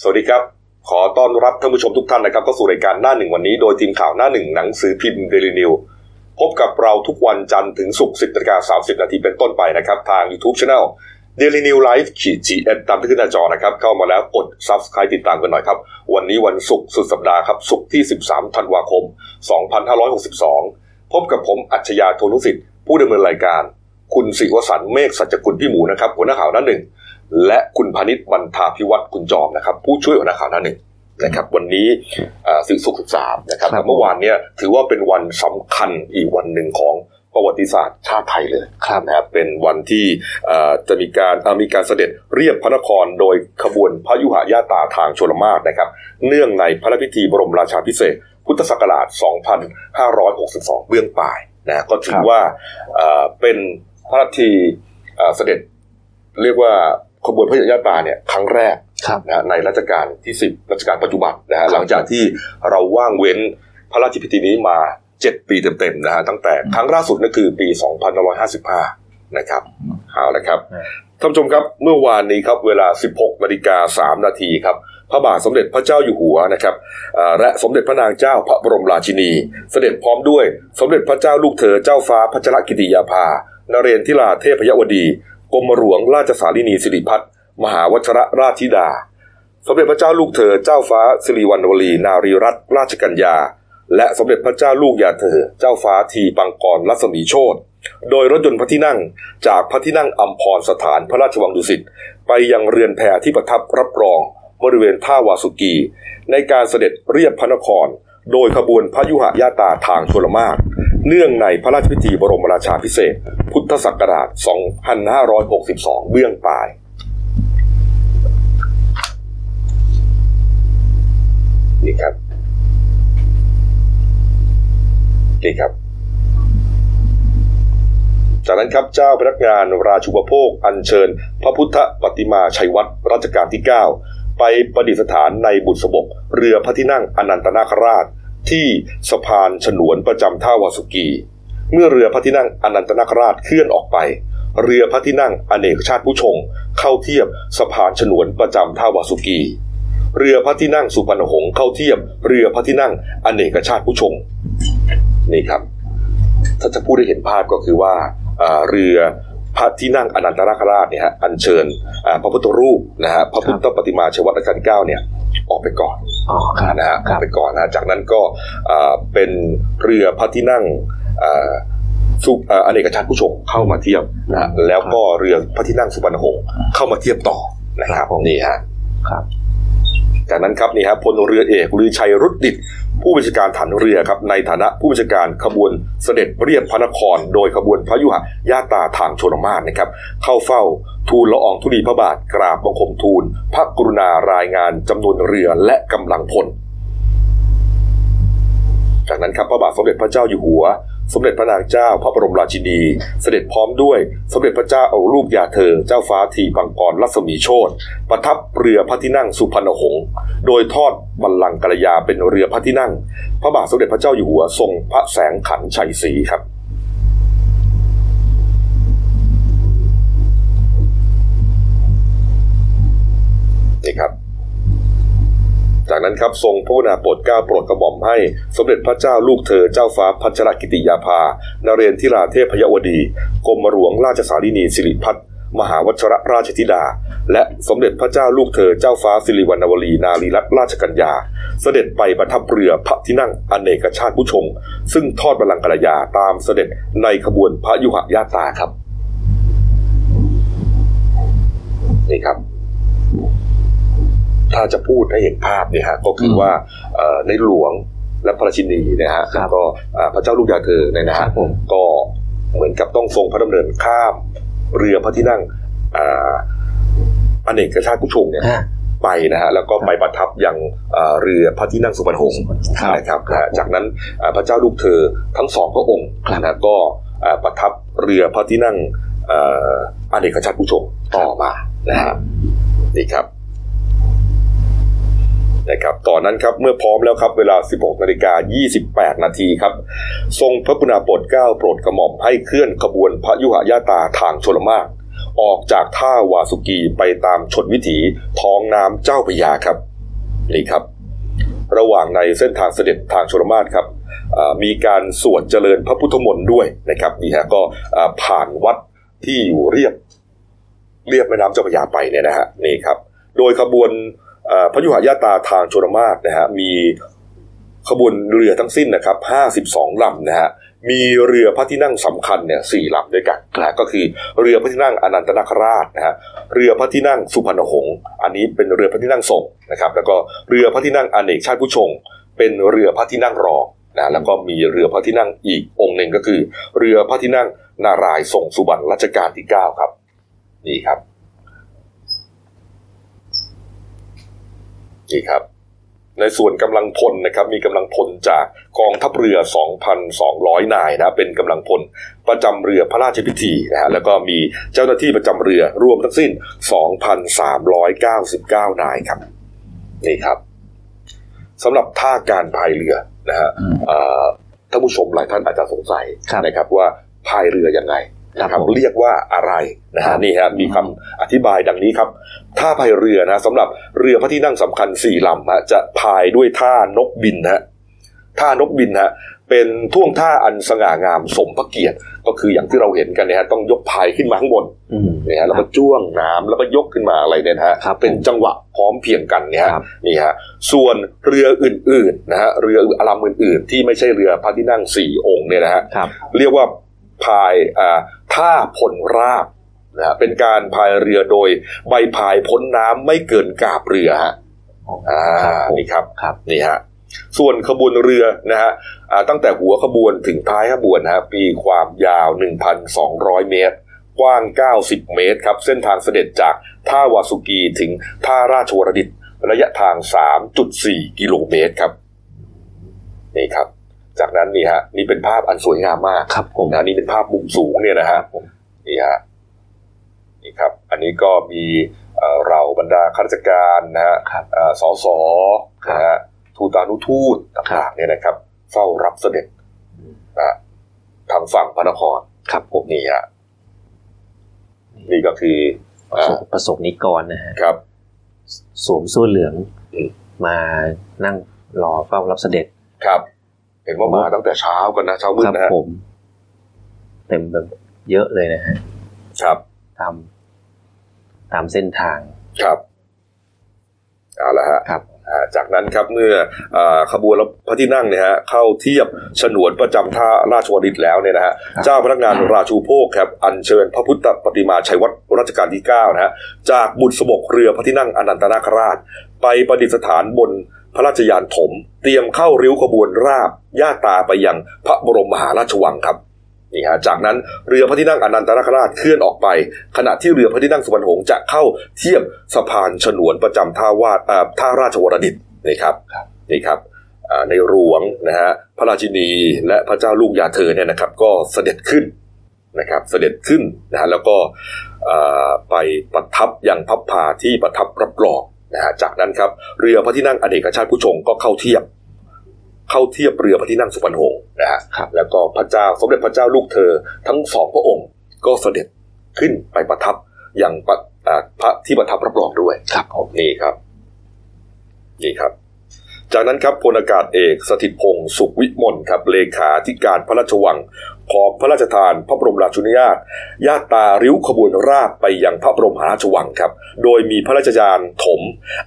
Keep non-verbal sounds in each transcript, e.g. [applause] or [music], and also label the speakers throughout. Speaker 1: สวัสดีครับ ขอต้อนรับท่านผู้ชมทุกท่านนะครับเข้าสู่รายการหน้าหนึ่งวันนี้โดยทีมข่าวหน้าหนึ่งหนังสือพิมพ์เดลินิวพบกับเราทุกวันจันทร์ถึงศุกร์10นาฬิกา30 นาทีเป็นต้นไปนะครับ ทาง YouTube Channel Daily New Life ขีด GN ตามที่ขึ้นหน้าจอนะครับ เข้ามาแล้วกด Subscribe ติดตามกันหน่อยครับ วันนี้วันศุกร์สุดสัปดาห์ครับศุกร์ที่ 13 ธันวาคม 2562 พบกับผมอัจฉริยะโทนุสิทธิ์ ผู้ดำเนินรายการ คุณศิวสันต์เมฆสัจกุลพี่หมูนะครับหัวหน้าข่าวหน้าหนึ่ง และคุณพานิชบรรทาพิวัตรคุณจอมนะครับผู้ช่วยหัวหน้าข่าวหน้าหนึ่งนะครับวันนี้เอ่อสิงสุขสิบสามนะครับ
Speaker 2: ครับ
Speaker 1: แต่เมื่อวานเนี่ยถือว่าเป็นวันสำคัญอีกวันหนึ่งของประวัติศาสตร์ชาติไทยเลย
Speaker 2: ครับ
Speaker 1: นะครับเป็นวันที่เอ่อจะมีการเอ่อมีการเสด็จเรียบพระนครโดยขบวนพระยุหญาตราทางชลมารนะครับ เนื่องในพระราชพิธีบรมราชาพิเศษกพุทธศักราช 2562 เบื้องปลายนะก็ถือ
Speaker 2: ครับ
Speaker 1: ว่าเอ่อเป็นพระราชพิธีเอ่อเสด็จเรียกว่าขบวนพระยุหญาตราเนี่ยครั้งแรก
Speaker 2: ครับ
Speaker 1: นะฮะในรัชกาลที่ 10 รัชกาลปัจจุบันนะฮะ
Speaker 2: ครับ
Speaker 1: หลังจากที่เราว่างเว้นพระราชพิธีนี้มา 7 ปีเต็มๆนะฮะตั้งแต่ครั้งล่าสุดนั่นคือปี 2555 นะครับเอาละครับ
Speaker 2: ครับ
Speaker 1: ท่านผู้ชมครับเมื่อวานนี้ครับเวลา 16นาฬิกา3นาทีครับพระบาทสมเด็จพระเจ้าอยู่หัวนะครับอ่าและสมเด็จพระนางเจ้าพระบรมราชินี เสด็จพร้อมด้วยสมเด็จพระเจ้าลูกเธอเจ้าฟ้าพัชรกิติยาภานเรนทิราเทพยวดีกรมหลวงราชสารินีสิริพัฒน์มหาวชรราชธิดา สมเด็จพระเจ้าลูกเธอเจ้าฟ้าสิริวัณวลี นารีรัตนราชกัญญา และสมเด็จพระเจ้าลูกยาเธอ เจ้าฟ้าทีปังกรรัศมีโชตโดยรถยนต์พระที่นั่งจากพระที่นั่งอัมพรสถานพระราชวังดุสิตไปยังเรือนแพที่ประทับรับรองบริเวณท่าวาสุกี ในการเสด็จเรียบพระนคร โดยขบวนพระยุหญาตราทางชลมารเนื่องในพระราชพิธีบรมราชาพิเศษกพุทธศักราช 2562 เบื้องปลาย นี่ครับ นี่ครับ จากนั้นครับเจ้าพนักงานราชุปโภค อัญเชิญ พระพุทธปฏิมาชัยวัตรรัชกาลที่ 9 ไปประดิษฐานในบุษบก เรือพระที่นั่งอนันตนาคราช ที่สะพานฉนวนประจำท่าวาสุกี เมื่อเรือพระที่นั่งอนันตนาคราชเคลื่อนออกไป เรือพระที่นั่งอเนกชาติผู้ชง เข้าเทียบสะพานฉนวนประจำท่าวาสุกี เรือพระที่นั่งสุพรรณหงส์เข้าเทียบเรือพระที่นั่งอเนกชาติผู้ชงนี่ครับ ถ้าจะพูดได้เห็นภาพก็คือว่าอ่าเรือพระที่นั่งอนันตนาคราชเนี่ยฮะอัญเชิญอ่าพระพุทธรูปนะฮะพระพุทธปฏิมาชยวัตรรัชกาลที่เก้าเนี่ยออกไปก่อน
Speaker 2: อ๋อครับ
Speaker 1: นะฮะ
Speaker 2: ครับ
Speaker 1: ไปก่อนนะฮะจากนั้นก็อ่าเป็นเรือพระที่นั่งอ่าสุอ่าอเนกชาติผู้ชงเข้ามาเทียบนะฮะแล้วก็เรือพระที่นั่งสุวรรณหงษ์เข้ามาเทียบต่อนะครับนี่ฮะ
Speaker 2: ครับ
Speaker 1: จากนั้นครับนี่ฮะพลเรือเอกลือชัยรุดดิตผู้บัญชาการฐานเรือครับในฐานะผู้บัญชาการขบวนเสด็จเรียบพระนคร โดยขบวนพระยุหญาตราทางชนมาศนะครับ เข้าเฝ้าทูลละอองธุลีพระบาทกราบบังคมทูล พระกรุณารายงานจำนวนเรือและกำลังพล จากนั้นครับพระบาทสมเด็จพระเจ้าอยู่หัว สมเด็จพระนางเจ้าพระบรมราชินี เสด็จพร้อมด้วย สมเด็จพระเจ้าเอาลูกยาเธอ เจ้าฟ้าทีปังกรรัศมีโชตประทับเรือพระที่นั่งสุพรรณหงษ์โดยทอดบัลลังก์กระยาเป็นเรือพระที่นั่ง พระบาทสมเด็จพระเจ้าอยู่หัวทรงพระแสงขันชัยศรีครับ นี่ครับ จากนั้นครับทรงพระกรุณาโปรดเกล้าโปรดกระหม่อมให้ สมเด็จพระเจ้าลูกเธอเจ้าฟ้าพัชรกิติยาภานเรนทิราเทพยวดีกรมหลวงราชสารินีสิริพัฒน์มหาวชรราชธิดา และสมเด็จพระเจ้าลูกเธอเจ้าฟ้าสิริวัณวลีนารีรัตนราชกัญญา เสด็จไปประทับเรือพระที่นั่งอเนกชาติผู้ชง ซึ่งทอดบัลลังก์กระยาตามเสด็จในขบวนพระยุหญาตราครับนี่ครับ ถ้าจะพูดให้เห็นภาพเนี่ยฮะก็คือ
Speaker 2: ม
Speaker 1: ว่าเอ่อในหลวงและพระราชินีเนะฮะ
Speaker 2: ครั
Speaker 1: แล้
Speaker 2: บ
Speaker 1: วก็อ่าพระเจ้าลูกยาเธอเนี่ยนะ
Speaker 2: ครั
Speaker 1: ฮะ
Speaker 2: บผม
Speaker 1: ก็เหมือนกับต้องทรงพระดำเนินข้ามเรือพระที่นั่งอ่าอเนกชาติผู้ชงเนี่ย
Speaker 2: ฮะ
Speaker 1: ไปนะฮะแล้วก็ไปประทับยังเอ่อเรือพระที่นั่งสุพรรณหงษ์
Speaker 2: ครับ
Speaker 1: นะครับนะฮะจากนั้นเอ่อพระเจ้าลูกเธอทั้งสองพระองค์
Speaker 2: ครับ
Speaker 1: นะฮะก็เอ่อประทับเรือพระที่นั่งเอ่ออเนกชาติผู้ชมต่อมานะฮะนี่ครับนะครับต่อนนั้นครับเมื่อพร้อมแล้วครับเวลา 16นาฬิกา28 นาทีครับ ทรงพระกรุณาโปรดเกล้าโปรดกระหม่อมให้เคลื่อนขบวนพระยุหญาตราทางชลมาร ออกจากท่าวาสุกีไปตามชนวิถีท้องน้ำเจ้าพระยาครับนี่ครับ ระหว่างในเส้นทางเสด็จทางชลมาศครับอ่ามีการสวดเจริญพระพุทธมนต์ด้วยนะครับนี่ฮะก็อ่าผ่านวัดที่อยู่เรียบ เรียบแม่น้ำเจ้าพระยาไปเนี่ยนะฮะนี่ครับ โดยขบวนเอ่อพระยุหยาตราทางชนมาศนะฮะมีขบวนเรือทั้งสิ้นนะครับ52ลำนะฮะมีเรือพระที่นั่งสำคัญเนี่ยสี่ลำด้วยกันนะฮะก็คือเรือพระที่นั่งอนันตนาคราชนะฮะเรือพระที่นั่งสุพรรณหงษ์อันนี้เป็นเรือพระที่นั่งทรงนะครับ แล้วก็เรือพระที่นั่งอเนกชาติผู้ชง เป็นเรือพระที่นั่งรองนะแล้วก็มีเรือพระที่นั่งอีกองค์หนึ่งก็คือ เรือพระที่นั่งนารายณ์ทรงสุบรรณรัชกาลที่เก้าครับ นี่ครับ นี่ครับ ในส่วนกำลังพลนะครับมีกำลังพลจากกองทัพเรือ 2,200 นายนะเป็นกำลังพลประจำเรือพระราชพิธีนะฮะแล้วก็มีเจ้าหน้าที่ประจำเรือรวมทั้งสิ้น 2,399 นายครับ นี่ครับสำหรับท่าการพายเรือนะฮะ
Speaker 2: อืม
Speaker 1: เอ่อท่านผู้ชมหลายท่านอาจจะสงสัย
Speaker 2: ครับ
Speaker 1: นะครับว่าพายเรือยังไงนะค
Speaker 2: ครั
Speaker 1: รับบ
Speaker 2: ผม
Speaker 1: เรียกว่าอะไรนะ
Speaker 2: ครั
Speaker 1: ฮะ
Speaker 2: บ
Speaker 1: นี่ฮะมีคำ อธิบายดังนี้ครับท่าพายเรือนะสำหรับเรือพระที่นั่งสำคัญสี่ลำฮะจะพายด้วยท่านกบินฮะท่านกบินฮะเป็นท่วงท่าอันสง่างามสมพระเกียรติ ก็คืออย่างที่เราเห็นกันเนี่ยฮะต้องยกพายขึ้นมาข้างบน
Speaker 2: อืม
Speaker 1: เนี่ยฮะแล้วก็จ้วงน้ำแล้วก็ยกขึ้นมาอะไรเนี่ยนะฮะ
Speaker 2: ครับ
Speaker 1: เป็นจังหวะพร้อมเพรียงกันเนี่ยฮะ
Speaker 2: ครับ
Speaker 1: นี่ฮะส่วนเรืออื่นๆนะฮะเรือลำอื่นๆ ที่ไม่ใช่เรือพระที่นั่งสี่องค์เนี่ยนะฮะ
Speaker 2: ครับ
Speaker 1: เรียกว่าพายอ่าท่าผลราบนะฮะเป็นการพายเรือโดยใบพายพ้นน้ำไม่เกินกาบเรือฮะอ่านี่ครับ
Speaker 2: ครับ
Speaker 1: นี่ฮะส่วนขบวนเรือนะฮะอ่าตั้งแต่หัวขบวนถึงท้ายขบวนนะฮะมีความยาว 1,200 เมตร กว้าง 90 เมตรครับ เส้นทางเสด็จจากท่าวาสุกีถึงท่าราชวรดิต ระยะทาง 3.4 กิโลเมตรครับนี่ครับ จากนั้นนี่ฮะนี่เป็นภาพอันสวยงามมาก
Speaker 2: ครับผม
Speaker 1: นะอันนี้เป็นภาพมุมสูงเนี่ยนะฮะนี่ฮะนี่ครับ อันนี้ก็มีเอ่อเราบรรดาข้าราชการนะฮะ
Speaker 2: ครับ
Speaker 1: เอ่อสส
Speaker 2: ครับ
Speaker 1: นะฮะทูตานุทูต
Speaker 2: ครั
Speaker 1: ต่าง
Speaker 2: บ
Speaker 1: ๆเนี่ยนะครับ เฝ้ารับเสด็จนะฮะทางฝั่งพระนคร
Speaker 2: ครับผม
Speaker 1: นี่ฮะนี่ก็คือ
Speaker 2: ประ
Speaker 1: อ่า
Speaker 2: สบประสบนิกรนะฮะ
Speaker 1: ครับ
Speaker 2: สวมเสื้อเหลือง
Speaker 1: อืม
Speaker 2: มานั่งรอเฝ้ารับเสด็จ
Speaker 1: ครับ เห็นว่ามาตั้งแต่เช้ากันนะเช้ามื
Speaker 2: ค
Speaker 1: ด
Speaker 2: รั
Speaker 1: นะฮะ
Speaker 2: ผม เต็มแบบเยอะเลยนะฮะ
Speaker 1: ครับ
Speaker 2: ตามตามเส้นทาง
Speaker 1: ครับเอาละฮะ
Speaker 2: ครับ
Speaker 1: อ่าจากนั้นครับเมื่ออาขบวนพระที่นั่งเนี่ยฮะเข้าเทียบฉนวนประจำท่าราชวริตแล้วเนี่ยนะฮะเจ้าพนักงานราชูโภคครับอัญเชิญพระพุทธปฏิมาชัยวัดรัชกาลที่9นะฮะจากบุตรสบกเรือพระที่นั่งอนันตนาคราช ไปประดิษฐานบนพระราชยานถม เตรียมเข้าริ้วขบวนราบย่าตราไปยังพระบรมมหาราชวังครับ นี่ฮะจากนั้นเรือพระที่นั่งอนันตนาคราชเคลื่อนออกไป ขณะที่เรือพระที่นั่งสุวรรณหงษ์จะเข้าเทียบสะพานฉนวนประจำท่าวาดอ่าท่าราชวรดิตนี่ครับนี่ครับอ่าในหลวงนะฮะพระราชินีและพระเจ้าลูกยาเธอเนี่ยนะครับ ก็เสด็จขึ้นนะครับ เสด็จขึ้นนะฮะแล้วก็อ่าไปประทับยังพับพาที่ประทับรับรองนะฮะจากนั้นครับเรือพระที่นั่งอเนกชาติผู้ชงก็เข้าเทียบ เข้าเทียบเรือพระที่นั่งสุพรรณหงษ์นะฮะ
Speaker 2: ครับ
Speaker 1: แล้วก็พระเจ้าสมเด็จพระเจ้าลูกเธอทั้งสองพระองค์ก็เสด็จขึ้นไปประทับอย่างประอ่าพระที่ประทับรับรองด้วย
Speaker 2: ครับผม
Speaker 1: นี่ครับ นี่ครับ จากนั้นครับพลอากาศเอกสถิตพงศ์สุขวิมลครับเลขาธิการพระราชวังขอพระราชทานพระบรมราชินีญาตญาตราริ้วขบวนราบไปยังพระบรมหาราชวังครับ โดยมีพระราชยานถม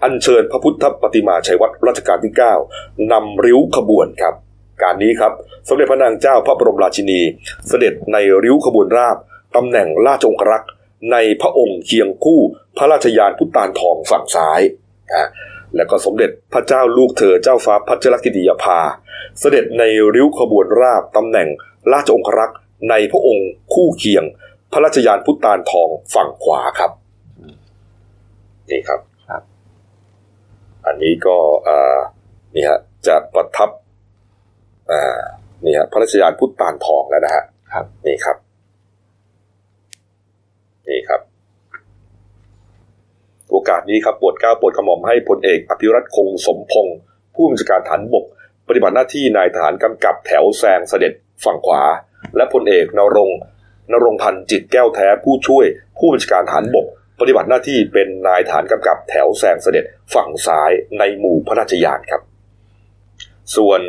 Speaker 1: อัญเชิญพระพุทธปฏิมาชัยวัดรัชกาลที่ 9นำริ้วขบวนครับ การนี้ครับ สมเด็จพระนางเจ้าพระบรมราชินี เสด็จในริ้วขบวนราบตำแหน่งราชองครักษ์ในพระองค์เคียงคู่พระราชยานพุทธานทองฝั่งซ้ายอ่ะแล้วก็สมเด็จพระเจ้าลูกเธอเจ้าฟ้าพัชรกิติยาภา เสด็จในริ้วขบวนราบตำแหน่งราชองครักษ์ในพระองค์คู่เคียง พระราชยานพุทธานทองฝั่งขวาครับนี่ครับ
Speaker 2: ครับ
Speaker 1: อันนี้ก็อ่านี่ฮะจะประทับ อ่านี่ฮะพระราชยานพุทธตานทองแล้วนะฮะ
Speaker 2: ครับ
Speaker 1: นี่ครับ นี่ครับ โอกาสนี้ครับโปวดเกล้าโปวดกระหม่อมให้พลเอกอภิรัตคงสมพงศ์ผู้บัญชาการฐานบก ปฏิบัติหน้าที่นายทหารกำกับแถวแซงเสด็จฝั่งขวา และพลเอกนรงค์ นรงค์พันธ์จิตแก้วแท้ผู้ช่วย ผู้บัญชาการฐานบก ปฏิบัติหน้าที่เป็นนายฐานกำกับแถวแซงเสด็จฝั่งซ้ายในหมู่พระราชยานครับ ส่วน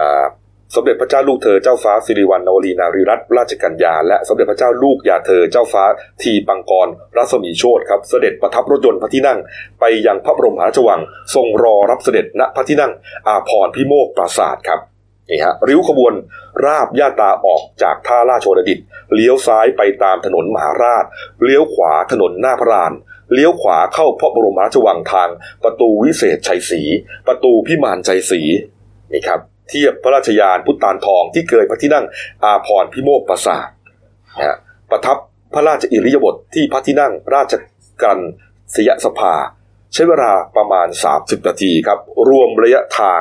Speaker 1: อ่าสมเด็จพระเจ้าลูกเธอเจ้าฟ้าสิริวัณณวรีนารีรัตนราชกัญญาและสมเด็จพระเจ้าลูกยาเธอเจ้าฟ้าทีปังกรรัศมีโชตครับ เสด็จประทับรถยนต์พระที่นั่ง ไปยังพระบรมหาราชวังทรงรอรับเสด็จณพระที่นั่งอาพรพิโมกปราศาสตร์ครับนี่ฮะริ้วขบวนราบย่าตาออกจากท่าราชวรดิตเลี้ยวซ้ายไปตามถนนมหาราช เลี้ยวขวาถนนหน้าพระราน เลี้ยวขวาเข้าพระบรมราชวังทาง ประตูวิเศษชัยศรีประตูพิมานชัยศรีนี่ครับ เทียบพระราชยานพุทธานทองที่เกยพระที่นั่งอาพรพิโมกปราสาทนะฮะประทับพระราชอิริยาบถทที่พระที่นั่งราชกรันสยสภา ใช้เวลาประมาณ 30 นาทีครับ รวมระยะทาง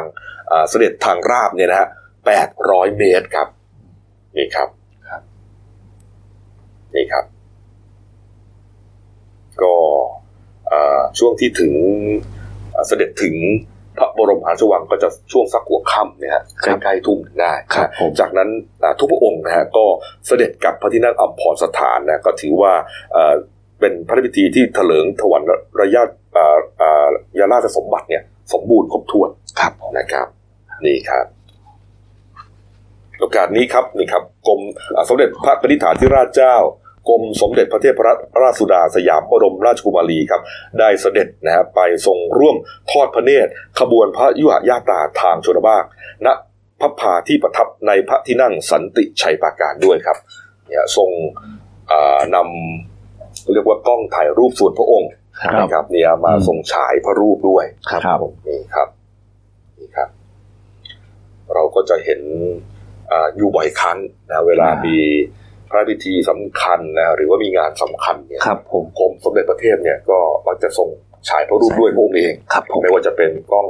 Speaker 1: อ่าเสด็จทางราบเนี่ยนะฮะ800 เมตรครับ นี่ครับ นี่ครับ ก็อ่าช่วงที่ถึงอ่าเสด็จถึงพระบรมหาราชวังก็จะช่วงสักหัวค่ำเนี่ยฮะ
Speaker 2: ครับ
Speaker 1: ใกล้ๆทุ่มหนึ่งได้
Speaker 2: ครับผม
Speaker 1: จากนั้นอ่าทุกพระองค์นะฮะก็เสด็จกลับพระที่นั่งอัมพรสถานนะก็ถือว่าอ่าเป็นพระราชพิธีที่เถลิงถวันระยะอ่าอ่ายาราชสมบัติเนี่ย สมบูรณ์ครบถ้วน
Speaker 2: ครับ
Speaker 1: นะครับ นี่ครับ โอกาสนี้ครับนี่ครับกรมอ่าสมเด็จพระนิธิฐานที่ราชเจ้ากรมสมเด็จพระเทพรัตนราชสุดาสยามบรมราชกุมารีครับ ได้เสด็จนะครับไปทรงร่วมทอดพระเนตร ขบวนพระยุหยาตราทางชนบาคณพัพพาที่ประทับในพระที่นั่งสันติชัยปราการด้วยครับเนี่ยทรงอ่านำเรียกว่ากล้องถ่ายรูปส่วนพระองค์
Speaker 2: ครับ
Speaker 1: นะครับเนี่ยมา
Speaker 3: อืม
Speaker 1: ทรงฉายพระรูปด้วย
Speaker 2: ครับ
Speaker 3: ครับ
Speaker 1: นี่ครับนี่ครับ เราก็จะเห็นอ่าอยู่บ่อยครั้งนะเวลา
Speaker 3: อ่า
Speaker 1: มี
Speaker 3: มี
Speaker 1: พระพิธีสำคัญนะหรือว่ามีงานสำคัญเนี่ย
Speaker 2: ครับผม
Speaker 1: กรมสมเด็จพระเทพเนี่ยก็มักจะส่งฉายพระรูปด้วยพระองค์เอง
Speaker 2: ครับผม
Speaker 1: ไม่ว่าจะเป็นกล้อง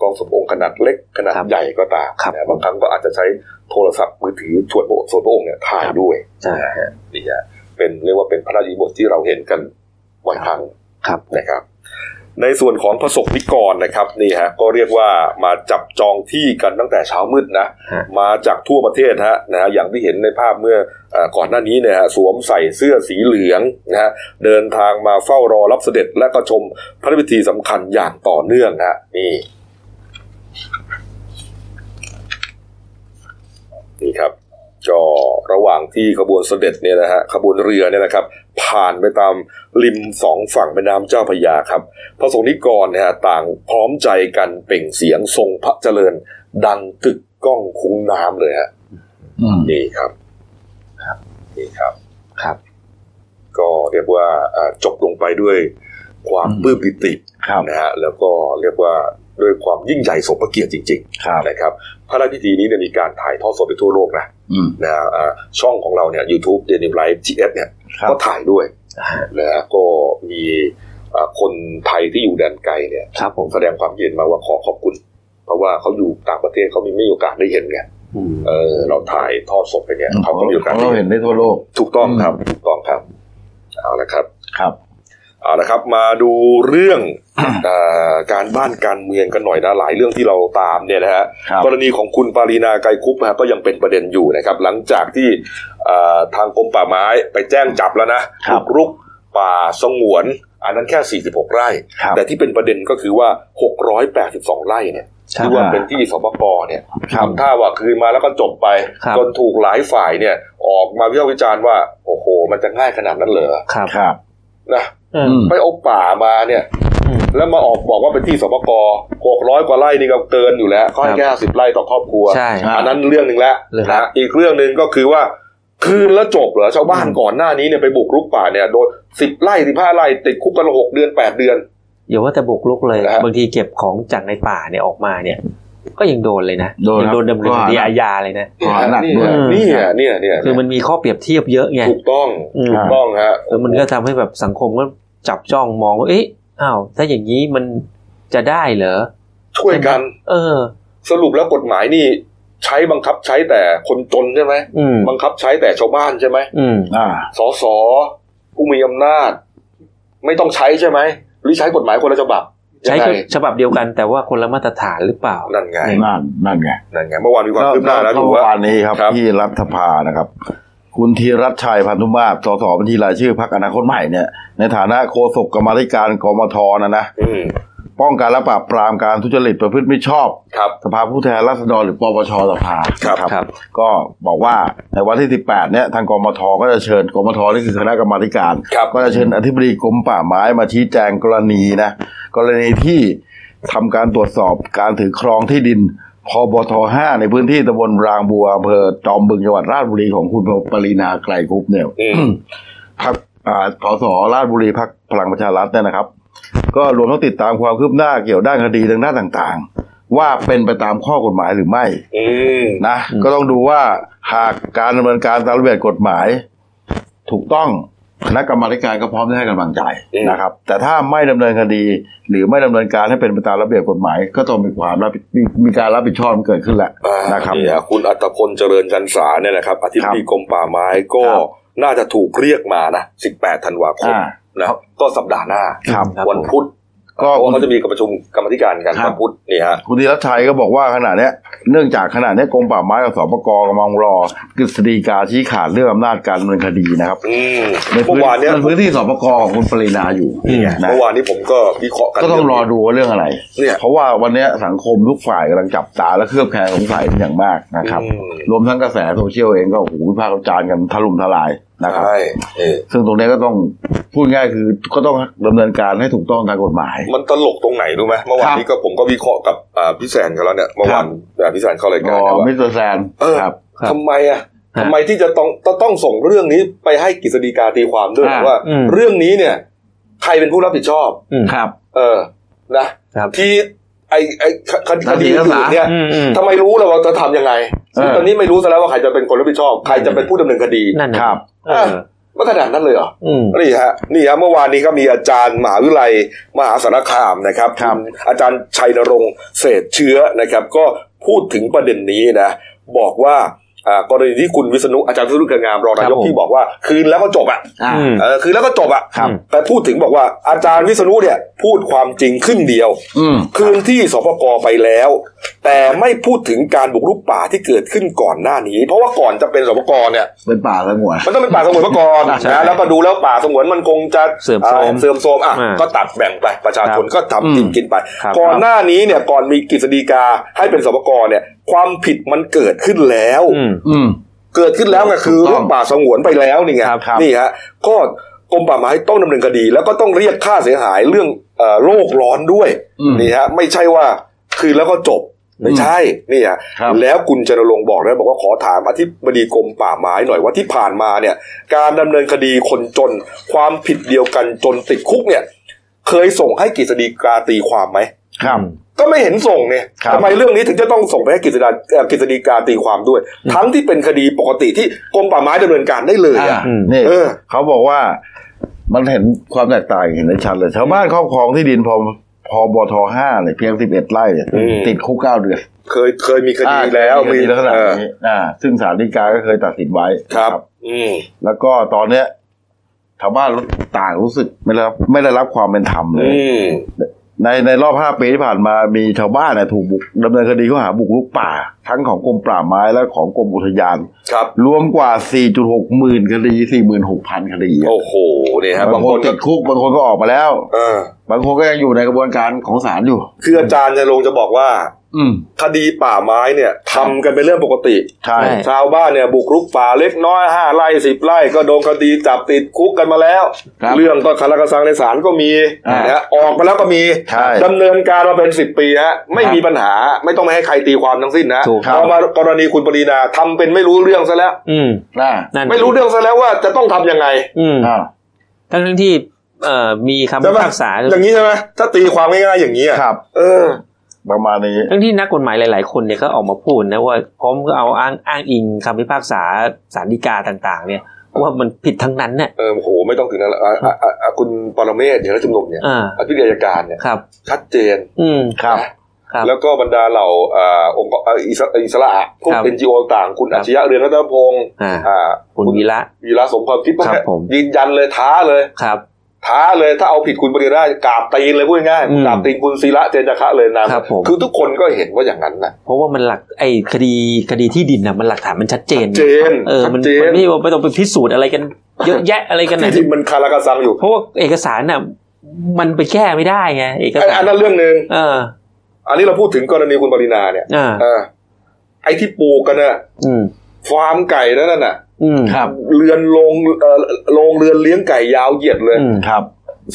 Speaker 1: กล้องสมองค์ขนาดเล็กขนาด
Speaker 2: ครับ
Speaker 1: ใหญ่ก็ตาม
Speaker 2: ครับ
Speaker 1: นะบางครั้งก็อาจจะใช้โทรศัพท์มือถือชวนพระส่วนพระองค์เนี่ยถ่าย
Speaker 2: ครับ
Speaker 1: ด้วย
Speaker 2: ใช่ฮะ
Speaker 1: นี่ฮะเป็นเรียกว่าเป็นพระราชบทที่เราเห็นกันบ่อยครั้ง
Speaker 2: ครับ
Speaker 1: นะครับในส่วนของประสบนิกรนะครับนี่ฮะก็เรียกว่ามาจับจองที่กันตั้งแต่เช้ามืดนะ
Speaker 2: ฮะ
Speaker 1: มาจากทั่วประเทศฮะนะฮะอย่างที่เห็นในภาพเมื่อเออก่อนหน้านี้เนี่ยฮะสวมใส่เสื้อสีเหลืองนะฮะเดินทางมาเฝ้ารอรับเสด็จและก็ชมพระพิธีสำคัญอย่างต่อเนื่องฮะนี่นี่ครับ จอระหว่างที่ขบวนเสด็จเนี่ยนะฮะขบวนเรือเนี่ยนะครับ ผ่านไปตามริมสองฝั่งแม่น้ำเจ้าพระยาครับ พระสงฆ์นิกรนะฮะต่างพร้อมใจกันเปล่งเสียงทรงพระเจริญ ดังกึกก้องคุ้งน้ำเลยฮะ
Speaker 3: อืม
Speaker 1: นี่ครับนี่ครับ
Speaker 2: ครับ
Speaker 1: ก็เรียกว่าอ่าจบลงไปด้วยความ
Speaker 3: อืม
Speaker 1: ปลื้มปิติ
Speaker 3: ครับ
Speaker 1: นะฮะแล้วก็เรียกว่าด้วยความยิ่งใหญ่สมพระเกียรติจริง
Speaker 3: ครับ
Speaker 1: ๆนะครับพระราชพิธีนี้เนี่ยมีการถ่ายทอดสดไปทั่วโลกนะ
Speaker 3: อืม
Speaker 1: นะฮะอ่าช่องของเราเนี่ย YouTube d e n i m Live GS เนี่ย
Speaker 3: ครับ
Speaker 1: ก็ถ่ายด้วย
Speaker 2: อ่าฮะ
Speaker 1: นะฮะก็มีอ่าคนไทยที่อยู่แดนไกลเนี่ย
Speaker 2: ครับผม
Speaker 1: แสดงความยินมาว่าขอขอบคุณ เพราะว่าเขาอยู่ต่างประเทศเขามีไม่มีโอกาสได้เห็นไง
Speaker 2: อืม
Speaker 1: เออเราถ่ายทอดสดไปเนี่ยเขาก็มีโอกาสได้
Speaker 3: เรา
Speaker 1: เห็
Speaker 3: เห็
Speaker 1: น
Speaker 3: นได้ทั่วโลก
Speaker 1: ถูกต้องครับถูกต้องครับเอาละครับ
Speaker 3: ครับ
Speaker 1: เอาละครับมาดูเรื่อง [coughs] เอ่อการบ้านการเมืองกันหน่อยนะหลายเรื่องที่เราตามเนี่ยนะฮะ
Speaker 3: ครับ
Speaker 1: กรณีของคุณปารีนาไกรคุปนะฮะก็ยังเป็นประเด็นอยู่นะครับ หลังจากที่เอ่อทางกรมป่าไม้ไปแจ้งจับแล้วนะครับ บุกรุกป่าสงวน อันนั้นแค่ 46 ไร่
Speaker 3: ครับ
Speaker 1: แต่ที่เป็นประเด็นก็คือว่า 682 ไร่เนี่ย
Speaker 3: ครับ
Speaker 1: ที่ว่าเป็นที่สปปเนี่ย
Speaker 3: ครับ
Speaker 1: ทำท่าว่าคืนมาแล้วก็จบไป
Speaker 2: ครับ
Speaker 1: จนถูกหลายฝ่ายเนี่ย ออกมาวิพากษ์วิจารณ์ว่าโอ้โห มันจะง่ายขนาดนั้นเหรอ
Speaker 2: ครับ
Speaker 3: ครับ
Speaker 1: นะ
Speaker 2: อืม
Speaker 3: อืม
Speaker 1: ไปเอาป่ามาเนี่ย
Speaker 2: อืม
Speaker 1: แล้วมาออกบอกว่าเป็นที่สปกหกร้อยกว่าไร่นี่ก็เกินอยู่แล้วเขาให้แค่สิบไร่ต่อครอบครัว
Speaker 2: ใช่
Speaker 1: อันนั้นเรื่องหนึ่งแล้ว
Speaker 2: เรื่อง
Speaker 1: นะ
Speaker 2: ละ
Speaker 1: ฮะอีกเรื่องหนึ่งก็คือว่า คืนแล้วจบเหรอชาวบ้านก่อนหน้านี้เนี่ยไปบุกรุกป่าเนี่ยโดนสิบไร่สิบห้าไร่ติดคุกกันละหกเดือนแปดเดือน
Speaker 2: อย่าว่าแต่บุกลุกเลย
Speaker 1: นะฮะ
Speaker 2: บางทีเก็บของจากในป่าเนี่ยออกมาเนี่ย ก็ยังโดนเลยนะ
Speaker 3: โดน
Speaker 2: ยั
Speaker 3: ครับ
Speaker 2: โดนดำเนินคดีอาญาเลยนะ
Speaker 3: อ๋อหนัก
Speaker 1: นี่
Speaker 3: ด้วย
Speaker 1: เนี่ยเนี่ยเนี่ย
Speaker 2: คือมันมีข้อเปรียบเทียบเยอะไง
Speaker 1: ถูกต้อง
Speaker 2: อืม
Speaker 1: ถูกต้องฮะ
Speaker 2: แล้วมันก็ทำให้แบบสังคมก็จับจ้องมองว่าเอ๊ะอ้าวถ้าอย่างนี้มันจะได้เหรอ
Speaker 1: ช่วยกัน
Speaker 2: เออ
Speaker 1: สรุปแล้วกฎหมายนี่ ใช้บังคับใช้แต่คนจนใช่ไหม
Speaker 2: อืม
Speaker 1: บังคับใช้แต่ชาวบ้านใช่ไหม
Speaker 2: อืม
Speaker 3: อ่า
Speaker 1: สอสอผู้มีอำนาจ ไม่ต้องใช้ใช่ไหม หรือใช้กฎหมายคนละฉบับ
Speaker 2: ใช้
Speaker 1: ยังไง
Speaker 2: ฉบับเดียวกันแต่ว่าคนละมาตรฐานหรือเปล่า
Speaker 1: นั่นไง
Speaker 3: นั่น นั่นไง
Speaker 1: นั่นไงเมื่อวานมีความคืบหน้าแล้ว
Speaker 3: ก็
Speaker 1: ถูก
Speaker 3: เมื่อ
Speaker 1: ว่า
Speaker 3: วานนี้ครับ
Speaker 1: ครับ
Speaker 3: ที่รัฐสภานะครับ คุณธีรัชชัยพันธุมาศสสบัญชีรายชื่อพรรคอนาคตใหม่เนี่ย ในฐานะโฆษกกรรมาธิการกมทนะนะ
Speaker 1: อืม
Speaker 3: ป้องกันและปราบปรามการทุจริตประพฤติมิชอบ
Speaker 1: ครับ
Speaker 3: สภาผู้แทนราษฎรหรือปปชสภา
Speaker 1: ครับ
Speaker 3: นะ
Speaker 2: ครับ
Speaker 3: ก็บอกว่าในวันที่ 18 เนี่ยทางกมทก็จะเชิญกมทนี่คือคณะกรรมาธิการ
Speaker 1: ครับ
Speaker 3: ก็จะเชิญอธิบดีกรมป่าไม้มาชี้แจงกรณีนะกรณีที่ทำการตรวจสอบการถือครองที่ดินพบท5ในพื้นที่ตำบลรางบัวอำเภอจอมบึงจังหวัดราชบุรีของคุณปรินาไกลกรุปเนี่ย
Speaker 1: อืม
Speaker 3: พักสสราชบุรีพักพลังประชารัฐเนี่ยนะครับ ก็รวมทั้งติดตามความคืบหน้าเกี่ยวด้านคดีทางด้านต่างๆ ว่าเป็นไปตามข้อกฎหมายหรือไม่
Speaker 1: อืม
Speaker 3: นะ
Speaker 2: อืม
Speaker 3: ก็ต้องดูว่าหากการดำเนินการตามระเบียบกฎหมาย ถูกต้องคณะกรรมาธิการก็พร้อมจะให้กำลังใจ
Speaker 1: อืม
Speaker 3: นะครับ แต่ถ้าไม่ดำเนินคดี หรือไม่ดำเนินการให้เป็นไปตามระเบียบกฎหมาย ก็ต้องมีความรับผิดมีมีการรับผิดชอบเกิดขึ้นแหละ
Speaker 1: อ่า
Speaker 3: นะครับ
Speaker 1: เนี่ยคุณอัตพลเจริญจันสาเนี่ยนะครับอธิบดีกรมป่าไม้ก็
Speaker 3: ครับ
Speaker 1: น่าจะถูกเรียกมานะ 18 ธันวาคม
Speaker 3: อ่า
Speaker 1: นะก็สัปดาห์หน้า
Speaker 3: ครับ
Speaker 2: ครับ
Speaker 1: วัน
Speaker 2: ผม
Speaker 1: พุธ
Speaker 3: ก็
Speaker 1: เพราะว่าเขาจะมีการประชุมกรรมธิการกัน
Speaker 3: ครับ
Speaker 1: วันพุธนี่ฮะ
Speaker 3: คุณธีรัชชัยก็บอกว่าขณะเนี้ยเนื่องจากขณะเนี้ยกรมป่าไม้กับสปกกำลังรอกฤษฎีกาชี้ขาดเรื่องอำนาจการดำเนินคดีนะครับ
Speaker 1: อืม
Speaker 3: ในพื้
Speaker 1: เมื่อวานเนี่ย
Speaker 3: ใพื้นที่สปกของคุณปรินาอยู่
Speaker 2: นี่ไง
Speaker 3: นะ
Speaker 1: เมื่อวานนี้ผมก็วิเคราะห์กัน
Speaker 3: ก็ต้องรอดูว่าเรื่องอะไร
Speaker 1: เนี่ย
Speaker 3: เพราะว่าวันเนี้ยสังคมทุกฝ่ายกำลังจับตาและเครือบแคลงสงสัยเป็นอย่างมากนะครับ
Speaker 1: อืม
Speaker 3: รวมทั้งกระแสโซเชียลเองก็โอ้โหวิพากษ์วิจารณ์กันถล่มทลายนะครับ
Speaker 1: ใช่เออ
Speaker 3: ซึ่งตรงเนี้ยก็ต้องพูดง่ายคือก็ต้องดำเนินการให้ถูกต้องตามกฎหมาย
Speaker 1: มันตลกตรงไหนรู้ไหมเมื่อวานนี้ก็ผมก็วิเคราะห์กับอ่าพี่แซนกันแล้วเนี่ยเมื่อวานอ่าพี่แซนเข้าราย
Speaker 3: ก็
Speaker 1: การเนี่ยว่า
Speaker 3: มิสเตอร์แซน
Speaker 1: เออ
Speaker 3: ครับ
Speaker 2: ครับ
Speaker 1: ทำไมอ่ะ
Speaker 2: ฮะ
Speaker 1: ทำไมที่จะต้องต้องต้องส่งเรื่องนี้ไปให้กฤษฎีกาตีความด้วย
Speaker 3: อ่า
Speaker 1: ว่า
Speaker 2: อืม
Speaker 1: เรื่องนี้เนี่ย ใครเป็นผู้รับผิดชอบ
Speaker 2: อืม
Speaker 3: ครับ
Speaker 1: เออ นะครับที่ไอไอคคดี
Speaker 3: รั
Speaker 1: ค
Speaker 3: บ
Speaker 1: ดี
Speaker 3: รักษา
Speaker 1: อื่นๆเนี่ย
Speaker 2: อืมอืม
Speaker 1: ทำไมรู้แล้วว่าจะทำยังไง
Speaker 3: เออ
Speaker 1: ตอนนี้ไม่รู้ซะแล้วว่าใครจะเป็นคนรับผิดชอบ ใครจะเป็นผู้ดำเนินคดี
Speaker 2: นั่นนะครับ เออ
Speaker 1: มาขนาดนั้นเลยเหรอ
Speaker 2: อืม
Speaker 1: นี่ฮะนี่ฮะเมื่อวานนี้ก็มีอาจารย์มหาวิทยาลัยมหาสารคามนะครับ
Speaker 3: ครับ
Speaker 1: ณอาจารย์ชัยนรงค์เศรษฐ์เชื้อนะครับ ก็พูดถึงประเด็นนี้นะ บอกว่าอ่ากรณีที่คุณวิษณุอาจารย์วิษณุเกิดงามรองนายก
Speaker 2: ครับผม
Speaker 1: ที่บอกว่าคืนแล้วก็จบอะ
Speaker 3: อ่า
Speaker 2: อืม
Speaker 1: เออคืนแล้วก็จบอะ
Speaker 3: ครับ
Speaker 1: แต่พูดถึงบอกว่าอาจารย์วิษณุเนี่ยพูดความจริงครึ่งเดียว
Speaker 3: อืม
Speaker 1: คืนที่สปกไปแล้ว แต่ไม่พูดถึงการบุกรุกป่าที่เกิดขึ้นก่อนหน้านี้ เพราะว่าก่อนจะเป็นสปกเนี่ย
Speaker 3: เป็นป่าสงวน
Speaker 1: มันต้องเป็นป่าสงวนมาก่อน
Speaker 2: ใช่
Speaker 1: นะแล้วก็ดูแล้วป่าสงวนมันคงจะ
Speaker 2: เสื่อมโทรม
Speaker 1: อ่าเสื่อมโทรมอ่ะ
Speaker 2: อ่า
Speaker 1: ก็ตัดแบ่งไปประชาชนก็ทำกิน
Speaker 3: อืม
Speaker 1: กินไป
Speaker 2: ครับ
Speaker 1: ก่อนหน้านี้เนี่ยก่อนมีกฤษฎีกาให้เป็นสปกเนี่ย ความผิดมันเกิดขึ้นแล้ว
Speaker 2: อืม
Speaker 3: อืม
Speaker 1: เกิดขึ้นแล้วไงคือเรื่องป่าสงวนไปแล้วนี่ไง
Speaker 3: ครับครับ
Speaker 1: นี่ฮะก็กรมป่าไม้ต้องดำเนินคดี แล้วก็ต้องเรียกค่าเสียหายเรื่องเอ่อโลกร้อนด้วย
Speaker 3: อืม
Speaker 1: นี่ฮะไม่ใช่ว่าคืนแล้วก็จบไม่ใช่นี่ฮะ
Speaker 3: ครับ
Speaker 1: แล้วคุณจรลงค์บอกนะบอกว่าขอถามอธิบดีกรมป่าไม้หน่อยว่าที่ผ่านมาเนี่ย การดำเนินคดีคนจน ความผิดเดียวกันจนติดคุกเนี่ย เคยส่งให้กฤษฎีกาตีความไหม
Speaker 3: ครับ
Speaker 1: ก็ไม่เห็นส่งเนี่ย
Speaker 3: ครับ
Speaker 1: ทำไมเรื่องนี้ถึงจะต้องส่งไปให้กฤษฎาเอ่อกฤษฎีกาตีความด้วย ทั้งที่เป็นคดีปกติที่กรมป่าไม้ดำเนินการได้เลยอะ
Speaker 3: อ่า
Speaker 2: อืม
Speaker 3: นี่
Speaker 1: เออ
Speaker 3: เขาบอกว่ามันเห็นความแตกต่างเห็นได้ชัดเลย ชาวบ้านครอบครองที่ดินพอพอบทห้าเนี่ยเพียงสิบเอ็ดไร่เนี่ย
Speaker 1: อืม
Speaker 3: ติดคุกเก้าเดือน
Speaker 1: เคยเคยมีคดีแล้ว
Speaker 3: มีลักษณะ
Speaker 1: เออ
Speaker 3: นี้อ่า ซึ่งศาลฎีกาก็เคยตัดสินไว้
Speaker 1: ครับ
Speaker 3: นะ
Speaker 1: อืม
Speaker 3: แล้วก็ตอนเนี้ยชาวบ้านรู้ต่างรู้สึกไม่ได้รับไม่ได้รับความเป็นธรรมเลย
Speaker 1: อืม
Speaker 3: ในในรอบห้าปีที่ผ่านมามีชาวบ้านเนี่ยถูกบุกดำเนินคดีข้อหาบุกรุกป่า ทั้งของกรมป่าไม้และของกรมอุทยาน
Speaker 1: ครับ
Speaker 3: รวมกว่า 4.6 หมื่นคดี 46,000 คดี
Speaker 1: โอ้โหเนี่ยฮะ
Speaker 3: บา
Speaker 1: บาง ง
Speaker 3: ค
Speaker 1: คน น
Speaker 3: ติ
Speaker 1: ก็
Speaker 3: ดคุก บางคนก็ออกมาแล้ว
Speaker 1: เออบ
Speaker 3: างคนก็ยังอยู่ในกระบวนการของศาลอยู่
Speaker 1: คืออาจารย์จรลงค์จะบอกว่า
Speaker 3: อืม
Speaker 1: คดีป่าไม้เนี่ยทำกันเป็นเรื่องปกติ
Speaker 3: ใช่
Speaker 2: ใช่
Speaker 1: ชาวบ้านเนี่ยบุกรุกป่าเล็กน้อยห้าไร่สิบไร่ก็โดนคดีจับติดคุกกันมาแล้ว
Speaker 3: ครับ
Speaker 1: เรื่องก็คาราคาซังในศาลก็มี
Speaker 3: อ่าน
Speaker 1: นะฮะออกมาแล้วก็มี
Speaker 3: ใช่
Speaker 1: ดำเนินการมาเป็นสิบปีฮะไม่
Speaker 3: ครับ
Speaker 1: มีปัญหาไม่ต้องไม่ให้ใครตีความทั้งสิ้นนะ
Speaker 2: ถูกครับ
Speaker 1: พอมากรณีคุณปรีนาทำเป็นไม่รู้เรื่องซะแล้ว
Speaker 2: อืม
Speaker 3: น่า
Speaker 2: นั่น
Speaker 1: ไม่รู้เรื่องซะแล้วว่าจะต้องทำยังไง
Speaker 2: อืม
Speaker 3: อ่า
Speaker 2: ทั้งทั้งที่เอ่อมีคำพิ
Speaker 1: ใช่ไหม
Speaker 2: พากษา
Speaker 1: อย่างนี้ใช่ไหมถ้าตีความง่ายๆอย่างนี้อะ
Speaker 3: ครับ
Speaker 1: เออ
Speaker 3: ประมาณนี้
Speaker 2: ทั้งที่นักกฎหมายหลาย ๆ คนเนี่ยก็ออกมาพูดนะว่าพร้อมก็เอาอ้างอ้างอิงคำพิพากษาสารดีกาต่าง ๆ เนี่ยว่ามันผิดทั้งนั้นเนี่ย
Speaker 1: เออโอ้โหไม่ต้องถึงนั้นละอ่ะอ่ะอ่ะอ่ะคุณปรเมศอย่างนัชุมนุมเนี่ย
Speaker 2: อ่า
Speaker 1: อธิบดีอัยการเนี่ย
Speaker 2: ครับ
Speaker 1: ชัดเจน
Speaker 2: อืม
Speaker 3: ครับ
Speaker 2: ครับ
Speaker 1: แล้วก็บรรดาเหล่าเอ่อองค์กรเอ่ออิสระอิสระพวก
Speaker 2: ครับ
Speaker 1: เอ็นจีโอต่างคุณ
Speaker 2: ครั
Speaker 1: อั
Speaker 2: บ
Speaker 1: จฉริยะเรืองรัตนพงศ์
Speaker 2: อ่า
Speaker 1: อ่า
Speaker 2: คุณวีระ
Speaker 1: วีระสมความคิดพวก
Speaker 2: ครับ
Speaker 1: เนี้ย
Speaker 2: ผม
Speaker 1: ยืนยันเลยท้าเลย
Speaker 2: ครับ
Speaker 1: ท้าเลยถ้าเอาผิดคุณปริราชกราบตีนเลยพูดง่ายๆ
Speaker 2: อืม
Speaker 1: กราบตีนคุณศิระเจนจาคะเลยนะครับ
Speaker 2: ผม
Speaker 1: คือทุกคนก็เห็นว่าอย่างนั้นนะ
Speaker 2: เพราะว่ามันหลักไอ้คดีคดีที่ดินน่ะมันหลักฐานมันชัดเจน
Speaker 1: เจน
Speaker 2: เออมัน
Speaker 1: เจ
Speaker 2: มัน นไม่ว่าไม่ต้องไปพิสูจน์อะไรกันเยอะแยะอะไรกัน
Speaker 1: ที่ [laughs]
Speaker 2: นะ
Speaker 1: ที่มันคาราคาซังอยู่
Speaker 2: เพราะว่าเอกสารน่ะมันไปแก้ไม่ได้ไงเอก
Speaker 1: ไอ้
Speaker 2: สาร
Speaker 1: อันนั้นเรื่องหนึ่ง
Speaker 2: เออ
Speaker 1: อันนี้เราพูดถึงกรณีคุณปรินาเนี่ย
Speaker 2: อ่า
Speaker 1: เออไอ้ที่ปลูกกันน่ะ
Speaker 2: อืม
Speaker 1: ฟาร์มไก่นั่นน่ะ
Speaker 2: อืม
Speaker 3: ครับ
Speaker 1: เรือนโรงเอ่อโรงเรือนเลี้ยงไก่ยาวเหยียดเลย
Speaker 2: อืม
Speaker 3: ครับ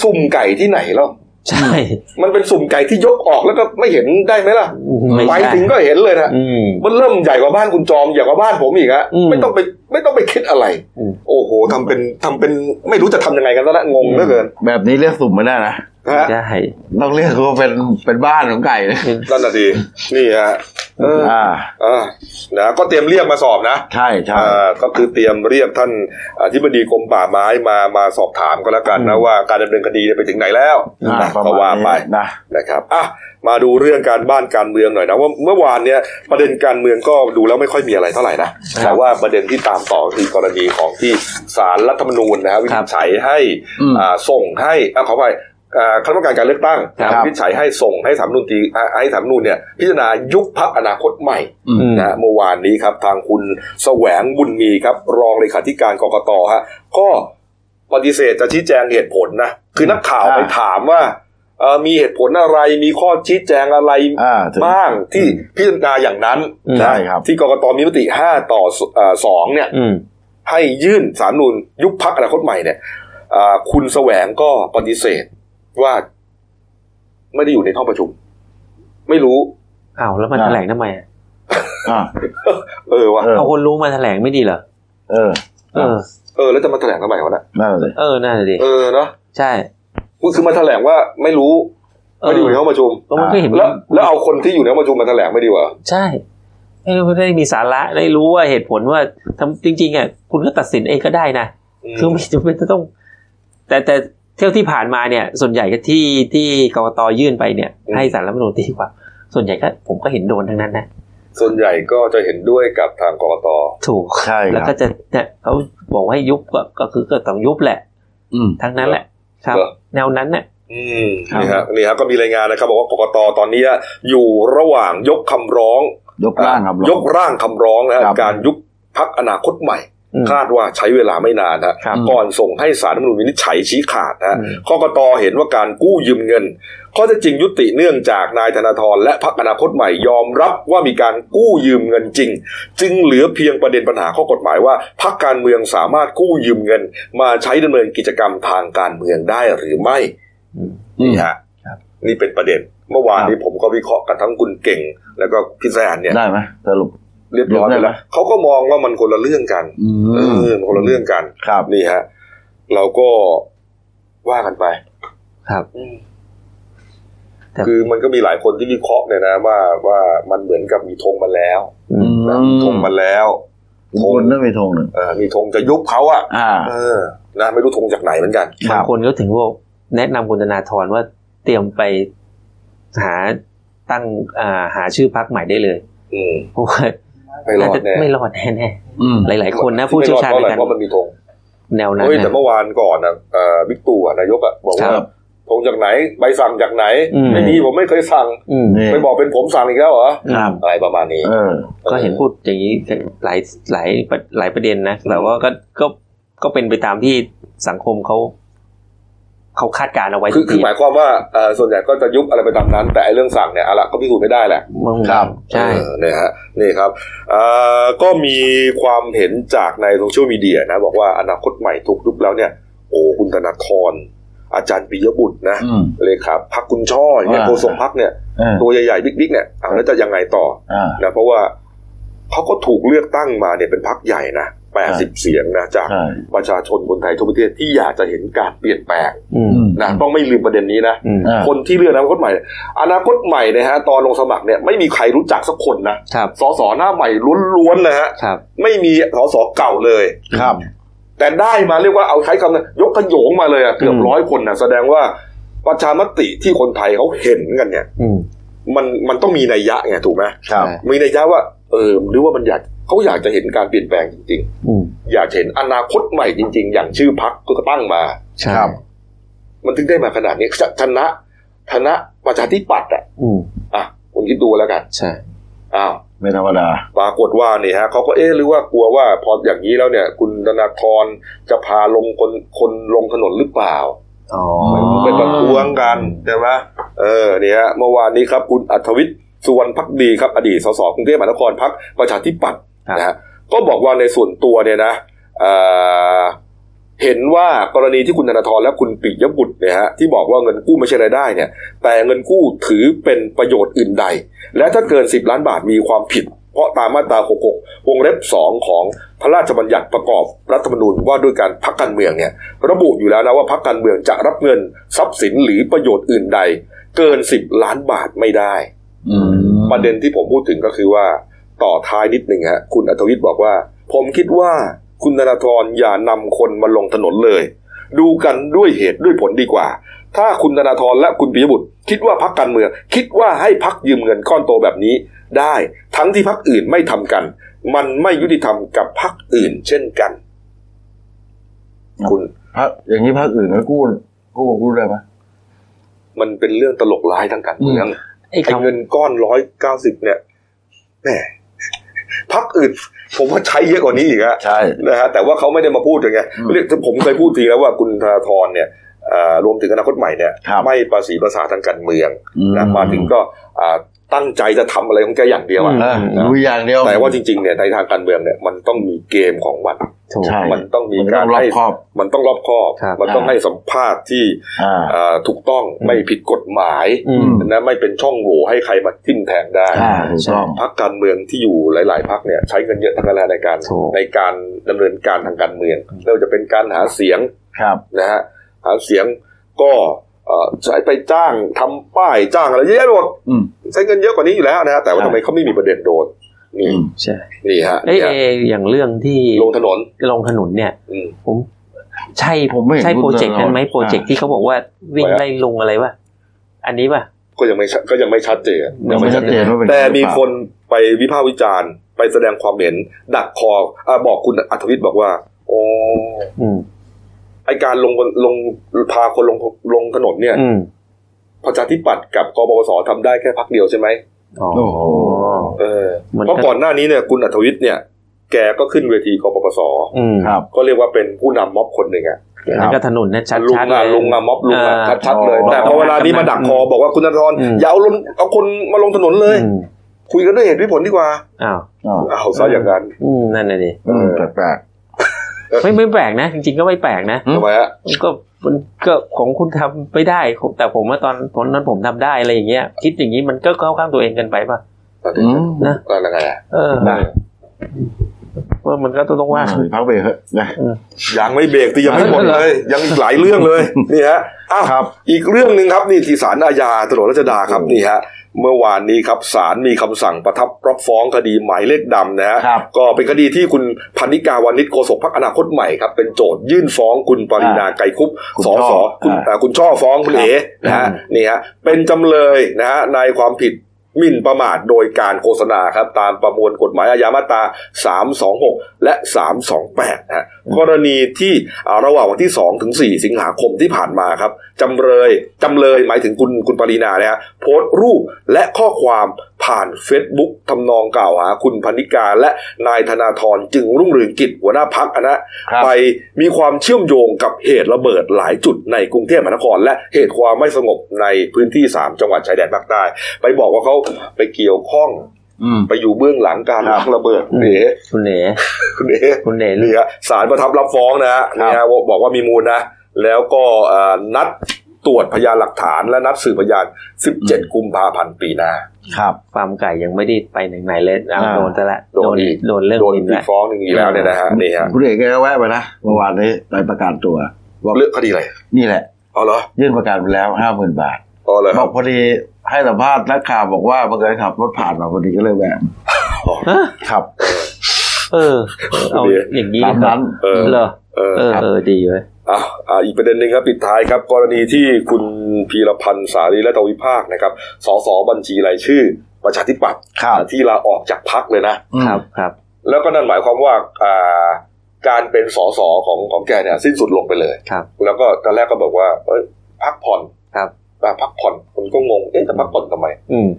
Speaker 1: สุ่มไก่ที่ไหนแล้ว
Speaker 2: ใช่
Speaker 1: มันเป็นสุ่มไก่ที่ยกออกแล้วก็ไม่เห็นได้ไหมล่ะ
Speaker 2: ไม่
Speaker 1: ไป
Speaker 2: ใช่
Speaker 1: ถึงก็เห็นเลยนะ
Speaker 2: อืม
Speaker 1: มันเริ่มใหญ่กว่าบ้านคุณจอมใหญ่กว่าบ้านผมอีกฮะ
Speaker 2: อืม
Speaker 1: ไม่ต้องไปไม่ต้องไปคิดอะไร
Speaker 2: อืม
Speaker 1: โอ้โหทำเป็นทำเป็นไม่รู้จะทำยังไงกันแล้วละงงเหลือเกิน
Speaker 3: แบบนี้เรียกสุ่มไม่ได้นะ
Speaker 1: นะฮะ
Speaker 2: ใช่
Speaker 3: ต้องเรียกว่าเป็นเป็นบ้านของไก่นะ
Speaker 1: นั่นน่ะดีนี่ฮะเออ
Speaker 3: อ่า
Speaker 1: อ่านะก็เตรียมเรียกมาสอบนะ
Speaker 3: ใช่ใช่
Speaker 1: อ่าก็คือเตรียมเรียกท่านอธิบดีกรมป่าไม้มามาสอบถามก็แล้วกันนะว่าการดำเนินคดีเนี่ยไปถึงไหนแล้ว
Speaker 3: อ่า
Speaker 1: นะ
Speaker 3: ประ
Speaker 1: ก็
Speaker 3: มา
Speaker 1: ว่า
Speaker 3: ณ
Speaker 1: ไป
Speaker 3: นี้นะ
Speaker 1: นะครับอ่ะมาดูเรื่องการบ้านการเมืองหน่อยนะว่าเมื่อวานเนี่ยประเด็นการเมืองก็ดูแล้วไม่ค่อยมีอะไรเท่าไหร่นะแต่ว่าประเด็นที่ตามต่อคือกรณีของที่สารรัฐธรรมนูญนะฮะวินิจฉัยให้
Speaker 3: อืม
Speaker 1: อ่าส่งให้อ่ะขอไปคณะกรรมการการเลือกตั้ง
Speaker 3: ครับ
Speaker 1: วินิจฉัยให้ส่งให้สามนุนตีอ่าให้สามนุนเนี่ยพิจารณายุบพักอนาคตใหม่
Speaker 3: อืม
Speaker 2: อืม
Speaker 1: นะฮะเมื่อวานนี้ครับทางคุณแสวงบุญมีครับ รองเลขาธิการกกตฮะก็ปฏิเสธจะชี้แจงเหตุผลนะ คือนักข่าว
Speaker 3: อ่า
Speaker 1: ไปถามว่าเอ่อมีเหตุผลอะไรมีข้อชี้แจงอะไร
Speaker 3: อ่าถึง
Speaker 1: บ้างที่พิจารณาอย่างนั้น
Speaker 2: อืม
Speaker 1: นะ
Speaker 3: ใช่ครับ
Speaker 1: ที่กกตมีมติ 5 ต่อเอ่อสองเนี่ย
Speaker 2: อืม
Speaker 1: ให้ยื่นสารนูนยุบพักอนาคตใหม่เนี่ยอ่าคุณแสวงก็ปฏิเสธว่าไม่ได้อยู่ในห้องประชุม ไม่รู้
Speaker 2: อ้าวแล้วมัน
Speaker 3: อ่า
Speaker 2: แถลงทำไมอะ
Speaker 3: อ่า
Speaker 1: เออวะ
Speaker 3: เออ
Speaker 2: เอาคนรู้มาแถลงไม่ดีเหรอ
Speaker 3: เออ
Speaker 2: เออ
Speaker 1: เออแล้วจะมาแถลงทำไมวะนะ
Speaker 3: นั่นเลย
Speaker 2: เออน่าจะดี
Speaker 1: เออเนาะ
Speaker 2: ใช่
Speaker 1: คือมาแถลงว่าไม่รู้
Speaker 2: เอ
Speaker 1: ไม่
Speaker 2: อ
Speaker 1: ได้อยู่ในห้องประชุม
Speaker 2: แล้วมันก็เห็น
Speaker 1: แล้วแล้วเอาคนที่อยู่ในห้องประชุมมาแถลงไม่ดีกว่า
Speaker 2: ใช่ไม่รู้ได้มีสาระได้รู้ว่าเหตุผลว่าทำจริง ๆอ่ะคุณก็ตัดสินเองก็ได้นะคือไม่จำเป็นจะต้อง แต่แต่เที่ยวที่ผ่านมาเนี่ย ส่วนใหญ่ก็ที่ที่กกตยื่นไปเนี่ย ให้สารรัฐธรรมนูญตีความส่วนใหญ่ก็ผมก็เห็นโดนทั้งนั้นนะ
Speaker 1: ส่วนใหญ่ก็จะเห็นด้วยกับทางกกต
Speaker 2: ถูก
Speaker 3: ใช่ค
Speaker 2: แล้ว
Speaker 3: รับ
Speaker 2: ก็จะเนี่ยเขาบอกว่าให้ยุบก็ก็คือก็ต้องยุบแหละ
Speaker 3: อืม
Speaker 2: ทั้งนั้นแหละ ครับ แนวนั้นเนี่ย
Speaker 1: อืม
Speaker 3: ครับ
Speaker 1: นี่ฮะนี่ฮะก็มีรายงานนะครับ บอกว่ากกตตอนนี้อยู่ระหว่างยกคำร้อง
Speaker 3: ยกร่างครับ
Speaker 1: ยกร่างคำร้องนะฮะ
Speaker 3: ครับ
Speaker 1: การยุบพักอนาคตใหม่
Speaker 2: อืม
Speaker 1: คาดว่าใช้เวลาไม่นานนะครับ ก่อนส่งให้สารรัฐธรรมนูญวินิจฉัยชี้ขาดนะฮะ
Speaker 2: อืม
Speaker 1: กกตเห็นว่าการกู้ยืมเงินข้อเท็จจริงยุติเนื่องจากนายธนาธรและพรรคอนาคตใหม่ยอมรับว่ามีการกู้ยืมเงินจริง จึงเหลือเพียงประเด็นปัญหาข้อกฎหมายว่าพรรคการเมืองสามารถกู้ยืมเงิน มาใช้ดำเนินกิจกรรมทางการเมืองได้หรือไม่
Speaker 2: อืม
Speaker 3: อืม
Speaker 1: นี่ฮะนี่เป็นประเด็น เมื่อวาน
Speaker 3: ครับ
Speaker 1: นี้ผมก็วิเคราะห์กันทั้งคุณเก่ง แล้วก็พี่แซนเนี่ย
Speaker 3: ได้ไหมสรุป
Speaker 1: เรียบร้อยไป
Speaker 3: ได้ไหม
Speaker 1: แล้วเขาก็มองว่ามันคนละเรื่องกัน
Speaker 3: อื
Speaker 1: เอ
Speaker 3: ม
Speaker 1: อมันคนละเรื่องกัน
Speaker 3: ครับ
Speaker 1: นี่ฮะ เราก็ว่ากันไป
Speaker 2: ครับ
Speaker 1: อืม
Speaker 2: แต่
Speaker 1: คือมันก็มีหลายคนที่วิเคราะห์เนี่ยนะว่าว่ามันเหมือนกับมีธงมาแล้ว
Speaker 2: อืม
Speaker 1: นะ
Speaker 3: อืม
Speaker 1: มีธงมาแล้ว
Speaker 3: ทุกคนต้องมีธงหนึ่ง
Speaker 1: เออมีธงจะยุบเขาอะ
Speaker 3: อ่า
Speaker 1: เออ นะไม่รู้ธงจากไหนเหมือนกัน
Speaker 3: ครับ
Speaker 2: า
Speaker 3: บ
Speaker 2: งคนก็ถึงว่าแนะนำคุณธนาธรว่าเตรียมไปหาตั้งอ่าหาชื่อพักใหม่ได้เลย
Speaker 1: อืม
Speaker 2: เพราะว่า
Speaker 1: ไม่รอดแน่
Speaker 2: ไม่รอดแน่แน่
Speaker 3: อืม
Speaker 2: ๆหลาย ๆ คนนะผู้เชี่ยวชาญ
Speaker 1: ไม่
Speaker 2: ใน
Speaker 1: รอด
Speaker 2: การ
Speaker 1: เพราะอะไรเพราะมันมีธง
Speaker 2: แนวนั้น
Speaker 1: เฮ้ยแต่
Speaker 2: นะ
Speaker 1: เมื่อวานก่อนนะเอ่อบิ๊กตู่อะนายกอะบอก
Speaker 3: ค
Speaker 1: ว่า
Speaker 3: รับ
Speaker 1: ธงจากไหน ใบสั่งจากไหน
Speaker 2: อืม
Speaker 1: ไม่มีผมไม่เคยสั่ง
Speaker 2: อืม
Speaker 3: นี่
Speaker 1: ไปบอกเป็นผมสั่งอีกแล้วเหรอ
Speaker 3: ครับ
Speaker 1: อะไรประมาณนี้
Speaker 3: เออ
Speaker 2: ก็เห็นพูดอย่างนี้หลายหลายหลายประเด็นนะแต่ว่าก็ก็ก็เป็นไปตามที่สังคมเขาเขาคาดการณ์เอาไว้
Speaker 1: คือ
Speaker 2: ทุก
Speaker 1: คือ
Speaker 2: ที
Speaker 1: หมายความว่าเอ่อส่วนใหญ่ก็จะยุบอะไรไปตามนั้น แต่ไอ้เรื่องสั่งเนี่ยเอาละก็พิสูจน์ไม่ได้แหละ
Speaker 2: มึง
Speaker 3: ครับ
Speaker 2: ใช่
Speaker 1: เออเนี่ยฮะนี่ครับเอ่อก็มีความเห็นจากในโซเชียลมีเดียนะ บอกว่าอนาคตใหม่ถูกยุบแล้วเนี่ย โอ้คุณธนาธรอาจารย์ปิยบุตรนะ
Speaker 3: อืม
Speaker 1: เลขาพักคุณช่ออย่างเนี่ย
Speaker 3: อ่า
Speaker 1: โฆษกพักเนี่ย
Speaker 3: เออ
Speaker 1: ตัวใหญ่ๆบิ๊กๆเนี่ยเอาแล้วจะยังไงต่อ
Speaker 3: อ่า
Speaker 1: นะเพราะว่าเขาก็ถูกเลือกตั้งมาเนี่ยเป็นพักใหญ่นะ80 เสียงนะจาก
Speaker 3: ใช่
Speaker 1: ประชาชนคนไทยทั่วประเทศที่อยากจะเห็นการเปลี่ยนแปลง
Speaker 2: อืม
Speaker 3: อืม
Speaker 1: นะต้องไม่ลืมประเด็นนี้นะ
Speaker 2: อืม
Speaker 3: อ่า
Speaker 1: คนที่เลือกอนาคตใหม่ อนาคตใหม่เนะฮะตอนลงสมัครเนี่ยไม่มีใครรู้จักสักคนนะครับ สสหน้าใหม่ล้วนๆเลยฮะ
Speaker 2: ครับ
Speaker 1: ไม่มีสสเก่าเลย
Speaker 3: ครับ
Speaker 1: แต่ได้มาเรียกว่าเอาใช้คำนั้นยกขโยงมาเลยอะเกือบร้อยคนนะแสดงว่าประชามติที่คนไทยเขาเห็นกันเนี่ย
Speaker 2: อืม
Speaker 1: มันมันต้องมีนัยยะไงถูกไหม
Speaker 3: ครับ
Speaker 1: มีนัยยะว่าเออหรือว่ามันอยากเขาอยากจะเห็นการเปลี่ยนแปลงจริง
Speaker 2: อืม
Speaker 1: ๆ อยากเห็นอนาคตใหม่จริง ๆ อย่างชื่อพักก็ตั้งมา
Speaker 2: ใช่
Speaker 3: ครับ
Speaker 1: มันถึงได้มาขนาดนี้ชชนะชนะประชาธิปัตย์อ่ะ
Speaker 2: อืม
Speaker 1: อ่ะคุณคิดดูแล้วกัน
Speaker 2: ใช่
Speaker 1: อ้าว
Speaker 3: ไม่ธรรมดา
Speaker 1: ปรากฏว่านี่ฮะเขาก็เอ๊ะหรือว่ากลัวว่าพออย่างนี้แล้วเนี่ย คุณธนาธรจะพาลงคนคนลงถนนหรือเปล่า
Speaker 2: อ๋อ
Speaker 1: ไปประท้วงกันใช่ไหมเออเนี่ยฮะเมื่อวานนี้ครับคุณอัธวิทย์สุวรรณพักดีครับ อดีตสสกรุงเทพมหานครพักประชาธิปัตย์นะฮะก็บอกว่าในส่วนตัวเนี่ยนะเอ่อเห็นว่ากรณีที่คุณธนาธรและคุณปิยบุตรเนี่ยฮะที่บอกว่าเงินกู้ไม่ใช่รายได้เนี่ย แต่เงินกู้ถือเป็นประโยชน์อื่นใด และถ้าเกิน 10 ล้านบาทมีความผิด เพราะตามมาตรา 66 วงเล็บ 2 ของพระราชบัญญัติประกอบรัฐธรรมนูญว่าด้วยการพักการเมืองเนี่ยระบุอยู่แล้วนะว่าพักการเมืองจะรับเงินทรัพย์สินหรือประโยชน์อื่นใด เกิน 10 ล้านบาทไม่ได้
Speaker 3: อืม
Speaker 1: ประเด็นที่ผมพูดถึงก็คือว่าต่อท้ายนิดหนึ่งฮะคุณอัธวิทย์บอกว่า ผมคิดว่าคุณธนาธรอย่านำคนมาลงถนนเลย ดูกันด้วยเหตุด้วยผลดีกว่า ถ้าคุณธนาธรและคุณปิยบุตร คิดว่าพักการเมือง คิดว่าให้พักยืมเงินก้อนโตแบบนี้ ได้ ทั้งที่พักอื่นไม่ทำกัน มันไม่ยุติธรรมกับพักอื่น เช่นกัน คุณ
Speaker 3: พักอย่างนี้พักอื่นก็กู้กู้กู้ได้ไหม
Speaker 1: มันเป็นเรื่องตลกร้ายทางการเมือง
Speaker 2: ไอ้
Speaker 1: ไอ้
Speaker 2: คำ
Speaker 1: เงินก้อนร้อยเก้าสิบเนี่ยแหมพักอื่น ผมว่าใช้เยอะกว่านี้อีกอะ
Speaker 3: ใช่
Speaker 1: นะฮะแต่ว่าเขาไม่ได้มาพูดอย่างไง
Speaker 3: อืม
Speaker 1: เรื่องผมเคยพูดทีแล้วว่าคุณธนาธรเนี่ยเอ่อรวมถึงอนาคตใหม่เนี่ย
Speaker 3: ครับ
Speaker 1: ไม่ประสีภาษาทางการเมือง
Speaker 3: อื
Speaker 1: นะมาถึงก็อ่าตั้งใจจะทำอะไรของแกอย่างเดียวอะ
Speaker 3: เออรู้อย่างเดียว
Speaker 1: แต่ว่าจริงๆเนี่ยในทางการเมืองเนี่ยมันต้องมีเกมของมัน
Speaker 2: ถูก
Speaker 3: ใช่
Speaker 1: มันต้องมี
Speaker 3: น
Speaker 1: การ
Speaker 3: รอบ
Speaker 1: ให้
Speaker 3: ครอบ
Speaker 1: มันต้องรอบคอบ
Speaker 2: ครับ
Speaker 1: มันต้อง
Speaker 3: อ่า
Speaker 1: ให้สัมภาษณ์ที่
Speaker 3: อ่า
Speaker 1: อ่าถูกต้องไม่ผิดกฎหมาย
Speaker 2: อืม
Speaker 1: นะไม่เป็นช่องโหว่ให้ใครมาทิ่มแทงได้
Speaker 3: อ่าถูกต้อง
Speaker 1: พักการเมืองที่อยู่หลาย ๆพักเนี่ยใช้เงินเยอะทั้งนั้นในการ
Speaker 2: ถูก
Speaker 1: ในการดำเนินการทางการเมืองไม่ว่าจะเป็นการหาเสียง
Speaker 3: ครับ
Speaker 1: นะฮะหาเสียงก็เอ่อใช้ไปจ้างทำป้ายจ้างอะไรเยอะแยะหมด
Speaker 3: อืม
Speaker 1: ใช้เงินเยอะกว่านี้อยู่แล้วนะฮะแต่ว่า
Speaker 3: ใช่
Speaker 1: ทำไมเขาไม่มีประเด็นโดนนี่
Speaker 3: อืม
Speaker 2: ใช่
Speaker 1: นี่ฮะ
Speaker 2: เอ้ย
Speaker 1: เนี่ย
Speaker 2: เอ้ยอย่างเรื่องที่
Speaker 1: ลงถนน
Speaker 2: ลงถนนเนี่ย
Speaker 1: อืม
Speaker 2: ผม ใช่
Speaker 3: ผมไม่เห็น
Speaker 2: ใช่
Speaker 3: รูป
Speaker 2: โปรเจกต์นั้นไหม
Speaker 3: นั้นหรอก
Speaker 2: โปรเจกต์ที่เขาบอกว่าวิ่ง
Speaker 1: ไปอะ
Speaker 2: ไล่ลุงอะไรวะอันนี้ป่ะ
Speaker 1: ก็ยังไม่ชัดก็ยังไม่ชัดเจน
Speaker 2: ยังไม่ชัดเจน
Speaker 3: ว่าเป็น
Speaker 1: แต่มี
Speaker 3: หรือเปล่า
Speaker 1: คนไปวิพากษ์วิจารณ์ ไปแสดงความเห็น ดักคออ่ะบอกคุณอัธวิทย์บอกว่า โอ้
Speaker 2: อืม
Speaker 1: ไอการลงบนลงพาคนลงลงถนนเนี่ย
Speaker 2: อืม
Speaker 1: ประชาธิปัตย์กับกบสทำได้แค่พักเดียวใช่ไหม
Speaker 2: อ๋อ
Speaker 3: โอ้โห
Speaker 1: เออ
Speaker 2: มัน
Speaker 1: เพ
Speaker 2: ก็
Speaker 1: ราะก่อนหน้านี้เนี่ยคุณอัธวิทย์เนี่ย แกก็ขึ้นเวทีกปปส
Speaker 2: อืม
Speaker 3: ครับ
Speaker 1: ก็เรียกว่าเป็นผู้นำม็อบคนหนึ่งอะ
Speaker 2: อันนั้นก็ถนนนะชัด
Speaker 1: ลุง
Speaker 2: ชัดเล
Speaker 1: อะ
Speaker 2: ย
Speaker 1: ลุงอะม็อบลุงอะ
Speaker 2: อ่า
Speaker 1: ชัดๆเลย
Speaker 3: อ๋อ
Speaker 1: แต่พอเวลานี้มาดักคอบอกว่าคุณธนาธร
Speaker 2: อืม
Speaker 1: อย่าเอาลงเอาคนมาลงถนนเลย
Speaker 2: อืม
Speaker 1: คุยกันด้วยเหตุด้วยผลดีกว่า
Speaker 2: อ้าว
Speaker 3: อ้าว
Speaker 1: เอาซะอย่างนั้น
Speaker 2: อืมนั่นน่ะดิ
Speaker 3: อืมแปลก
Speaker 2: ไม่ไม่แปลกนะ จริงๆก็ไม่แปลกนะ
Speaker 1: ทำไมฮะ
Speaker 2: มันก็มันก็ของคุณทำไม่ได้ผมแต่ผมว่าตอนตอนนั้นผมทำได้อะไรอย่างเงี้ยคิดอย่างนี้มันก็เข้าข้างตัวเองเกันไปป่ะ
Speaker 3: ๆอืม
Speaker 2: นะ
Speaker 1: อะไรยังไงอะ
Speaker 2: เออว่ามันก็ต้องว่า
Speaker 3: เออพักเบรกเถอะนะ
Speaker 1: ยังไม่เบรกที่ยังไม่หมดเลย ยังอีกหลายเรื่องเลยนี่ฮะอ้าว
Speaker 3: ครับ
Speaker 1: อีกเรื่องหนึ่งครับนี่ที่ศาลอาญาถนนรัชดาครับ
Speaker 3: โอ้
Speaker 1: นี่ฮะเมื่อวานนี้ครับศาลมีคำสั่งประทับรับฟ้องคดีหมายเลขดำนะฮะ
Speaker 3: ครับ
Speaker 1: ก็เป็นคดีที่คุณพันนิกาวานิชโฆษกพักอนาคตใหม่ครับเป็นโจทยื่นฟ้องคุณปรินาไกรคุป
Speaker 3: คุณ
Speaker 1: สอ
Speaker 3: ช่อ
Speaker 1: สอคุณ
Speaker 3: อ่า
Speaker 1: อ่าคุณช่อฟ้องคุณ
Speaker 3: ครับ
Speaker 1: เอ๋นะฮะนี่ฮะเป็นจำเลยนะฮะในความผิดหมิ่นประมาทโดยการโฆษณาครับตามประมวลกฎหมายอาญามาตรา 326 และ 328นะฮะกรณีที่อ่าระหว่างวันที่ 2 ถึง 4 สิงหาคมที่ผ่านมาครับจำเลยจำเลยหมายถึงคุณคุณปรีนานะฮะโพสต์รูปและข้อความผ่าน Facebook ทำนองกล่าวหาคุณพนิกาและนายธนาธรจึงรุ่งเรืองกิจหัวหน้าพักนะฮะ
Speaker 3: ครับ
Speaker 1: ไปมีความเชื่อมโยงกับเหตุระเบิดหลายจุดในกรุงเทพมหานคร และเหตุความไม่สงบในพื้นที่ 3 จังหวัดชายแดนภาคใต้ไปบอกว่าเขาไปเกี่ยวข้อง
Speaker 3: อืม
Speaker 1: ไปอยู่เบื้องหลังการ
Speaker 3: ครับ
Speaker 1: วางระเบิด
Speaker 2: อืม
Speaker 1: เอ๋
Speaker 2: คุณเหน
Speaker 1: คุณเอ๋
Speaker 2: คุณเหน
Speaker 1: [laughs] นี่ฮะสารประทับรับฟ้องนะฮะนี่ฮะบอกว่ามีมูลนะ แล้วก็เอ่อนัดตรวจพยานหลักฐานและนัดสืบพยาน 17 กุมภาพันธ์ปีหน้า
Speaker 3: ครับ
Speaker 2: ฟาร์มไก่ยังไม่ได้ไปไหนไหนเลยเอา
Speaker 3: อ่า
Speaker 2: โดนซะละ
Speaker 1: โดนอีก
Speaker 2: โดนเรื่อง
Speaker 1: โดน
Speaker 2: ดิน
Speaker 1: อี
Speaker 2: ละ
Speaker 1: กฟ้องหนึ่งอีกแล้วเนี่ยนะฮะนี่ฮะ
Speaker 3: คุณเอกแกแวะไปนะเมื่อวานนี้ไปประกาศตัวบอก
Speaker 1: เลือกคดีอะไร
Speaker 3: นี่แหละ
Speaker 1: เอาเหรอ
Speaker 3: ยื่นประกันไปแล้วห้าหมื่นบาท
Speaker 1: เอาเลย
Speaker 3: บอกพอดีให้สัมภาษณ์นักข่าวบอกว่าบังเอิญขับรถผ่านมาพอดีก็เลยแวะ
Speaker 2: ฮะ
Speaker 3: ครับ
Speaker 2: เออ เอาอย่างนี้
Speaker 3: ตามนั้น
Speaker 1: เออ
Speaker 2: เหรอ
Speaker 1: เออ
Speaker 2: เออเออดีเว้ย
Speaker 1: อ่ะอ่ะอีกประเด็นหนึ่งครับปิดท้ายครับ กรณีที่คุณพีรพันธ์สารีและตวิภาคนะครับสสบัญชีรายชื่อ ประชาธิปัตย์
Speaker 3: ครับ
Speaker 1: ที่ลาออกจากพักเลยนะ
Speaker 2: ครับครับ
Speaker 1: แล้วก็นั่นหมายความว่าอ่าการเป็นสสของของแกเนี่ยสิ้นสุดลงไปเลย
Speaker 2: ครับ
Speaker 1: แล้วก็ตอนแรกก็บอกว่าเอ้ย พักผ่อน
Speaker 2: ครับ
Speaker 1: อ่ะพักผ่อนคนก็งงเอ๊ะจะพักผ่อนทำไม
Speaker 2: อืม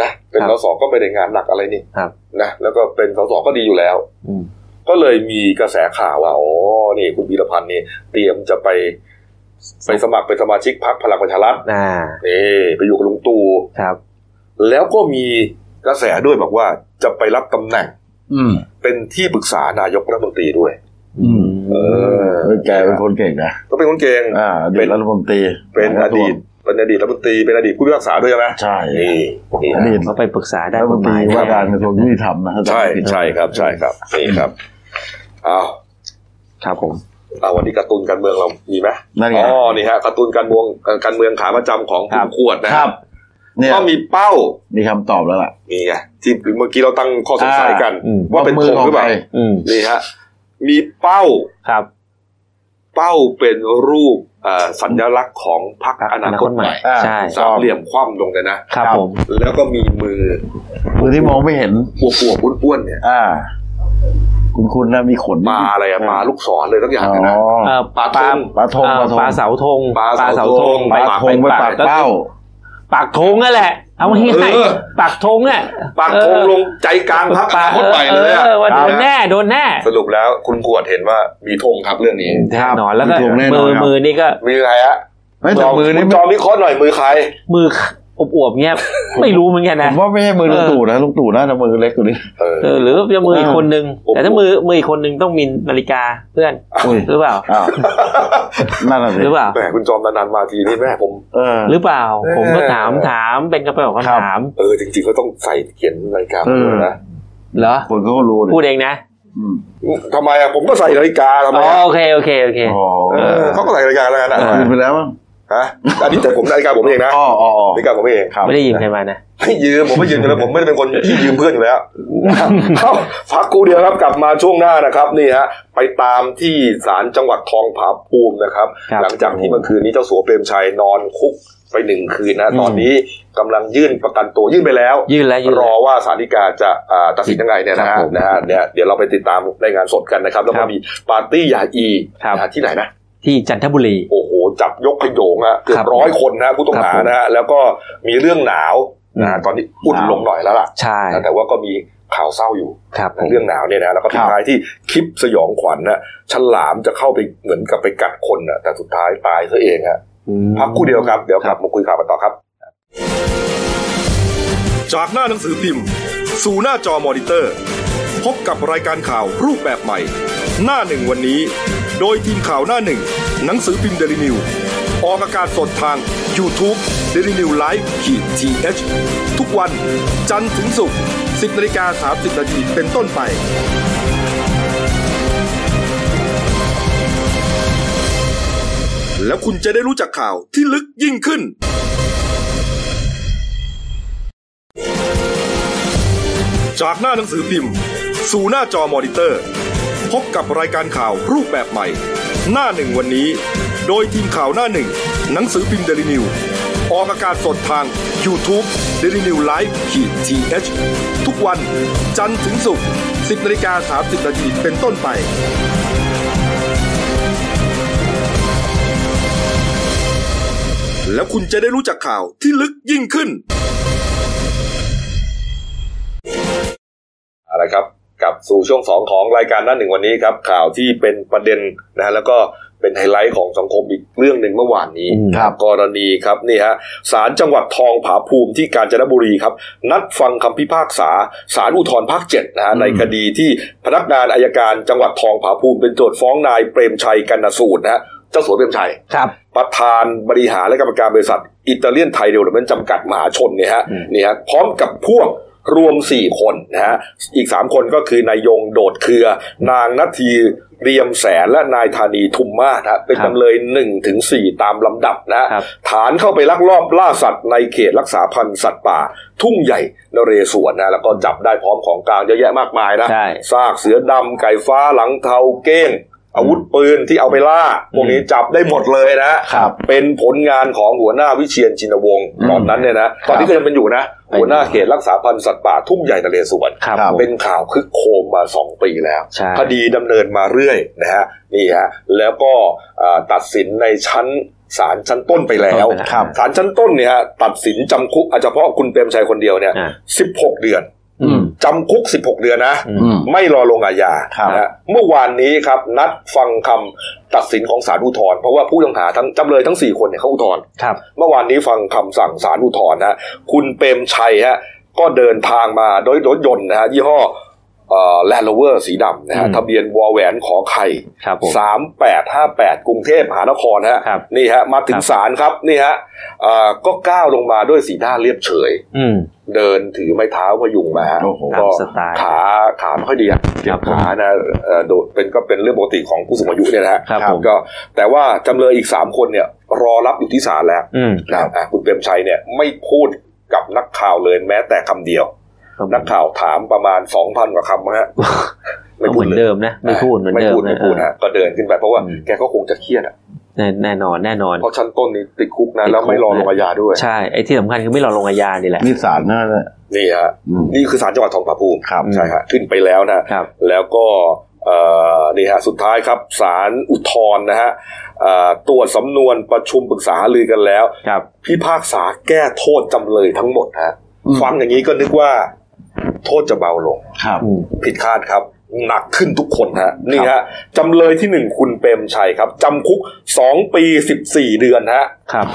Speaker 1: นะเป็น
Speaker 2: ครั
Speaker 1: ส
Speaker 2: บ
Speaker 1: สก็ไม่ได้งานหนักอะไรนี่
Speaker 2: ครับ
Speaker 1: นะแล้วก็เป็นสสก็ดีอยู่แล้ว
Speaker 2: อืม
Speaker 1: ก็เลยมีกระแสข่าวว่าอ๋อนี่คุณพีรพันธ์นี่เตรียมจะไปไปสมัครเป็นสมาชิกพรรคพลังประชารัฐ
Speaker 2: อ่า
Speaker 1: นี่ไปอยู่กับลุงตู่
Speaker 2: ครับ
Speaker 1: แล้วก็มีกระแสด้วยบอกว่าจะไปรับตำแหน่ง
Speaker 3: อืม
Speaker 1: เป็นที่ปรึกษานายกรัฐมนตรีด้วย
Speaker 3: อืม
Speaker 1: เออ
Speaker 3: เออแกเป็นคนเก่งนะ
Speaker 1: ก็เป็นคนเก่ง
Speaker 3: อ่าอดี
Speaker 1: เป็
Speaker 3: ต
Speaker 1: น
Speaker 3: รัฐมนตรี
Speaker 1: เป็นอดีตเป็นอดีตรัฐมนตรีเป็นอดีตผู้พิพากษาด้วยใช่ไหม
Speaker 3: ใช่
Speaker 1: นี่นี่
Speaker 3: อ
Speaker 1: ฮะ
Speaker 3: ดีต
Speaker 2: เขาไปปรึกษาด้าน
Speaker 3: รัฐ
Speaker 2: ก
Speaker 3: ม
Speaker 2: ฎห
Speaker 3: นตรี
Speaker 2: มาย
Speaker 3: ว่าการกระทรวงยุติธรรมนะถ้าจำ
Speaker 1: ใช่
Speaker 3: ไม่ผิด
Speaker 1: ใช่ครับใช่ครับนี่ครับเอา
Speaker 2: ครับผม
Speaker 1: เอาวันนี้การ์ตูนการเมืองเรามีไหม
Speaker 3: นั่นไง
Speaker 1: อ๋อนี่ฮะการ์ตูนการเมืองเอ่อการเมืองขาประจำของคุ
Speaker 2: ครั
Speaker 1: ณ
Speaker 2: บ
Speaker 1: ขวดนะ
Speaker 3: ค
Speaker 1: ฮะ
Speaker 3: รับ เนี่ย
Speaker 1: ก็มีเป้า
Speaker 3: มีคำตอบแล้วล่ะ
Speaker 1: นี่ไงที่เมื่อกี้เราตั้งข้อสงสัยกัน
Speaker 2: อ่าอืม
Speaker 1: ว่าเป็นธงหรือเปล่า
Speaker 3: ว่ามือของใคร
Speaker 2: อืม
Speaker 1: นี่ฮะมีเป้า
Speaker 2: ครับ
Speaker 1: เป้าเป็นรูปเอ่อสัญลักษณ์ของพรรคอนาคตใหม่
Speaker 3: อ่า
Speaker 2: ใช่
Speaker 1: สามเหลี่ยมคว่ำลงเลยนะครับ
Speaker 3: ครับ
Speaker 2: ผม
Speaker 1: แล้วก็มีมือ
Speaker 3: คือที่มองไม่เห็น
Speaker 1: อวบๆอ้วนๆเนี่ย
Speaker 3: อ่า คุณคุณนะมีขน
Speaker 1: ปลาอะไรอะปลาลูกศรเลยทั้งอย่าง
Speaker 3: อ๋
Speaker 1: เลยนะ
Speaker 3: อ
Speaker 2: เอ่อ
Speaker 1: ปลาทง
Speaker 3: ปลาทง
Speaker 2: เอ่อ
Speaker 3: ป
Speaker 2: ป
Speaker 3: ลาทง
Speaker 2: ลาเสาธง
Speaker 1: ปลาเสาธง
Speaker 2: ป
Speaker 3: ป
Speaker 2: ลา
Speaker 3: ลา
Speaker 2: เสา
Speaker 3: ท
Speaker 2: ธ
Speaker 3: ง
Speaker 2: งไป
Speaker 3: ไปปา
Speaker 2: ปาก ก
Speaker 3: เป้า
Speaker 2: ปากธงนั่นแหละ เอาง่าย
Speaker 1: เออ
Speaker 2: ๆปากธงอ่ะ
Speaker 1: ปากธงลงใจกลางพักอนาคตใหม่เลยอะ
Speaker 2: ออว่าโดน
Speaker 1: นะ
Speaker 2: แน่โดนแน่
Speaker 1: สรุปแล้วคุณขวดเห็นว่ามีธงครับเรื่องนี้
Speaker 2: แน่นอนแล้วก็
Speaker 3: มีธงแน่น
Speaker 2: มื
Speaker 3: อน
Speaker 2: อ
Speaker 3: ครับ
Speaker 2: มือนี่ก็
Speaker 1: มีใครฮะ
Speaker 3: ไม่แต่มือนี่
Speaker 1: คุณจอม
Speaker 3: ไม่
Speaker 1: วิเคราะห์หน่อยมือใคร
Speaker 2: มืออวบๆเงี้ย [laughs] ไม่รู้เหมือนกัน
Speaker 3: ผ
Speaker 2: นะ
Speaker 3: มว่าไม่ใช่มือลุง
Speaker 2: เออ
Speaker 3: ตู่นะลุงตู่น่าจะมือเล็กกว่านี้
Speaker 1: เออ
Speaker 2: เออหรือจะมืออีกคนนึง
Speaker 1: ผม
Speaker 2: แต่ถ้ามือมืออีกคนนึงต้องมีนาฬิกาเพื่อน
Speaker 3: อุ้ย
Speaker 2: หรือเปล่า
Speaker 3: อ้าวนั่นแหละสิ
Speaker 2: หรือเปล่า
Speaker 1: แหมคุณจอมนานๆมาทีนี่แม่ผม
Speaker 3: เออ
Speaker 2: หรือเปล่า
Speaker 1: เออ
Speaker 2: ผมก็ถามถามเป็นกระเป๋า
Speaker 3: ครับ
Speaker 2: คำถาม
Speaker 1: เออจริงๆก็ต้องใส่เขียนนาฬิกามาด้วยนะ
Speaker 2: เหรอ
Speaker 3: คนเขาก็รู้ดิ
Speaker 2: พูดเองนะ
Speaker 3: อืม
Speaker 1: ทำไมอะผมก็ใส่นาฬิกาทำไม
Speaker 2: อ๋อ
Speaker 1: อะ
Speaker 2: โอเคโอเคโอเค
Speaker 3: อ๋อ
Speaker 1: เออเขาก็ใส่นาฬิกาแล้วกันนะ
Speaker 3: คืนไปแล้วมั้ง
Speaker 1: ฮะอันนี้แต่ผมนาฬิกาผมเองนะ
Speaker 3: อ๋ออ๋ออ๋อ
Speaker 1: นาฬิกาผมเอง
Speaker 3: ครับ
Speaker 2: ไม่ได้ยินใครมานะ
Speaker 1: ไม่ยืมผมไม่ยืมอยู่แล้วผมไม่ได้เป็นคนที่ยืมเพื่อนอยู่แล้ว เข้าพักครู่เดียวครับกลับมาช่วงหน้านะครับนี่ฮะไปตามที่ศาลจังหวัดทองผาภูมินะครับ
Speaker 2: ครับ
Speaker 1: หลังจากที่เมื่อคืนนี้เจ้าสัวเปรมชัยนอนคุกไปหนึ่งคืนนะ
Speaker 2: อืม
Speaker 1: ตอนนี้กำลังยื่นประกันตัวยื่นไปแล้ว
Speaker 2: ยื่นแล้วยื่น
Speaker 1: ร
Speaker 2: แล้
Speaker 1: อ
Speaker 2: ว
Speaker 1: ว่าศาลฎีกาจะอ่าตัดสินยังไงเนี่ยนะ
Speaker 2: ครั
Speaker 1: ฮะ
Speaker 2: บผม
Speaker 1: นะฮะเนี่ยเดี๋ยวเราไปติดตามในงานสดกันนะครับ แล้ว
Speaker 2: ค
Speaker 1: ก็
Speaker 2: รับ
Speaker 1: มีปาร์ตี้ยาอี
Speaker 2: ครับ
Speaker 1: นะฮะที่ไหนนะ
Speaker 2: ที่จันทบุรี
Speaker 1: โอ้โห จับยกขโยงอะเกือ
Speaker 2: ครับ บ
Speaker 1: ร้อยคนนะผู้ต้อง
Speaker 2: ครับ
Speaker 1: หา
Speaker 2: ผม
Speaker 1: นะฮะแล้วก็มีเรื่องหนาวนะฮะ
Speaker 2: อืม
Speaker 1: ตอนนี้อุ่น
Speaker 3: หนาว
Speaker 1: ลงหน่อยแล้วล่ะ
Speaker 2: ใช่
Speaker 1: นะแต่ว่าก็มีข่าวเศร้าอยู่
Speaker 2: ครับผม
Speaker 1: เรื่องหนาวเนี่ยนะแล้วก็ปิด
Speaker 3: ครับ
Speaker 1: ท้ายที่คลิปสยองขวัญนะฉลามจะเข้าไปเหมือนกับไปกัดคนนะแต่สุดท้ายตายซะเองฮะพักครู่เดียวครับ เดี๋ยวกลับมาคุยข่าวกันต่อครับ จากหน้าหนังสือพิมพ์ สู่หน้าจอมอนิเตอร์ พบกับรายการข่าวรูปแบบใหม่ หน้าหนึ่งวันนี้ โดยทีมข่าวหน้าหนึ่ง หนังสือพิมพ์เดลิวิวออกอากาศสดทาง y o u t u เดลิวิวไลฟ์ขีดทีเอชทุกวันจันทร์ถึงศุกร์สิบนาฬิกาสามสิบนาทีเป็นต้นไป แล้วคุณจะได้รู้จักข่าวที่ลึกยิ่งขึ้น จากหน้าหนังสือพิมพ์ สู่หน้าจอมอนิเตอร์ พบกับรายการข่าวรูปแบบใหม่ หน้าหนึ่งวันนี้ โดยทีมข่าวหน้าหนึ่ง หนังสือพิมพ์เดลิวิวออกอากาศสดทาง y o u t u เดลิวิวไลฟ์ขีดทีเอชทุกวันจันทร์ถึงศุกร์สิบนาฬิกาสามสิบนาทีเป็นต้นไป แล้วคุณจะได้รู้จักข่าวที่ลึกยิ่งขึ้นเอาละครับกลับสู่ช่วงสองของรายการหนั่นหนึ่งวันนี้ครับ ข่าวที่เป็นประเด็นนะฮะแล้วก็เป็นไฮไลท์ของสังคมอีกเรื่องหนึ่งเมื่อวานนี้
Speaker 2: อืม
Speaker 3: ครับ
Speaker 1: กรณีครับนี่ฮะศาลจังหวัดทองผาภูมิที่กาญจนบุรีครับ นัดฟังคำพิพากษาศาลอุทธรภาคเจ็ดนะฮะ
Speaker 3: อืม
Speaker 1: ในคดีที่พนักงานอายการจังหวัดทองผาภูมิเป็นโจทย์ฟ้องนายเปรมชัยกรณสูตรนะฮะเจ้าสัวเปรมชัย
Speaker 2: ครับ
Speaker 1: ประธานบริหารและกรรมการบริษัท อิตาเลียนไทยเดเวลลอปเมนต์จำกัดมหาชนเนี่ยฮะ
Speaker 2: อืม
Speaker 1: นี่ฮะพร้อมกับพวกรวม 4 คนนะฮะอีก 3 คนก็คือนายยงโดดเครือ นางนัททีเรียมแสนและนายธานีทุมมาศนะฮะเป็นจำเลย1ถึง4ตามลำดับนะฮะ
Speaker 2: ครับ
Speaker 1: ฐานเข้าไปลักลอบล่าสัตว์ในเขตรักษาพันธุ์สัตว์ป่า ทุ่งใหญ่นเรศวรนะแล้วก็จับได้พร้อมของกลางเยอะแยะมากมายนะ
Speaker 2: ใช่
Speaker 1: ซากเสือดำไก่ฟ้าหลังเทาเก้ง อาวุธปืนที่เอาไปล่าพวกนี้จับได้หมดเลยนะฮะ
Speaker 3: ครับ
Speaker 1: เป็นผลงานของหัวหน้าวิเชียนชินวงศ์
Speaker 3: อืม
Speaker 1: ตอนนั้นเนี่ยนะตอนนี้ก็ยังเป็นอยู่นะ
Speaker 2: เป็นอยู่
Speaker 1: หัวหน้าเขตรักษาพันธุ์สัตว์ป่าทุ่งใหญ่นเรศวร
Speaker 2: ครับ
Speaker 3: ครับ
Speaker 2: ผม
Speaker 1: เป็นข่าวคึกโคมมาสองปีแล้ว
Speaker 2: ใช่
Speaker 1: คดีดำเนินมาเรื่อยนะฮะนี่ฮะแล้วก็อ่าตัดสินในชั้นศาลชั้นต้นไปแล้ว
Speaker 2: ต้นไปแล้ว
Speaker 3: ครับ
Speaker 1: ศาลชั้นต้นเนี่ยฮะตัดสินจำคุกเอาเฉพาะคุณเปรมชัยคนเดียวเนี่ย
Speaker 2: อ่า
Speaker 1: 16 เดือน
Speaker 2: อืม
Speaker 1: จำคุก 16 เดือนนะ
Speaker 2: อื
Speaker 3: อืม
Speaker 1: ไม่รอลงอาญา
Speaker 3: ครับ
Speaker 1: นะฮะเมื่อวานนี้ครับ นัดฟังคำตัดสินของศาลอุทธรณ์เพราะว่าผู้ต้องหาทั้งจำเลยทั้ง 4 คนเนี่ยเขาอุทธรณ์
Speaker 2: ครับ
Speaker 1: เมื่อวานนี้ฟังคำสั่งศาลอุทธรณ์นะฮะคุณเปรมชัยฮะก็เดินทางมาโดยรถยนต์นะฮะยี่ห้อแลนด์โรเวอร์สีดำนะฮะ
Speaker 2: อืม
Speaker 1: ทะเบียนวอแหวนขอไข่
Speaker 2: ครับผม
Speaker 1: สามแปดห้าแปดกรุงเทพมหานครฮะ
Speaker 2: ครับ
Speaker 1: นี่ฮะมาถึง
Speaker 2: ครับ
Speaker 1: ศาลครับนี่ฮะอ่าก็ก้าวลงมาด้วยสีหน้าเรียบเฉย
Speaker 2: อืม
Speaker 1: เดินถือไม้เท้าพยุงมาฮะ
Speaker 3: โอ้โห
Speaker 1: ก็
Speaker 2: ตามสไตล์
Speaker 1: ขาขาไม่ค่อยดีอะเจ็
Speaker 2: ครับ บผม
Speaker 1: ขานะเอ่อโดดเป็นก็เป็นเรื่องปกติของผู้สูงอายุเนี่ยนะฮะ
Speaker 2: ครับ
Speaker 3: ครับ
Speaker 2: ผม
Speaker 1: ก็แต่ว่าจำเลยอีกสามคนเนี่ยรอรับอยู่ที่ศาลแล้ว
Speaker 2: อืม
Speaker 3: ครับ
Speaker 1: อ่ะคุณเปรมชัยเนี่ยไม่พูดกับนักข่าวเลยแม้แต่คำเดียว
Speaker 2: ครับผม
Speaker 1: นักข่าวถามประมาณสองพันกว่าคำ
Speaker 2: [laughs]
Speaker 1: ฮะไม่
Speaker 2: เห
Speaker 1: พู
Speaker 2: มื
Speaker 1: ด
Speaker 2: อน
Speaker 1: เลย
Speaker 2: เดิมนะ ไม่พูดเหมือน
Speaker 1: ไม่
Speaker 2: เดิ
Speaker 1: พู
Speaker 2: ม
Speaker 1: ดไม่
Speaker 2: นะ
Speaker 1: พูดฮะก็เดินขึ้นไปเพราะว่า
Speaker 2: อืม
Speaker 1: แกก็คงจะเครียดอะ
Speaker 2: แน่แน่นอนแน่นอน
Speaker 1: เพราะชั้นต้นนี่ติดคุกนะ
Speaker 2: ติดคุก
Speaker 1: แล้วไม่รอลงอาญาด้วย
Speaker 2: ใช่ไอ้ที่สำคัญคือไม่รอลงอาญานี่แหละ
Speaker 3: นี่สารนั่นแหละ
Speaker 1: นี่ฮะ
Speaker 3: อืม
Speaker 1: นี่คือศาลจังหวัดทองผาภูมิ
Speaker 3: ครับ
Speaker 1: ใช่ฮะขึ้นไปแล้วนะครับ แล้วก็เอ่อนี่ฮะสุดท้ายครับศาลอุทธรณ์นะฮะเอ่อตรวจสำนวนประชุมปรึกษาหารือกันแล้ว
Speaker 2: ครับ
Speaker 1: พิพากษาแก้โทษจำเลยทั้งหมดฮะ
Speaker 3: อืม
Speaker 1: ฟังอย่างนี้ก็นึกว่า โทษจะเบาลง
Speaker 3: ครับ
Speaker 2: อืม
Speaker 1: ผิดคาดครับ หนักขึ้นทุกคนฮะนี่ฮะจำเลยที่หนึ่งคุณเปรมชัยครับจำคุกสองปีสิบสี่เดือนฮะ
Speaker 2: ครับ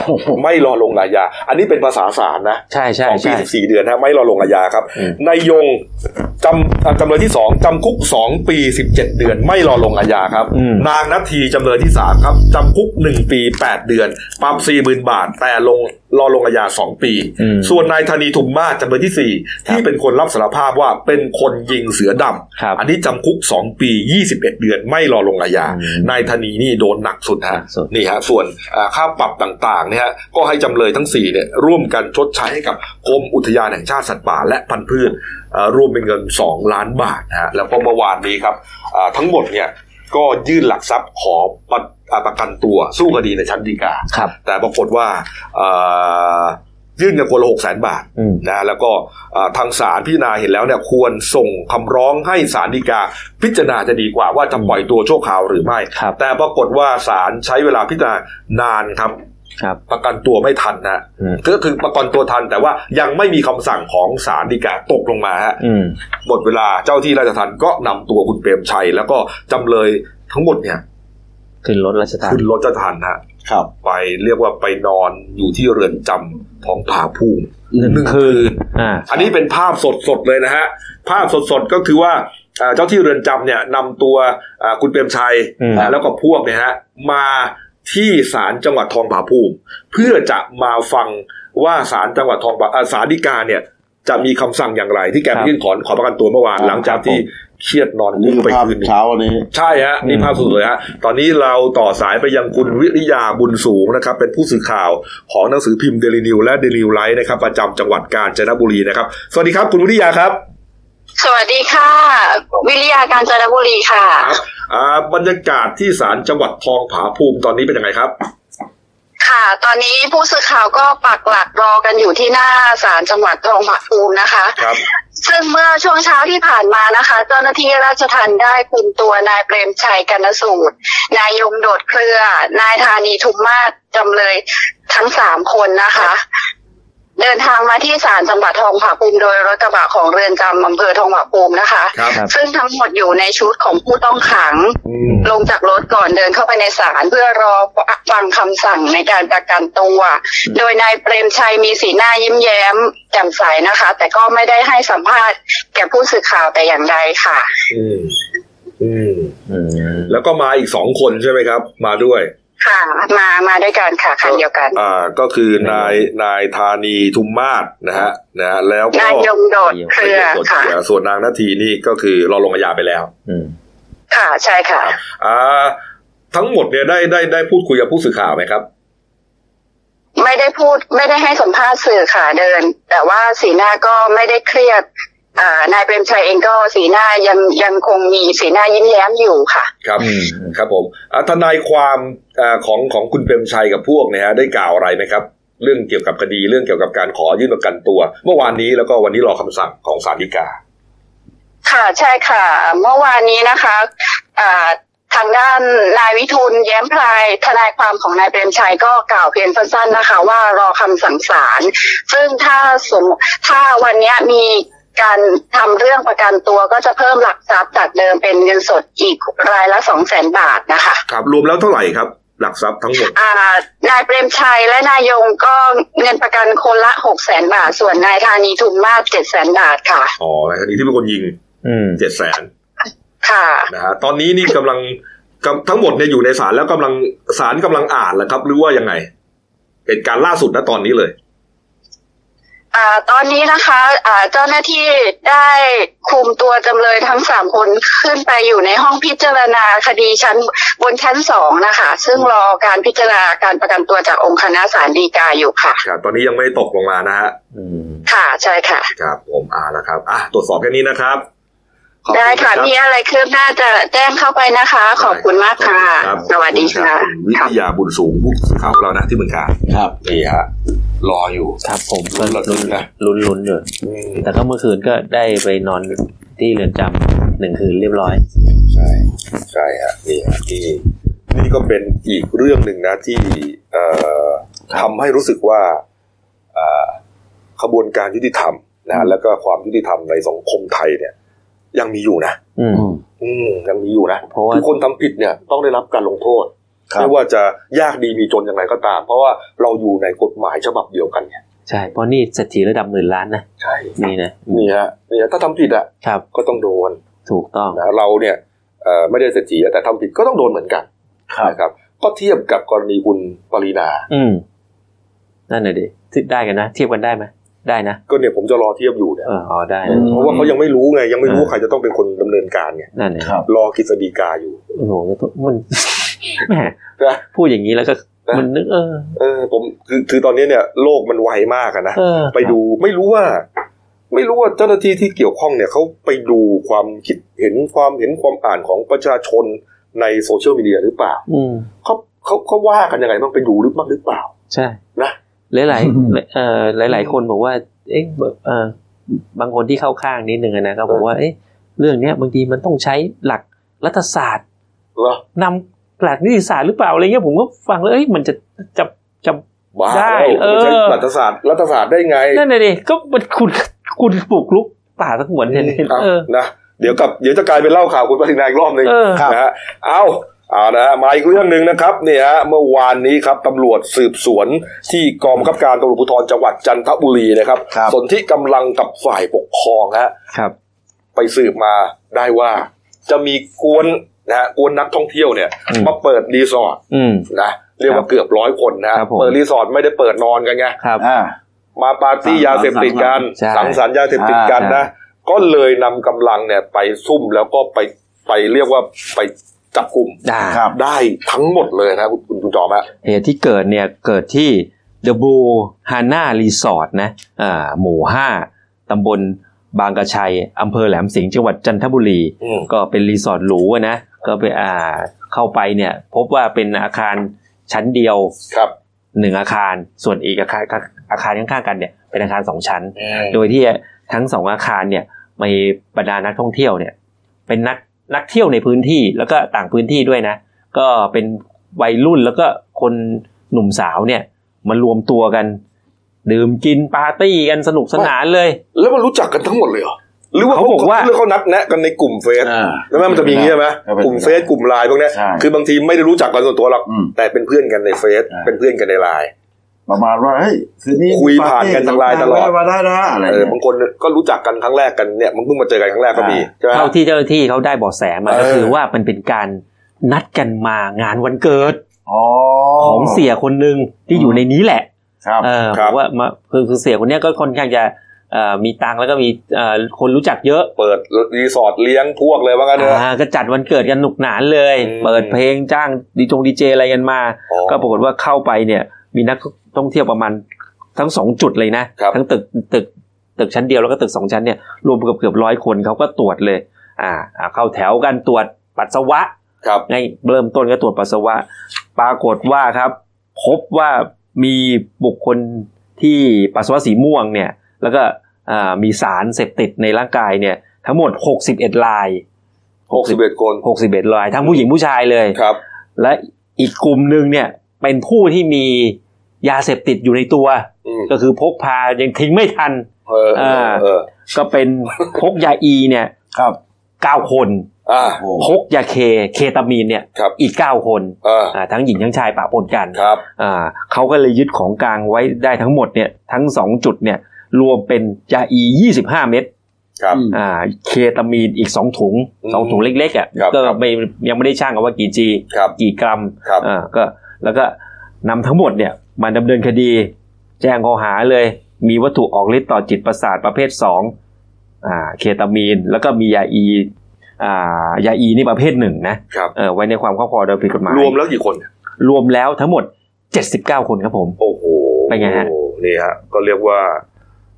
Speaker 1: ไม่รอลงอาญา อันนี้เป็นภาษาศาลนะ
Speaker 2: ใช่
Speaker 1: ส
Speaker 2: ใช่
Speaker 1: องปี
Speaker 2: ใช่
Speaker 1: สิบสี่เดือนฮะไม่รอลงอาญาครับ
Speaker 2: อืม
Speaker 1: นายยงจำอ่าจำเลยที่สองจำคุกสองปีสิบเจ็ดเดือน ไม่รอลงอาญาครับ
Speaker 2: อืม
Speaker 1: นางนัททีจำเลยที่สามครับจำคุกหนึ่งปีแปดเดือน ปรับสี่หมื่นบาท แต่ลงรอลงอาญาสองปี
Speaker 2: อืม
Speaker 1: ส่วนนายธนีทุมมาศจำเลยที่สี่ที่เป็นคนรับสารภาพว่าเป็นคนยิงเสือด
Speaker 2: ครั
Speaker 1: ำ
Speaker 2: บ
Speaker 1: อันนี้จำคุกสองปียี่สิบเอ็ดเดือน ไม่รอลงอาญา
Speaker 2: อืม
Speaker 1: นายธนีนี่โดนหนักสุด
Speaker 2: หนั
Speaker 1: ฮะ
Speaker 2: กสุด
Speaker 1: นี่ฮะส่วนอ่าค่าปรับต่างๆเนี่ยฮะก็ให้จำเลยทั้งสี่เนี่ยร่วมกันชดใช้ให้กับกรมอุทยานแห่งชาติสัตว์ป่าและพันธุ์พืชอ่ารวมเป็นเงินสองล้านบาทนะฮะแล้วก็เมื่อวานนี้ครับอ่าทั้งหมดเนี่ย ก็ยื่นหลักทรัพย์ขอประอ่าประกันตัวสู้คดีในชั้นฎีกา
Speaker 2: ครับ
Speaker 1: แต่ปรากฏว่าเอ่อยื่นกันคนละหกแสนบาท
Speaker 2: อืม
Speaker 1: นะแล้วก็เอ่อทางศาลพิจารณาเห็นแล้วเนี่ยควรส่งคำร้องให้ศาลฎีกา พิจารณาจะดีกว่าว่าจะปล่อยตัวชั่วคราวหรือไม่
Speaker 2: ครับ
Speaker 1: แต่ปรากฏว่าศาลใช้เวลาพิจารณานานครับ
Speaker 2: ครับ
Speaker 1: ประกันตัวไม่ทันนะ
Speaker 2: อืม
Speaker 1: ก็คือประกันตัวทันแต่ว่ายังไม่มีคำสั่งของศาลฎีกาตกลงมาฮะ
Speaker 2: อืม
Speaker 1: หมดเวลาเจ้าที่ราชทัณฑ์ก็นำตัวคุณเปรมชัย แล้วก็จำเลยทั้งหมดเนี่ย
Speaker 2: ขึ้นรถราชทาน
Speaker 1: ขึ้นรถราชทัณฑ์ฮะ
Speaker 3: ครับ
Speaker 1: ไปเรียกว่าไปนอนอยู่ที่เรือนจำของผาภูมิ
Speaker 2: หนึ่งคืน อ่า
Speaker 1: อันนี้เป็นภาพสดๆเลยนะฮะภาพสดๆก็คือว่าเอ่อเจ้าที่เรือนจำเนี่ยนำตัวเอ่อคุณเปรมชัย
Speaker 2: อืม
Speaker 1: นะแล้วก็พวกเนี่ยฮะมาที่ศาลจังหวัดทองผาภูมิ เพื่อจะมาฟังว่าศาลจังหวัดทองผาเอ่อศาลฎีกาเนี่ยจะมีคำสั่งอย่างไรที่แกไปยื่นขอขอประกันตัวเมื่อวานหลังจากที่เครียดนอน
Speaker 3: นี่
Speaker 1: นิ่ง
Speaker 3: คือ
Speaker 1: ไป
Speaker 3: ภาพ
Speaker 1: คืนหนึ่ง
Speaker 3: เช้าวันนี้
Speaker 1: ใช่ฮะนี่
Speaker 2: อืม
Speaker 1: ภาพสุดเลยฮะตอนนี้เราต่อสายไปยังคุณวิริยาบุญสูงนะครับ เป็นผู้สื่อข่าวของหนังสือพิมพ์เดลินิวและเดลิวไลท์นะครับ ประจำจังหวัดกาญจนบุรีนะครับ สวัสดีครับคุณวิริยาครับ
Speaker 4: สวัสดีค่ะ วิริยาการจนบุรีค่ะ
Speaker 1: อ่าบรรยากาศที่ศาลจังหวัดทองผาภูมิตอนนี้เป็นยังไงครับ
Speaker 4: ค่ะ ตอนนี้ผู้สื่อข่าวก็ปักหลักรอกันอยู่ที่หน้าศาลจังหวัดทองผาภูมินะคะ
Speaker 1: ครับ
Speaker 4: ซึ่งเมื่อช่วงเช้าที่ผ่านมานะคะ เจ้าหน้าที่ราชทัณฑ์ได้คุมตัวนายเปรมชัยกนสูตร นายยงโดดเครือ นายธานีทุมมาศจำเลยทั้งสามคนนะคะ เดินทางมาที่ศาลจังหวัดทองผาภูมิโดยรถกระบะของเรือนจำอำเภอทองผาภูมินะคะ
Speaker 1: ครับ
Speaker 2: ครับ
Speaker 4: ซึ่งทั้งหมดอยู่ในชุดของผู้ต้องขัง
Speaker 1: อืม
Speaker 4: ลงจากรถก่อนเดินเข้าไปในศาลเพื่อรอฟังคำสั่งในการประกันตัว โดยนายเปรมชัยมีสีหน้ายิ้มแย้มแจ่มใสนะคะ แต่ก็ไม่ได้ให้สัมภาษณ์แก่ผู้สื่อข่าวแต่อย่างใดค่ะ
Speaker 1: อืมอืม
Speaker 2: อืม
Speaker 1: แล้วก็มาอีกสองคนใช่ไหมครับ มาด้วย
Speaker 4: ค่ะ มามาด้วยกันค่ะคันเดียวกัน
Speaker 1: อ่าก็คือนายนายธานีทุมมาศนะฮะนะฮะแล้วก็
Speaker 4: นายยงโดดเครือ
Speaker 1: ส่วน
Speaker 4: ค่ะ
Speaker 1: ส่วนนางนาทีนี่ก็คือรอลงอาญาไปแล้ว
Speaker 2: อืม
Speaker 4: ค่ะใช่ค่ะ
Speaker 1: อ่าทั้งหมดเนี่ยได้ได้ได้พูดคุยกับผู้สื่อข่าวไหมครับ
Speaker 4: ไม่ได้พูดไม่ได้ให้สัมภาษณ์สื่อค่ะเดิน แต่ว่าสีหน้าก็ไม่ได้เครียด เอ่อนายเปรมชัยเองก็สีหน้ายังยังคงมีสีหน้ายิ้มแย้มอยู่ค่ะ
Speaker 1: ครับ
Speaker 2: อืม
Speaker 1: ครับผมอ่ะทนายความอ่าของของคุณเปรมชัยกับพวกเนี่ยฮะได้กล่าวอะไรไหมครับ เรื่องเกี่ยวกับคดีเรื่องเกี่ยวกับการขอยื่นประกันตัว เมื่อวานนี้แล้วก็วันนี้รอคำสั่งของศาลฎีกา
Speaker 4: ค่ะใช่ค่ะ เมื่อวานนี้นะคะอ่าทางด้านนายวิทูลแย้มพลายทนายความของนายเปรมชัยก็กล่าวเพียงสั้นๆนะคะ ว่ารอคำสั่งศาลซึ่งถ้าสมถ้าวันเนี้ยมีการทำเรื่องประกันตัวก็จะเพิ่มหลักทรัพย์จากเดิมเป็นเงินสดอีกรายละสองแสนบาทนะคะ
Speaker 1: ครับรวมแล้วเท่าไหร่ครับ หลักทรัพย์ทั้งหมด
Speaker 4: อ่านายเปรมชัยและนายยงก็เงินประกันคนละหกแสนบาท ส่วนนายธานีทุมมาศเจ็ดแสนบาทค่ะ
Speaker 1: อ๋อในคดีที่เป็นคนยิง
Speaker 2: อืม
Speaker 1: เจ็ดแสน
Speaker 4: ค่ะ
Speaker 1: นะฮะตอนนี้นี่กำลังกำทั้งหมดเนี่ยอยู่ในศาลแล้วกำลังศาลกำลังอ่านแหละครับ หรือว่ายังไงเหตุการณ์ล่าสุดนะตอนนี้เลย
Speaker 4: อ่าตอนนี้นะคะอ่าเจ้าหน้าที่ได้คุมตัวจำเลยทั้งสามคนขึ้นไปอยู่ในห้องพิจารณาคดีชั้นบนชั้นสองนะคะ ซึ่งรอการพิจารณาการประกันตัวจากองค์คณะศาลฎีกาอยู่ค่ะ
Speaker 1: ครับ ตอนนี้ยังไม่ตกลงมานะฮะ
Speaker 2: อืม
Speaker 4: ค่ะใช่ค่ะ
Speaker 1: ครับ ผมอ่านะครับอ่ะตรวจสอบแค่นี้นะครับขอบณ
Speaker 4: ได้ค่ะ
Speaker 1: นรับ
Speaker 4: มีอะไรคืบหน้าจะแจ้งเข้าไปนะคะ ขอบคุณมากค่ะ
Speaker 1: รับ
Speaker 4: สวัสดีค่ะ
Speaker 1: ขอบณรับคุณวิทยาบุญสูงผู้สื่อข่าวของเรานะที่เมืองกาญ
Speaker 3: ครับ
Speaker 1: นี่ฮะ รออยู่
Speaker 2: ครับผม
Speaker 1: ลุ้นระทึกนะ
Speaker 2: ลุ้นลุ้นๆอยู่ แต่ก็เมื่อคืนก็ได้ไปนอนที่เรือนจำหนึ่งคืนเรียบร้อย
Speaker 1: ใช่ใช่ฮะนี่ฮะนี่นี่ก็เป็นอีกเรื่องหนึ่งนะที่เอ่อทำให้รู้สึกว่าเอ่อขบวนการยุติธรรมนะฮะแล้วก็ความยุติธรรมในสังคมไทยเนี่ย ยังมีอยู่นะ
Speaker 2: อืม
Speaker 3: อืม
Speaker 1: อืมยังมีอยู่นะ
Speaker 2: เพราะว่า
Speaker 1: คือคนทำผิดเนี่ย ต้องได้รับการลงโทษ
Speaker 3: ครับ
Speaker 1: ไม่ว่าจะยากดีมีจนอย่างไรก็ตาม เพราะว่าเราอยู่ในกฎหมายฉบับเดียวกันเนี่ย
Speaker 2: ใช่ เพราะนี่เศรษฐีระดับหมื่นล้านนะ
Speaker 1: ใช่
Speaker 2: นี่นะ
Speaker 1: นี่ฮะนี่ฮะถ้าทำผิดอ่ะ
Speaker 2: ครับ
Speaker 1: ก็ต้องโดน
Speaker 2: ถูกต้อง
Speaker 1: นะเราเนี่ยเอ่อไม่ได้เศรษฐีอะแต่ทำผิดก็ต้องโดนเหมือนกัน
Speaker 3: ครับ
Speaker 1: นะครับ ก็เทียบกับกรณีคุณปรีนา
Speaker 2: อืมนั่นน่ะดิที่ได้กันนะ เทียบกันได้ไหมได้นะ
Speaker 1: ก็เนี่ยผมจะรอเทียบอยู่เนี่ย
Speaker 2: เอออ๋อได้
Speaker 3: อื
Speaker 2: นะ
Speaker 3: ม
Speaker 1: เพราะว่าเขายังไม่รู้ไงยังไม่รู้ว่าใครจะต้องเป็นคนดำเนินการไง
Speaker 2: นั่นน่ะ
Speaker 3: ครับ
Speaker 1: รอกฤษฎีกาอยู่
Speaker 2: โอ้โหมัน [laughs] แหม
Speaker 1: นะ
Speaker 2: พูดอย่างนี้แล้วก็มันนึกเออ
Speaker 1: เออผมคือคือตอนนี้เนี่ยโลกมันไวมากอะนะ
Speaker 2: เออ
Speaker 1: ไปดูไม่รู้ว่า ไม่รู้ว่าเจ้าหน้าที่ที่เกี่ยวข้องเนี่ยเขาไปดูความคิดเห็นความเห็นความอ่านของประชาชนในโซเชียลมีเดียหรือเปล่า
Speaker 2: อืม
Speaker 1: เขาเขาเขาว่ากันยังไงบ้างไปดูหรือบ้างหรือเปล่า
Speaker 2: ใช่
Speaker 1: นะ [laughs]
Speaker 2: หลายหลายๆเอ่อหลายหลาย ๆ คนบอกว่า เอ๊ะเอ่อบางคนที่เข้าข้างนิดนึงอะนะก็บอกว่า เอ๊ะเรื่องเนี้ยบางทีมันต้องใช้หลักรัฐศาสตร์
Speaker 1: เหรอ
Speaker 2: นำหลักนิติศาสตร์หรือเปล่าอะไรเงี้ยผมก็ฟังแล้วเอ้ยมันจะจะจะ
Speaker 1: บ้า
Speaker 2: ได้
Speaker 1: แล้วมันใช้
Speaker 2: เออ
Speaker 1: รัฐศาสตร์รัฐศาสตร์ได้ไง
Speaker 2: นั่นน่ะดิก็มันคุณคุณปลูกลุกป่าสงวนเนี่ย
Speaker 1: เอา
Speaker 2: เออ
Speaker 1: นะเดี๋ยวกับเดี๋ยวจะกลายเป็นเล่าข่าวคุณปรินาอีกรอบหนึ่ง
Speaker 2: เออ
Speaker 1: นะฮะเอาเอานะฮะมาอีกเรื่องหนึ่งนะครับเนี่ยฮะเมื่อวานนี้ครับตำรวจสืบสวนที่กองบังคับการตำรวจภูธรจังหวัดจันทบุรีนะครับ
Speaker 3: ครับ
Speaker 1: สนที่กำลังกับฝ่ายปกครองฮะ
Speaker 2: ครับ
Speaker 1: ไปสืบมาได้ว่าจะมีกวนนะฮะกวนนักท่องเที่ยวเนี่ย
Speaker 2: อืม
Speaker 1: มาเปิดรีสอร์ท
Speaker 2: อืม
Speaker 1: นะเรียกว่าเกือบร้อยคนนะฮะ
Speaker 2: ครับผม
Speaker 1: เปิดรีสอร์ทไม่ได้เปิดนอนกันไง
Speaker 2: ครับ
Speaker 3: อ่า
Speaker 1: มาปาร์ตี้ยาเสพติดกัน
Speaker 2: ใช่
Speaker 1: สังสรรค์ยาเสพติดกันนะ ก็เลยนำกำลังเนี่ยไปซุ่มแล้วก็ไปไปเรียกว่าไปจับกลุ่ม
Speaker 2: ได้
Speaker 3: ครับ
Speaker 1: ได้ทั้งหมดเลยนะคุณคุณคุณจอมฮะ
Speaker 2: เหตุที่เกิดเนี่ยเกิดที่ The Blue Hana Resort นะอ่าหมู่ 5ตำบลบางกระชัยอำเภอแหลมสิงห์จังหวัดจันทบุรี
Speaker 1: อืม
Speaker 2: ก็เป็นรีสอร์ทหรูอะนะ ก็ไปอ่าเข้าไปเนี่ยพบว่าเป็นอาคารชั้นเดียว
Speaker 1: ครับ
Speaker 2: หนึ่งอาคาร ส่วนอีกอาคารอาคารข้างๆกันเนี่ยเป็นอาคารสองชั้น
Speaker 1: โด
Speaker 2: โด
Speaker 1: ย
Speaker 2: ยที่ทั้งสองอาคารเนี่ยมีบรรดานักท่องเที่ยวเนี่ยเป็นนักนักเที่ยวในพื้นที่แล้วก็ต่างพื้นที่ด้วยนะ ก็เป็นวัยรุ่นแล้วก็คนหนุ่มสาวเนี่ยมารวมตัวกัน ดื่มกินปาร์ตี้กันสนุกสนานเลย
Speaker 1: แล้วมันรู้จักกันทั้งหมดเลยเหรอหรือว่า
Speaker 2: เขาบอกว่า
Speaker 1: หรือเขานัดแนะกันในกลุ่มเฟซ
Speaker 3: อ่า
Speaker 1: แล้วแม่มันจะมีอย่างงี้ใช่ไหม
Speaker 3: ครับผม
Speaker 1: กลุ่มเฟซกลุ่มไลน์พวกเนี้ย
Speaker 3: ใช่
Speaker 1: คือบางทีไม่ได้รู้จักกันส่วนตัวหรอก
Speaker 3: อืม
Speaker 1: แต่เป็นเพื่อนกันในเฟซ
Speaker 3: ใช่
Speaker 1: เป็นเพื่อนกันในไลน์
Speaker 3: ประมาณว่าเฮ้ยคืนนี้
Speaker 1: คุยผ่านกันทางไลน์ตลอด
Speaker 3: แวะมาได้นะอะไร
Speaker 1: เออ
Speaker 3: เงี้ย
Speaker 1: บางคนก็รู้จักกันครั้งแรกกันเนี่ยมันเพิ่งมาเจอกันครั้งแรกก็มี
Speaker 3: อ่า
Speaker 1: ใช่ไหม
Speaker 2: เท่าที่เจ้าหน้าที่เขาได้เบาะแสมา
Speaker 1: เออ
Speaker 2: ก็คือว่ามันเป็นการนัดกันมางานวันเกิด
Speaker 3: อ๋อ
Speaker 2: ของเสียคนหนึ่งที่อยู่ในนี้แหละ
Speaker 3: ครับ
Speaker 2: เออ
Speaker 1: ค
Speaker 2: ผ
Speaker 1: รับ
Speaker 2: มว่ามาคือคือเสียคนเนี้ยก็ค่อนข้างจะเอ่อมีตังค์แล้วก็มีเอ่อคนรู้จักเยอะ
Speaker 1: เปิดรีสอร์ทเลี้ยงพวกเลยว่ากันเถอะ
Speaker 2: อ่าก็จัดวันเกิดกันหนุกหนานเลย
Speaker 1: อืม
Speaker 2: เปิดเพลงจ้างดีจงดีเจอะไรกันมา
Speaker 1: อ๋อ
Speaker 2: ก็ปรากฏว่าเข้าไปเนี่ย มีนักท่องเที่ยวประมาณทั้งสองจุดเลยนะ
Speaker 1: ครับ
Speaker 2: ทั้งตึกตึก ตึกชั้นเดียวแล้วก็ตึกสองชั้นเนี่ยรวมเกือบเกือบร้อยคนเขาก็ตรวจเลย อ่าอ่าเข้าแถวกันตรวจปัสสาวะ
Speaker 1: ครับ
Speaker 2: ในเริ่มต้นก็ตรวจปัสสาวะ ปรากฏว่าครับ พบว่ามีบุคคลที่ปัสสาวะสีม่วงเนี่ย แล้วก็อ่ามีสารเสพติดในร่างกายเนี่ย ทั้งหมด 61 ลาย
Speaker 1: หกสิบเอ็ดคน
Speaker 2: 61 ลาย ทั้งผู้หญิงผู้ชายเลย
Speaker 1: ครับ
Speaker 2: และอีกกลุ่มหนึ่งเนี่ยเป็นผู้ที่มียาเสพติดอยู่ในตัว
Speaker 1: อืม
Speaker 2: ก็คือพกพายังทิ้งไม่ทัน
Speaker 1: เออเออเออ
Speaker 2: ก็เป็น พกยาอีเนี่ย
Speaker 3: ครับ
Speaker 2: เก้าคน
Speaker 1: อ่า
Speaker 3: โอ้
Speaker 2: พกยาเคเคตามีนเนี่ย
Speaker 1: ครับ
Speaker 2: อีกเก้าคน
Speaker 1: อ่า
Speaker 2: อ่าทั้งหญิงทั้งชายปะปนกัน
Speaker 1: ครับ
Speaker 2: อ่าเขาก็เลยยึดของกลางไว้ได้ทั้งหมดเนี่ยทั้ง 2 จุดเนี่ยรวมเป็นยาอี 25 เม็ด
Speaker 1: ครับ
Speaker 3: อืม
Speaker 2: อ่าเคตามีนอีก 2 ถุง
Speaker 1: อืม
Speaker 2: 2 ถุงเล็กๆอ่ะ
Speaker 1: ครับ
Speaker 2: ก็
Speaker 1: ครับ
Speaker 2: ไม่ยังไม่ได้ช่างกันว่ากี่จี
Speaker 1: ครับ
Speaker 2: กี่กรัม
Speaker 1: ครับ
Speaker 2: อ่าก็แล้วก็นำทั้งหมดเนี่ยมาดำเนินคดี แจ้งข้อหาเลย มีวัตถุออกฤทธิ์ต่อจิตประสาทประเภท2อ่าเคตามีน แล้วก็มียาอีอ่ายาอีนี่ประเภทหนึ่งนะครับ เออไว้ในความครอบครองโดยผิดกฎหมาย
Speaker 1: รวมแล้วกี่คน
Speaker 2: รวมแล้วทั้งหมด 79 คนครับผม
Speaker 1: โอ้โห
Speaker 2: เป็นไงฮะ
Speaker 1: นี่ฮะ ก็เรียกว่า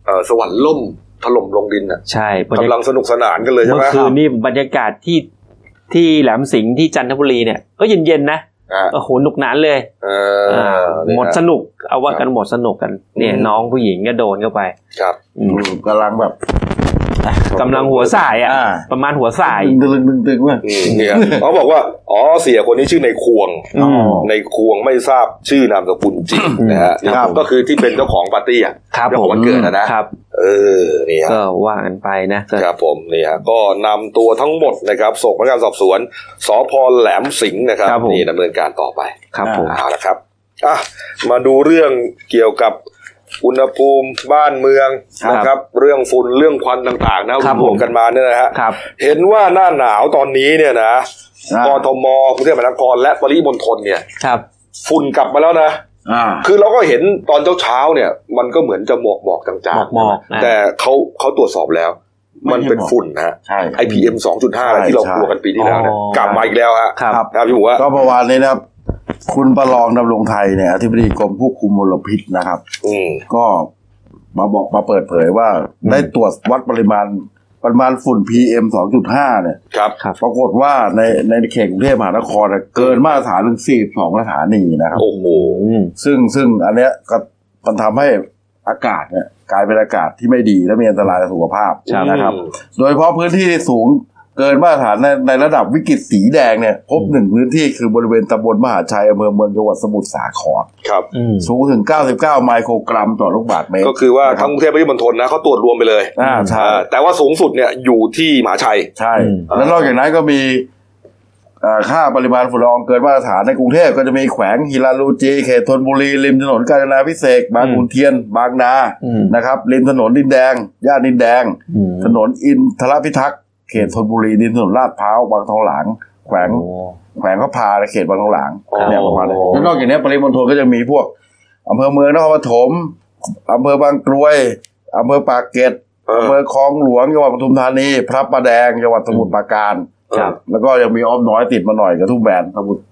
Speaker 1: เอ่อสวรรค์ล่มถล่มลงดินอ่ะ
Speaker 2: ใช่บรรยาก
Speaker 1: ำลังสนุกสนานกันเลยใช่
Speaker 2: เมื่
Speaker 1: ไหม
Speaker 2: อคืนนี่บรรยากาศที่ที่แหลมสิงห์ที่จันทบุรีเนี่ยก็เย็นๆนะ
Speaker 1: อ่า
Speaker 2: โอ้โหหนุกหนานเลย
Speaker 1: เอ
Speaker 2: อ่า
Speaker 1: อนี่ฮะ
Speaker 2: หมดสนุกเอาว่ากันหมดสนุกกันเนี่ย
Speaker 1: อืม
Speaker 2: น้องผู้หญิงก็โดนเข้าไป
Speaker 1: ครับ
Speaker 2: อืม
Speaker 3: กำลังแบบ
Speaker 2: กำลังหัวสายอ่ะ
Speaker 3: อ่า
Speaker 2: ประมาณหัวสาย
Speaker 3: ตึงตึงตึงตึงเว้ย
Speaker 1: อืมเนี่ยเขาบอกว่า อ๋อเสียคนนี้ชื่อในควง
Speaker 2: อืม
Speaker 1: ในควงไม่ทราบชื่อนามสกุลจริง
Speaker 2: อืม
Speaker 1: นะฮะนี่
Speaker 3: ครับ
Speaker 1: ก็คือที่เป็นเจ้าของปาร์ตี้อ่ะ
Speaker 2: ครับ
Speaker 1: เรื่อง
Speaker 2: ผ
Speaker 1: ขอ
Speaker 2: ม
Speaker 1: งวันเกิดอะนะ
Speaker 2: ครับ
Speaker 1: เออนี่ฮะ
Speaker 2: ก็ว่ากันไปนะก็
Speaker 1: ครับผมนี่ฮะก็นำตัวทั้งหมดนะครับส่งพนักงานสอบสวนสพแหลมสิงห์นะครับนี่ดำเนินการต่อไป
Speaker 2: ครับผม
Speaker 1: เอาละครับอ่ะมาดูเรื่องเกี่ยวกับอุณหภูมิบ้านเมือง
Speaker 2: ครับ
Speaker 1: นะครับ เรื่องฝุ่นเรื่องควันต่างๆนะครับ รวม
Speaker 2: ผม
Speaker 1: ๆกันมาเนี่ยนะฮะ
Speaker 2: ครับ
Speaker 1: เห็นว่าหน้าหนาวตอนนี้เนี่ยนะ
Speaker 3: อ่าก
Speaker 1: ทมกรุงเทพมหานครและปริมณฑลเนี่ย
Speaker 2: ครับ
Speaker 1: ฝุ่นกลับมาแล้วนะ
Speaker 3: อ่า
Speaker 1: คือเราก็เห็นตอนเช้าๆเนี่ย มันก็เหมือนจะหมอกหมอกๆจาง
Speaker 2: หมอกหมอก
Speaker 1: ๆแต่เขาเขาตรวจสอบแล้ว มันเป็น
Speaker 3: ไม่ใช่หมอก
Speaker 1: ฝุ่นนะฮะ
Speaker 3: ใช่
Speaker 1: ไอพีเอ็มสองจุดห้า
Speaker 3: ใช่
Speaker 1: ที่เรา
Speaker 3: ใช่
Speaker 1: กลัวกันปีที่แล้วเนี่ยกลับมาอีกแล้วฮะ
Speaker 2: ครับ
Speaker 3: ครับ
Speaker 1: นะครับพี่หมูว่า
Speaker 3: ก็เมื่อวานนี้นะครับ คุณประลองดำรงไทยเนี่ยอธิบดีกรมควบคุมมลพิษนะครับ
Speaker 1: อืม
Speaker 3: ก็มาบอกมาเปิดเผยว่า
Speaker 2: อืม
Speaker 3: ได้ตรวจวัดปริมาณปริมาณฝุ่น PM 2.5 เนี่ย
Speaker 1: ครับ
Speaker 3: ปรากฏว่าในในเขตกรุงเทพมหานครเนี่ยเกินมาตรฐานถึง42สถานีนะครับ
Speaker 1: โอ้โห
Speaker 2: อืม
Speaker 3: ซึ่งซึ่งอันเนี้ยก็มันทำให้อากาศเนี่ยกลายเป็นอากาศที่ไม่ดีและมีอันตรายต่อสุขภาพนะครับ โดยเฉพาะพื้นที่ที่สูงเกินมาตรฐานในในระดับวิกฤตสีแดงเนี่ยพบหนึ่งพื้นที่คือบริเวณตำบลมหาชัยอำเภอเมืองจังหวัดสมุทรสาคร
Speaker 1: ครับ
Speaker 2: อืม
Speaker 3: สูงถึง 99 ไมโครกรัมต่อลูกบาศก์เมตร
Speaker 1: ก็คือว่า
Speaker 3: ครับ
Speaker 1: ทั้งกรุงเทพและปริมณฑลนะเขาตรวจรวมไปเลย
Speaker 3: อ่าใช่
Speaker 1: อ่าแต่ว่าสูงสุดเนี่ยอยู่ที่มหาชัย
Speaker 3: ใช่
Speaker 2: อืม
Speaker 3: แล้วนอกจากนั้นก็มีเอ่อค่าปริมาณฝุ่นละอองเกินมาตรฐานในกรุงเทพก็จะมีแขวงฮิลาลูจีเขตธนบุรี ริมถนนกาญจนาพิเศษกบางขุนเทียน บางนา
Speaker 2: อืม
Speaker 3: นะครับ ริมถนนดินแดง ย่านดินแดง
Speaker 2: อืม
Speaker 3: ถนนอินทรพิทักษ์เขตธนบุรีริมถนนลาดพร้าวบางทองหลาง แขวง
Speaker 2: โอ้
Speaker 3: แขวงพระพาในเขตบางทองหลาง
Speaker 1: อ๋อ
Speaker 3: เนี่ยประมาณนี้แล้วนอกจากนี้ปริมณฑลก็จะมีพวกอำเภอเมืองนครปฐมอำเภอบางกรวยอำเภอปากเกร็ด
Speaker 1: เออ
Speaker 3: อำเภอคลองหลวงจังหวัดปทุมธานี พระประแดงจังหวัดสมุทรปราการ
Speaker 2: ครับ
Speaker 3: แล้วก็ยังมีอ้อมน้อยติดมาหน่อยกระทุ่มแบนสมุทร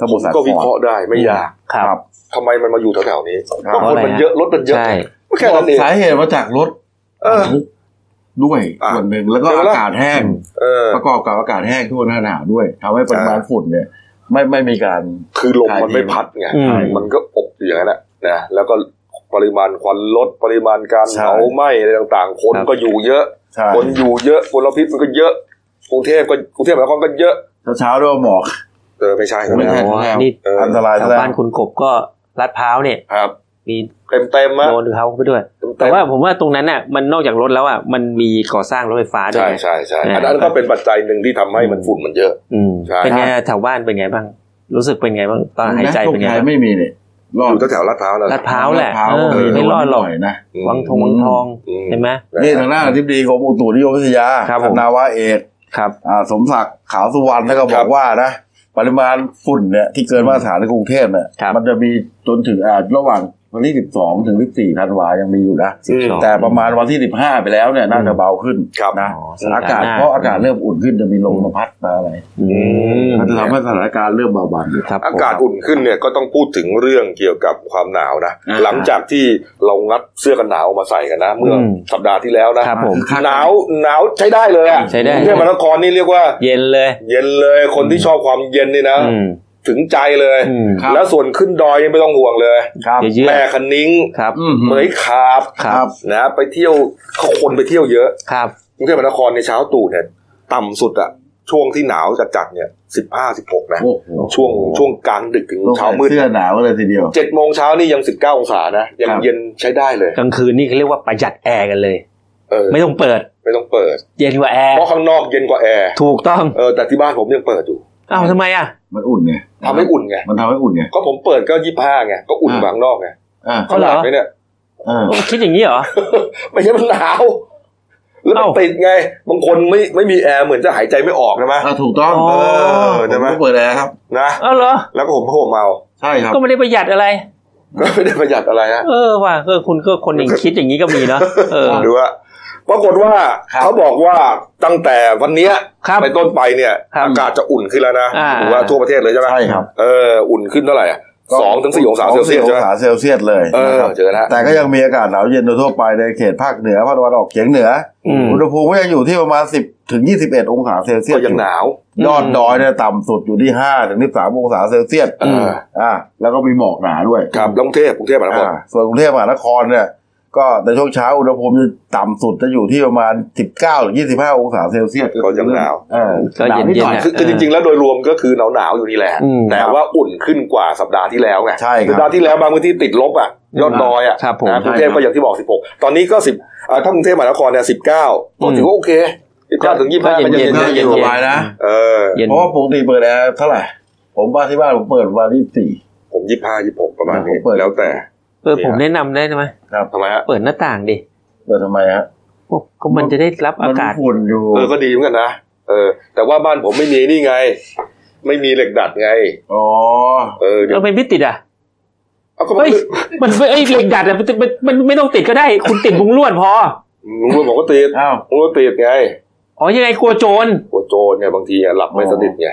Speaker 3: สมุทรสาค
Speaker 1: ก็วิ
Speaker 3: ร
Speaker 1: เคราะห์ได้ไม่ยาก
Speaker 2: ครับ
Speaker 3: ครับ
Speaker 1: ทำไมมันมาอยู่แถวๆนี้
Speaker 3: ครับ
Speaker 1: ก็คนมันเยอะรถมันเยอะ
Speaker 2: ใช่
Speaker 1: ก็แค่นั้นเอง
Speaker 3: สาเหตุมาจากรถ
Speaker 1: เออ
Speaker 3: ด้วย
Speaker 1: อ่ะ
Speaker 3: ส่วนหนึ่งแล้วก็
Speaker 1: เดี๋ยว
Speaker 3: อา
Speaker 1: ละ
Speaker 3: กาศแห้ง
Speaker 1: เออ
Speaker 3: ประกอบกับอากาศแห้งทั่วหน้าหนาวด้วยทำให้ปริมาณ
Speaker 1: ใช่
Speaker 3: ฝุ่นเนี่ย ไม่ไม่มีการ
Speaker 1: คือลมมันไม่พัดไง
Speaker 2: อืม
Speaker 1: มันก็อบอยู่อย่างนั้นแหละนะแล้วก็ปริมาณควันลดปริมาณการ
Speaker 3: ใช่
Speaker 1: เผาไหม้อะไรต่าง ๆ คนก็อยู่เยอะ
Speaker 3: ใช่
Speaker 1: คนอยู่เยอะมลพิษมันก็เยอะกรุงเทพก็กรุงเทพมหานครก็เยอะ
Speaker 3: เช้าๆด้วยหมอก
Speaker 1: เออไม่ใช่
Speaker 3: ไม่ใช่
Speaker 2: โอ้
Speaker 3: แล้ว
Speaker 2: นี่
Speaker 1: เออ
Speaker 3: อันตราย
Speaker 2: แถว
Speaker 3: แล้ว
Speaker 2: บ้านคุณกบก็ลาดพร้าวเนี่ย
Speaker 1: ครับ
Speaker 2: มี
Speaker 1: เต็มเต็มๆอะ
Speaker 2: โดนเขาไปด้วย
Speaker 1: เต็มๆ
Speaker 2: แต่ว่าผมว่าตรงนั้นน่ะมันนอกจากรถแล้วอ่ะมันมีก่อสร้างรถไฟฟ้าด้ว
Speaker 1: ใช่
Speaker 2: ยไง
Speaker 1: ใช่ใช่
Speaker 2: เอออั
Speaker 1: อันนั้นก็เป็นปัจจัยหนึ่งที่ทำให้มันฝุ่นมันเยอะ
Speaker 2: อืม
Speaker 1: ใช่
Speaker 2: เป็นไงแถวบ้านเป็นไงบ้าง รู้สึกเป็นไงบ้างตอนหายใจเป็นไง
Speaker 3: นะ
Speaker 2: บ้าง
Speaker 3: โชคชัยไม่มีเนี่ยรอ
Speaker 1: อบ ยู่แถวๆลาดพร้าวนะ
Speaker 2: ลาดพร้าวแหละ
Speaker 3: ดพร้าว
Speaker 2: เออ
Speaker 3: เ
Speaker 2: ไม่รอดหรอก
Speaker 3: น่ยนะ
Speaker 1: อืม
Speaker 2: วังทองวังทอง
Speaker 1: อืม
Speaker 2: ใช่ไหม
Speaker 3: นี่ทางหน้าอธิบดีกรมอุตุนิยมวิทยา
Speaker 2: ครับผม
Speaker 3: นาวาเอก
Speaker 2: ครับ
Speaker 3: อ่าสมศักดิ์ขาวสุวรรณนะก็บ
Speaker 1: ครั
Speaker 3: อก
Speaker 1: บ
Speaker 3: ว่านะ ปริมาณฝุ่นเนี่ยที่เกินมาตรฐานในกรุงเทพเนี่ย
Speaker 2: ครับ
Speaker 3: มันจะมีจนถึงอ่าระหว่าง วันที่สิบสองถึงสิบสี่ธันวายังมีอยู่นะ
Speaker 2: สิบสอง
Speaker 3: แต่ประมาณวันที่สิบห้าไปแล้วเนี่ยน่าจะเบาขึ้น
Speaker 1: ครับ
Speaker 3: นะ
Speaker 2: อ๋อสถาน
Speaker 3: อากาศ
Speaker 2: หน้า
Speaker 3: เพราะอากาศเริ่มอุ่นขึ้นจะมีลมมาพัดมาอะไร
Speaker 2: อืม
Speaker 3: มันจะทำให้สถานการณ์เริ่มเบาบางขึ้น
Speaker 2: ครับผม
Speaker 1: อากาศอุ่นขึ้นเนี่ยก็ต้องพูดถึงเรื่องเกี่ยวกับความหนาวนะ
Speaker 3: อ่า
Speaker 1: หลังจากที่เรางัดเสื้อกันหนาวมาใส่กันนะ เมื่ออ
Speaker 2: ม
Speaker 1: สัปดาห์ที่แล้วนะครับ
Speaker 2: ผม
Speaker 1: หนาวหนาวใช้ได้เลยอะ
Speaker 2: ใช้ได้
Speaker 1: กรุงเทพมหานครนี่เรียกว่า
Speaker 2: เย็นเลย
Speaker 1: เย็นเลยคนที่ชอบความเย็นนี่นะ
Speaker 2: อืม
Speaker 1: ถึงใจเลย
Speaker 2: อืม
Speaker 3: ครับ
Speaker 1: แล้วส่วนขึ้นดอยยังไม่ต้องห่วงเลย
Speaker 3: ครับ
Speaker 2: เยอะ
Speaker 1: แม่คันนิ้ง
Speaker 2: ๆครับ
Speaker 3: อืม
Speaker 1: เหมยขาบ
Speaker 2: ครับ
Speaker 1: นะไปเที่ยวคนไปเที่ยวเยอะ
Speaker 2: ครับ
Speaker 1: กรุงเทพมหานครในเช้าตรู่เนี่ยต่ำสุดอะช่วงที่หนาวจัดๆเนี่ยสิบห้าสิบหกนะ
Speaker 3: โอ้โห
Speaker 1: ช่วงช่วงกลางดึกถึง
Speaker 3: ต้อง
Speaker 1: เช้า
Speaker 3: ใส่
Speaker 1: มืด
Speaker 3: เสื้อหนาวเลยทีเดียว
Speaker 1: เจ็ดโมงเช้านี่ยังสิบเก้าองศานะ ยัง
Speaker 3: ครับ
Speaker 1: เย็นใช้ได้เลย
Speaker 2: กลางคืนนี่เขาเรียกว่าประหยัดแอร์กันเลย
Speaker 1: เออ
Speaker 2: ไม่ต้องเปิด
Speaker 1: ไม่ต้องเปิด
Speaker 2: เย็นกว่าแอร์
Speaker 1: เพราะข้างนอกเย็นกว่าแอร์
Speaker 2: ถูกต้อง
Speaker 1: เออแต่ที่บ้านผมยังเปิดอยู่
Speaker 2: อ้าวทำไมอ่ะ
Speaker 3: มันอุ่นไง
Speaker 1: ทำให้อุ่นไง
Speaker 3: มันทำให้อุ่นไง
Speaker 1: ก็ผมเปิดก็ยี่ห้าไงก็อุ่นกว่าข้างนอกไง
Speaker 3: อ่า
Speaker 2: อ๋อเหรอ
Speaker 1: ขนดไหมเนี่ย
Speaker 3: อ่า
Speaker 2: คิดอย่างนี้เหรอ
Speaker 1: ไม่ใช่มันหนาว แล้วมัน
Speaker 2: เอ้า
Speaker 1: ติดไง บางคนไม่ไม่มีแอร์เหมือนจะหายใจไม่ออกใช่ไหม
Speaker 3: อ่าถูกต้อง
Speaker 2: อ๋อ
Speaker 1: เออ
Speaker 3: ผม
Speaker 1: ใช่ไหม
Speaker 3: ก็เปิดแอร์ครับ
Speaker 1: นะ
Speaker 2: อ้าวเหรอ
Speaker 1: แล้วก็ผมห่มเอา
Speaker 3: ใช่ครับ
Speaker 2: ก็ไม่ได้ประหยัดอะไร
Speaker 1: ก็ไม่ได้ประหยัดอะไรนะ
Speaker 2: เออว่ะเออคุณก็คนอย่างคิดอย่างนี้ก็มีเนาะเออ
Speaker 1: หรือว่าปรากฏว่าเขาบอกว่าตั้งแต่วันเนี้ย
Speaker 2: ครับ
Speaker 1: ไปต้นไปเนี่ย
Speaker 2: ครับ
Speaker 1: อากาศจะอุ่นขึ้นแล้วนะ
Speaker 2: อ่า
Speaker 1: ถือว่าทั่วประเทศเลยใช่ไหม
Speaker 3: ใช่ครับ
Speaker 1: เอออุ่นขึ้นเท่าไหร่อะสองถึงสี่องศาเซลเซียส
Speaker 3: สอง
Speaker 1: ใช่
Speaker 3: ถึง
Speaker 1: ไหม
Speaker 3: สี่องศาเซลเซียสเลย
Speaker 1: เออ
Speaker 3: นะครับ
Speaker 1: เจอแล้ว
Speaker 3: แต่ก็ยังมีอากาศหนาวเย็นโดยทั่วไปในเขตภาคเหนือภาคตะวันออกเฉียงเหนืออ
Speaker 2: ม
Speaker 3: อุณหภูมิก็ยังอยู่ที่ประมาณ 10ถึง21 องศาเซลเซีย
Speaker 1: ก็
Speaker 3: สอ
Speaker 1: ยัง
Speaker 3: ยู่
Speaker 1: หนาว
Speaker 3: ยอดดอยเนี่ยต่ำสุดอยู่ที่5ถึง23องศาเซลเซียส
Speaker 1: อืม
Speaker 3: อ่าแล้วก็มีหมอกหนาด้วย
Speaker 1: ครับแล้วกรุงเทพกรุงเทพมหานคร
Speaker 3: อ่าส่วนกรุงเทพมหานครเนี่ยก็ในช่วงเช้าอุณหภูมิจะต่ำสุดจะอยู่ที่ประมาณ 19ถึง25 องศาเซลเซียส
Speaker 1: ก็ยังหนาว
Speaker 3: เออ
Speaker 2: ก็เย็นๆ
Speaker 3: หาวดหอ
Speaker 2: นะ
Speaker 1: คือคือจริง ๆ แล้วโดยรวมก็คือหนาวหนาวๆอยู่นี่แหละ
Speaker 2: อืม
Speaker 1: แต่ว่าอุ่นขึ้นกว่าสัปดาห์ที่แล้วไง
Speaker 3: ใช่ค
Speaker 1: สัป
Speaker 3: รั
Speaker 1: ดา
Speaker 3: บ
Speaker 1: ห์ที่แล้วบางพื้นที่ติดลบอ่ะยอดดอยอ่ะ
Speaker 2: ครับผม
Speaker 1: นะกรุงเทพ
Speaker 3: ใช่ครับ
Speaker 1: ก็อย่างที่บอก 16 ตอนนี้ก็ 10อ่าถ้ากรุงเทพมหานครเนี่ย19ก็ถือว่าโอเค19ถึง25มันยัง
Speaker 2: ย็
Speaker 1: เย็น
Speaker 2: นๆ
Speaker 1: ๆ
Speaker 3: เย็
Speaker 1: เย็
Speaker 3: น
Speaker 1: น
Speaker 3: สบายนะ
Speaker 1: ๆเออ
Speaker 2: เย็น
Speaker 3: เพราะว่าปกติเปิดแอร์เท่าไหร่ ผมบ้านที่บ้านผมเปิดวันที่สี่
Speaker 1: ผม 25 26 ประมาณนี้
Speaker 3: ผมเปิด
Speaker 1: แล้วแต่
Speaker 2: เออผมแนะนำได้ไหม
Speaker 1: ทำไมฮะ
Speaker 2: เปิดหน้าต่างดิ
Speaker 3: เปิดทำไมฮะ
Speaker 2: โอ้ก็มันจะได้รับอา
Speaker 3: มันมี
Speaker 2: กาศ
Speaker 3: ฝุ่นอยู่
Speaker 1: เออก็ดีเหมือนกันนะเออแต่ว่าบ้านผมไม่มีนี่ไง ไม่มีเหล็กดัดไง
Speaker 3: อ๋อ
Speaker 1: เออเดี๋ยว
Speaker 2: เราเป็นพิษติดอ่ะ
Speaker 1: เอาก็
Speaker 2: เฮ้ย มันเอ้ยเหล็กดัดอ่ะมันมันมันไม่ต้องติดก็ได้ คุณติดมุงลวดพอ
Speaker 1: ลุงรู้ผมก็ติด
Speaker 3: อ้าว
Speaker 1: ลุงรู้ติดไง
Speaker 2: อ๋อยังไงกลัวโจร
Speaker 1: หัวโจรไงบางทีอะหลับไม่สนิทไง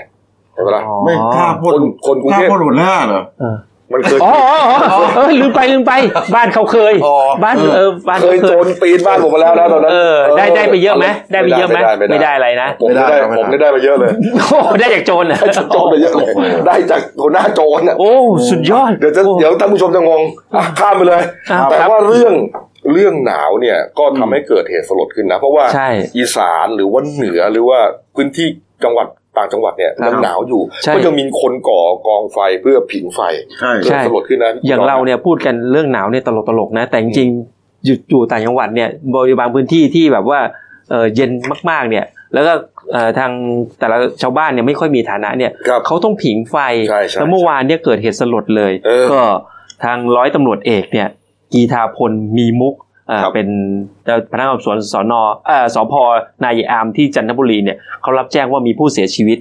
Speaker 1: ใช่ไหมล่ะ
Speaker 2: อ๋อ
Speaker 3: ไม่กล้า
Speaker 1: ค
Speaker 3: พ่น
Speaker 1: นคนกรุ
Speaker 3: ก
Speaker 1: ง
Speaker 3: ล้า
Speaker 1: เทพ
Speaker 3: พ่นหัวหน้าเหรอ
Speaker 2: เออ
Speaker 1: มันเคย
Speaker 2: อ๋ออ๋ออ๋อเออลืมไปลืมไป บ้านเขาเคย
Speaker 3: อ๋อ
Speaker 2: บ้านเออบ้าน
Speaker 1: เค
Speaker 2: เขา
Speaker 1: ย
Speaker 2: เค
Speaker 1: โจ
Speaker 2: ย
Speaker 1: รปีนบ้านผมมาแล้วนะตอนนั้น
Speaker 2: เออ ได้ได้ไปเยอะไหมได้ไปเยอะไหม
Speaker 1: ไม่ได้
Speaker 2: อะไรนะ
Speaker 1: ผมได้
Speaker 3: ไม่ได้
Speaker 1: ผมได้มาเยอะเลย
Speaker 2: โอ้โหได้จากโจรอ่ะ
Speaker 1: ได้จากโจรไปเยอะเลยได้จากหัวหน้าโจรอ่ะ
Speaker 2: โอ้สุดยอด
Speaker 1: เดี๋ยวจะเดี๋ยวท่านผู้ชมจะงงอ่ะข้ามไปเลย
Speaker 2: ครับ
Speaker 1: แต่
Speaker 2: ครับ
Speaker 1: ว่าเรื่องเรื่องหนาวเนี่ยก็ทำให้เกิดเหตุสลดขึ้นนะ เพราะว่า
Speaker 2: ใช่
Speaker 1: อีสานหรือว่าเหนือหรือว่าพื้นที่จังหวัดต่างจังหวัดเนี่ย
Speaker 2: ครับ
Speaker 1: ยังหนาวอยู่
Speaker 2: ใช่
Speaker 1: ก็ยังมีคนก่อกองไฟเพื่อผิงไฟ
Speaker 3: ใช่
Speaker 1: เกิดสลดขึ้นนะ
Speaker 2: อย่างเราเนี่ยพูดกันเรื่องหนาวเนี่ยตลกๆนะ แต่จริงๆอยู่อยู่ต่างจังหวัดเนี่ยบริบางพื้นที่ที่แบบว่าเอ่อเย็นมากๆเนี่ย แล้วก็เอ่อทางแต่ละชาวบ้านเนี่ยไม่ค่อยมีฐานะเนี่ย
Speaker 1: ครับ
Speaker 2: เขาต้องผิงไฟ
Speaker 1: ใช่ใช่
Speaker 2: แล้วเมื่อวานเนี่ยเกิดเหตุสลดเลย
Speaker 1: เออ
Speaker 2: ก็ทางร้อยตำรวจเอกเนี่ยกีทาพลมีมุกเอ่อ
Speaker 1: ครับ
Speaker 2: เป็นเจ้าพนักงานสอบสวนสนเอ่อสพนายอามที่จันทบุรีเนี่ยเขารับแจ้งว่ามีผู้เสียชีวิต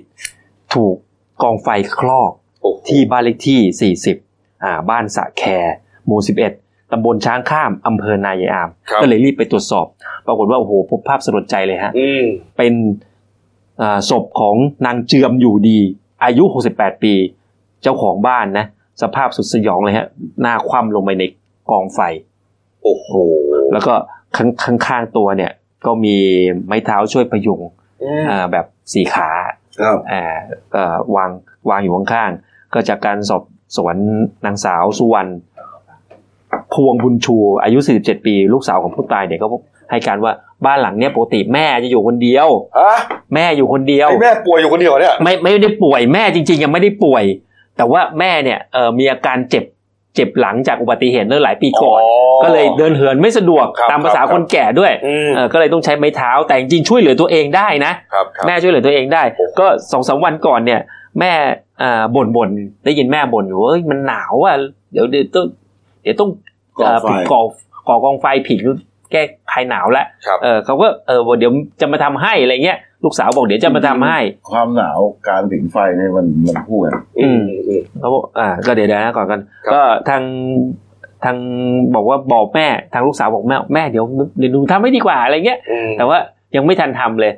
Speaker 2: ถูกกองไฟคลอก
Speaker 1: โอ้โห
Speaker 2: ที่บ้านเลขที่ 40 อ่า บ้านสะแคหมู่ 11 ตำบลช้างข้าม อำเภอนายายอาม
Speaker 1: ครับ
Speaker 2: ก็เลยรีบไปตรวจสอบ ปรากฏว่า โอ้โห พบภาพสลดใจเลยฮะ
Speaker 1: อืม
Speaker 2: เป็นอ่าศพของนางเจือมอยู่ดี อายุ 68 ปี เจ้าของบ้านนะ สภาพสุดสยองเลยฮะ หน้าคว่ำลงไปในกองไฟ
Speaker 1: โอ้โห
Speaker 2: แล้วก็ข้างข้างข้างตัวเนี่ย ก็มีไม้เท้าช่วยประยุง
Speaker 1: อืม
Speaker 2: อ่าแบบสี่ขา
Speaker 3: ครับ
Speaker 2: อ่าก็วางวางอยู่ข้างๆ ก็จากการสอบสวนนางสาวสุวรรณพวงบุญชู อายุ 47 ปี ลูกสาวของผู้ตายเนี่ยก็ให้การว่าบ้านหลังเนี้ยปกติแม่จะอยู่คนเดียว
Speaker 1: ฮะ
Speaker 2: แม่อยู่คนเดียว
Speaker 1: ไอ้แม่ป่วยอยู่คนเดียวเหรอเนี่ย
Speaker 2: ไม่ไม่ได้ป่วยแม่จริงๆ ยังไม่ได้ป่วย แต่ว่าแม่เนี่ยเอ่อมีอาการเจ็บเจ็บหลังจากอุบัติเหตุเมื่อหลายปีก่อน
Speaker 1: อ๋อ
Speaker 2: ก็เลยเดินเหินไม่สะดวก
Speaker 1: ครับ
Speaker 2: ตามภาษา
Speaker 1: ครับ
Speaker 2: คนแก่ด้วย
Speaker 1: อืม
Speaker 2: เอ่อก็เลยต้องใช้ไม้เท้าแต่จริงๆช่วยเหลือตัวเองได้นะ
Speaker 1: ครับครับ
Speaker 2: แม่ช่วยเหลือตัวเองได้
Speaker 1: โอ้
Speaker 2: ก็สองสามวันก่อนเนี่ย แม่อ่าบ่นบ่นได้ยินแม่บ่นอยู่ว่าเอ้ยมันหนาวอ่ะเดี๋ยวเดี๋ยวต้องเดี๋ยวต้อง
Speaker 3: ก่อไฟ
Speaker 2: าก่อก่อกองไฟผิงแก้ภายหนาวแล้ว
Speaker 1: ครับ
Speaker 2: เออเขาก็เออบอกเดี๋ยวจะมาทำให้อะไรเงี้ยลูกสาวบอกเดี๋ยวจะมาทำให้
Speaker 3: ความหนาวการผิงไฟเนี่ยมันมันคู่กัน
Speaker 2: อืม เขาบอกอ่าก็เดี๋ยวนะก่อนกัน
Speaker 1: ครับ
Speaker 2: ก็ทาง ทางบอกว่าบอกแม่ทางลูกสาวบอกแม่แม่เดี๋ยวเดี๋ยวหนูทำให้ดีกว่าอะไรเงี้ย
Speaker 1: อืม
Speaker 2: แต่ว่ายังไม่ทันทำเลย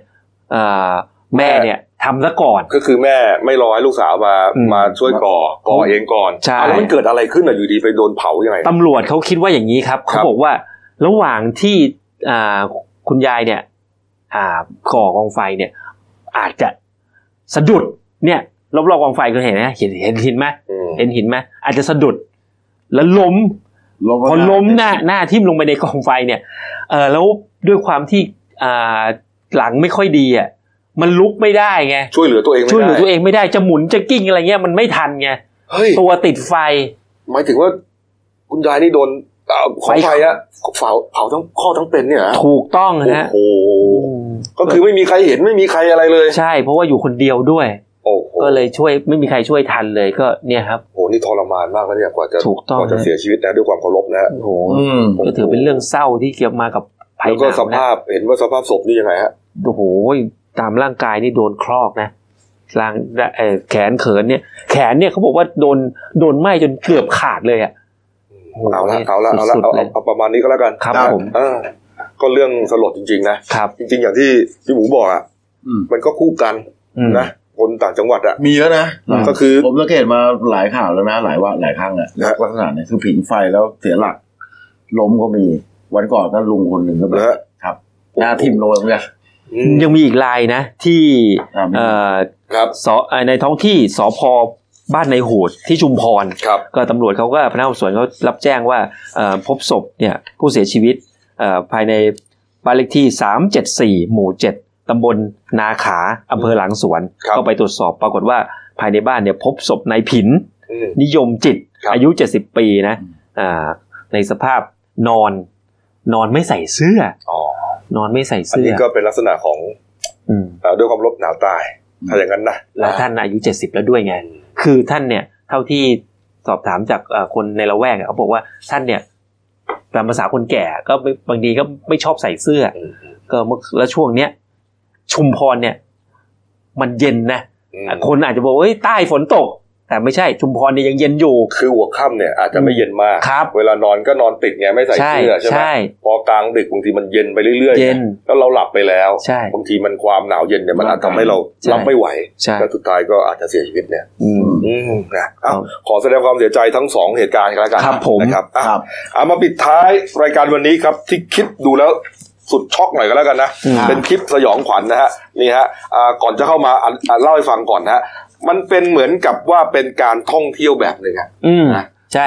Speaker 2: เอ่อแม่เนี่ยทำซะก่อน
Speaker 1: ก็คือแม่ไม่รอให้ลูกสาวมา
Speaker 2: อืม
Speaker 1: มาช่วยก่อก่อเองก่อน
Speaker 2: ใช่
Speaker 1: อ่ะแล้วมันเกิดอะไรขึ้นอ่ะอยู่ดีไปโดนเผายังไง
Speaker 2: ตำรวจเขาคิดว่าอย่างนี้ครับ
Speaker 1: ครั
Speaker 2: เขา
Speaker 1: บ
Speaker 2: บอกว่าระหว่างที่อ่าคุณยายเนี่ยอ่าก่อกองไฟเนี่ย อาจจะสะดุดเนี่ยรอบๆกองไฟคุณเห็นไหมเห็นเห็นหินไหม
Speaker 1: อืม
Speaker 2: เห็นหินไหมอาจจะสะดุด แล้วล้ม
Speaker 3: ลง
Speaker 2: พ
Speaker 3: มา
Speaker 2: อล้มหน้าหน้าทิ่มลงไปในกองไฟเนี่ย เออแล้วด้วยความที่อ่าหลังไม่ค่อยดีอ่ะมันลุกไม่ได้ไง
Speaker 1: ช่วยเหลือตัวเองไม่
Speaker 2: ช่วยเหลือ
Speaker 1: ได้
Speaker 2: ตัวเองไม่ได้จะหมุนจะกิ้งอะไรเงี้ยมันไม่ทันไง
Speaker 1: เฮ้ย
Speaker 2: ตัวติดไฟ
Speaker 1: หมายถึงว่า คุณยายนี่โดนเอ่อขอ
Speaker 2: ไฟ
Speaker 1: ไฟอะเผาเผาทั้งข้อทั้งเป็นเนี่ยนะ
Speaker 2: ถูกต้อง
Speaker 1: โอ้
Speaker 2: ฮะ
Speaker 1: โห
Speaker 2: อืม
Speaker 1: ก็คือไม่มีใครเห็นไม่มีใครอะไรเลย
Speaker 2: ใช่ เพราะว่าอยู่คนเดียวด้วย
Speaker 1: โอ้โห
Speaker 2: ก็เลยช่วยไม่มีใครช่วยทันเลยก็เนี่ยครับ
Speaker 1: โอ้โหนี่ทรมานมากนะเนี่ยกว่าจะ
Speaker 2: ถูกต้อง
Speaker 1: กว่าจะ
Speaker 2: ฮะ
Speaker 1: เสียชีวิตนะด้วยความเคารพนะฮะ
Speaker 2: โอ้โห
Speaker 3: อืม
Speaker 1: โอ้โห
Speaker 2: ก็ถือเป็นเรื่องเศร้าที่เกี่ยวมากับภัย
Speaker 1: แล้ว
Speaker 2: ห
Speaker 1: ก็
Speaker 2: นาว
Speaker 1: ส
Speaker 2: นะ
Speaker 1: ภาพเห็นว่าสภาพศพนี่ยังไงฮะ
Speaker 2: โอ้โหตามร่างกายนี่โดนคลอกนะร่างเอ่อแขนเขินเนี่ย แขนเนี่ยเขาบอกว่าโดนโดนไหม้จนเกือบขาดเลยอ่ะ โอ้โห
Speaker 1: เอาละเอาละเอาละ
Speaker 2: สุดๆ
Speaker 1: เอา
Speaker 2: เล
Speaker 1: เอา
Speaker 2: ย
Speaker 1: เอาประมาณนี้ก็แล้วกัน
Speaker 2: ครับ
Speaker 3: ได้
Speaker 2: ผม
Speaker 1: เออก็เรื่องสลดจริง ๆ นะครับจริง ๆ อย่างที่ที่หมูบอกอ่ะ
Speaker 3: อืม
Speaker 1: มันก็คู่กัน
Speaker 2: อืม
Speaker 1: นะคนต่างจังหวัดอ่ะ
Speaker 3: มีเยอะนะ
Speaker 2: อืม
Speaker 1: ก็คือ
Speaker 3: ผมสังเกตมาหลายข่าวแล้วนะ หลายว่าหลายครั้งอะ
Speaker 1: นะ
Speaker 3: ลักษณะเนี่ยคือผิงไฟแล้วเสียหลัก ล้มก็มี วันก่อนก็ลุงคนหนึ่งก็แบบ
Speaker 1: นะฮะ
Speaker 3: ครับ หน้าทิ่มลงไปเหมือนกัน
Speaker 1: อืม
Speaker 2: ยังมีอีกลายนะ ที่
Speaker 3: อ่ามี
Speaker 2: เอ่อ
Speaker 1: ครับ
Speaker 2: สเอ่อในท้องที่สพบ้านในโหดที่ชุมพร
Speaker 1: ครับ
Speaker 2: ก็ตำรวจเขาก็พนักงานสอบสวนเขารับแจ้งว่าเอ่อพบศพเนี่ยผู้เสียชีวิตเอ่อภายในบ้านเลขที่ 374 หมู่ 7 ตำบลนาขาอำเภอหลังสวน
Speaker 1: ครับ
Speaker 2: ก็ไปตรวจสอบปรากฏว่าภายในบ้านเนี่ยพบศพนายผิน
Speaker 1: อืม
Speaker 2: นิยมจิต
Speaker 1: ครับ
Speaker 2: อายุ 70 ปีนะอ่าในสภาพนอน นอนไม่ใส่เสื้อ
Speaker 1: อ๋อ
Speaker 2: นอนไม่ใส่
Speaker 1: อัน
Speaker 2: เสื้อ
Speaker 1: นี้ก็เป็นลักษณะของ
Speaker 2: อืม
Speaker 1: เอ่อด้วยความลบหนาวตาย ถ้าอย่างนั้นนะ
Speaker 2: แล้วท่านอายุ 70 แล้วด้วยไง คือท่านเนี่ยเท่าที่สอบถามจากเอ่อคนในละแวกอะเขาบอกว่าท่านเนี่ยตามภาษาคนแก่ก็ไม่บางทีก็ไม่ชอบใส่เสื้อ
Speaker 1: อืม
Speaker 2: ก็เมื่อแล้วช่วงเนี้ยชุมพรเนี่ย มันเย็นนะ
Speaker 1: อืม
Speaker 2: คนอาจจะบอกว่าเอ้ยใต้ฝนตก แต่ไม่ใช่ชุมพรเนี่ยยังเย็นอยู่
Speaker 1: คือหัวค่ำเนี่ยอาจจะไม่เย็นมาก
Speaker 2: ครับ
Speaker 1: เวลานอนก็นอนติดไงไม่ใส่
Speaker 2: ใช่
Speaker 1: เสื้อใช่ไหม
Speaker 2: ใช่
Speaker 1: พอกลางดึกบางทีมันเย็นไปเรื่อย
Speaker 2: เย็น
Speaker 1: ๆแล้วเราหลับไปแล้ว
Speaker 2: ใช่
Speaker 1: บางทีมันความหนาวเย็นเนี่ยมันอาจทำให้เรา
Speaker 2: ใช่
Speaker 1: รับไม่ไหว
Speaker 2: ใช่
Speaker 1: แล้วสุดท้ายก็อาจจะเสียชีวิตเนี่ย
Speaker 2: อืม
Speaker 1: อืมนะเอ้า
Speaker 2: ครับ
Speaker 1: ขอแสดงความเสียใจทั้งสองเหตุการณ์กันแล้วกัน
Speaker 2: ครับผม
Speaker 1: นะครับอ่ะ
Speaker 3: ครับ
Speaker 1: เอามาปิดท้ายรายการวันนี้ครับที่คิดดูแล้วสุดช็อกหน่อยก็แล้วกันนะ
Speaker 2: อืม
Speaker 1: เป็นคลิปสยองขวัญนะฮะนี่ฮะอ่าก่อนจะเข้ามาอ่ะอ่ะเล่าให้ฟังก่อนนะฮะมันเป็นเหมือนกับว่าเป็นการท่องเที่ยวแบบหนึ่งอะ
Speaker 2: อืมใช่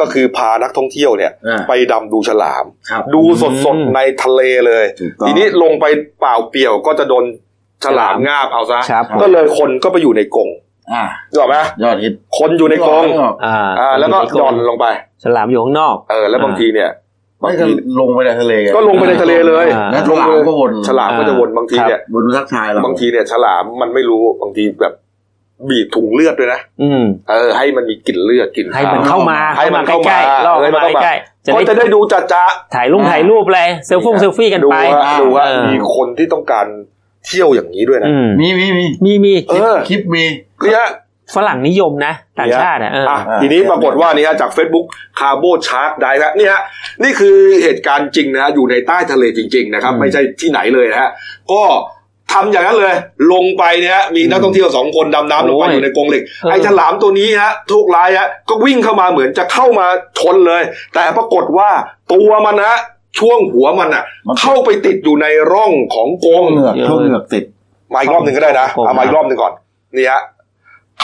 Speaker 1: ก็คือพานักท่องเที่ยวเนี่ย
Speaker 3: อ่า
Speaker 1: ไปดำดูฉลาม
Speaker 3: ครับ
Speaker 1: ดูสด
Speaker 2: อื
Speaker 1: ๆ
Speaker 2: ม
Speaker 1: ในทะเลเลย
Speaker 3: ถูกต้อง
Speaker 1: ทีนี้ลงไปเปล่าเปลี่ยวก็จะโดนฉลามงาบเอาซะ
Speaker 2: ครับผม
Speaker 1: ก็เลยคนก็ไปอยู่ในกรง
Speaker 3: อ่า
Speaker 1: ถูกไหม
Speaker 3: ยอดฮิต
Speaker 1: คนอยู่ในกรง
Speaker 2: อ่า
Speaker 1: อ่าแล้วก็หย่อนลงไป
Speaker 2: ฉลามอยู่ข้างนอก
Speaker 1: เออ แล้วบางทีเนี่ยบา
Speaker 3: ไม่
Speaker 1: ง
Speaker 3: ก็
Speaker 1: ที
Speaker 3: ลงไปในทะเล
Speaker 1: ก็ลงไปในทะเลเลย
Speaker 2: อ่า
Speaker 3: แล้ว
Speaker 1: ล
Speaker 3: ฉ
Speaker 1: ง
Speaker 3: ลา
Speaker 1: ไป
Speaker 3: มก็วน
Speaker 1: ฉลามก็จะวนบางทีเนี่ย
Speaker 3: วนทักทายเรา
Speaker 1: บางทีเนี่ยฉลามมันไม่รู้บางทีแบบบีบถุงเลือดด้วยนะ
Speaker 2: อืม
Speaker 1: เออให้มันมีกลิ่นเลือดกลิ่น
Speaker 2: ให้มัน
Speaker 1: ขาว
Speaker 2: เข้ามา
Speaker 1: ให้มันเข้ามา
Speaker 2: ใกล้ๆล่อ
Speaker 1: ให้มั
Speaker 2: เข้านมา
Speaker 1: เข้ามา
Speaker 2: ใกล้ๆจะ
Speaker 1: ก็
Speaker 2: ได้
Speaker 1: จะได้ดูจัดจ้า
Speaker 2: ถ่ายรูปถ่ายรูปอะไรเซลฟงเซลฟี่กัน
Speaker 1: ดู
Speaker 2: ไป
Speaker 1: ว่าดูว่า
Speaker 2: เออ
Speaker 1: มีคนที่ต้องการเที่ยวอย่างนี้ด้วยนะ
Speaker 2: อืม
Speaker 3: มีมีมี
Speaker 2: มีมี
Speaker 1: เออ
Speaker 3: คลิปมี
Speaker 1: เนี่ย
Speaker 2: ฝรั่งนิยมนะ ต่างชาติอ่ะเอออ
Speaker 1: อ่ะ
Speaker 3: อ่า
Speaker 1: ทีนี้ปรากฏว่านี่ฮะจาก Facebook คาร์โบชาร์กได้ฮะนี่ฮะนี่คือเหตุการณ์จริงนะฮะอยู่ในใต้ทะเลจริง ๆ นะครับ
Speaker 2: อืม
Speaker 1: ไม่ใช่ที่ไหนเลยนะฮะก็ทำอย่างนั้นเลย ลงไปเนี่ยฮะมีนักท่องเที่ยวสองคนดำน้ำลงไปอยู่ในกรงเหล็ก ไอ้ฉลามตัวนี้ฮะทุกร้ายฮะก็วิ่งเข้ามาเหมือนจะเข้ามาชนเลย แต่ปรากฏว่าตัวมันฮะช่วงหัวมันอ่ะ
Speaker 3: มัน
Speaker 1: เข้าไปติดอยู่ในร่องของกรง
Speaker 3: เหงือกช่วงเหงือกติด
Speaker 1: มาอีกรอบหนึ่งก็ได้นะ
Speaker 2: กรง
Speaker 1: เอามาอีกรอบหนึ่งก่อนนี่ฮะ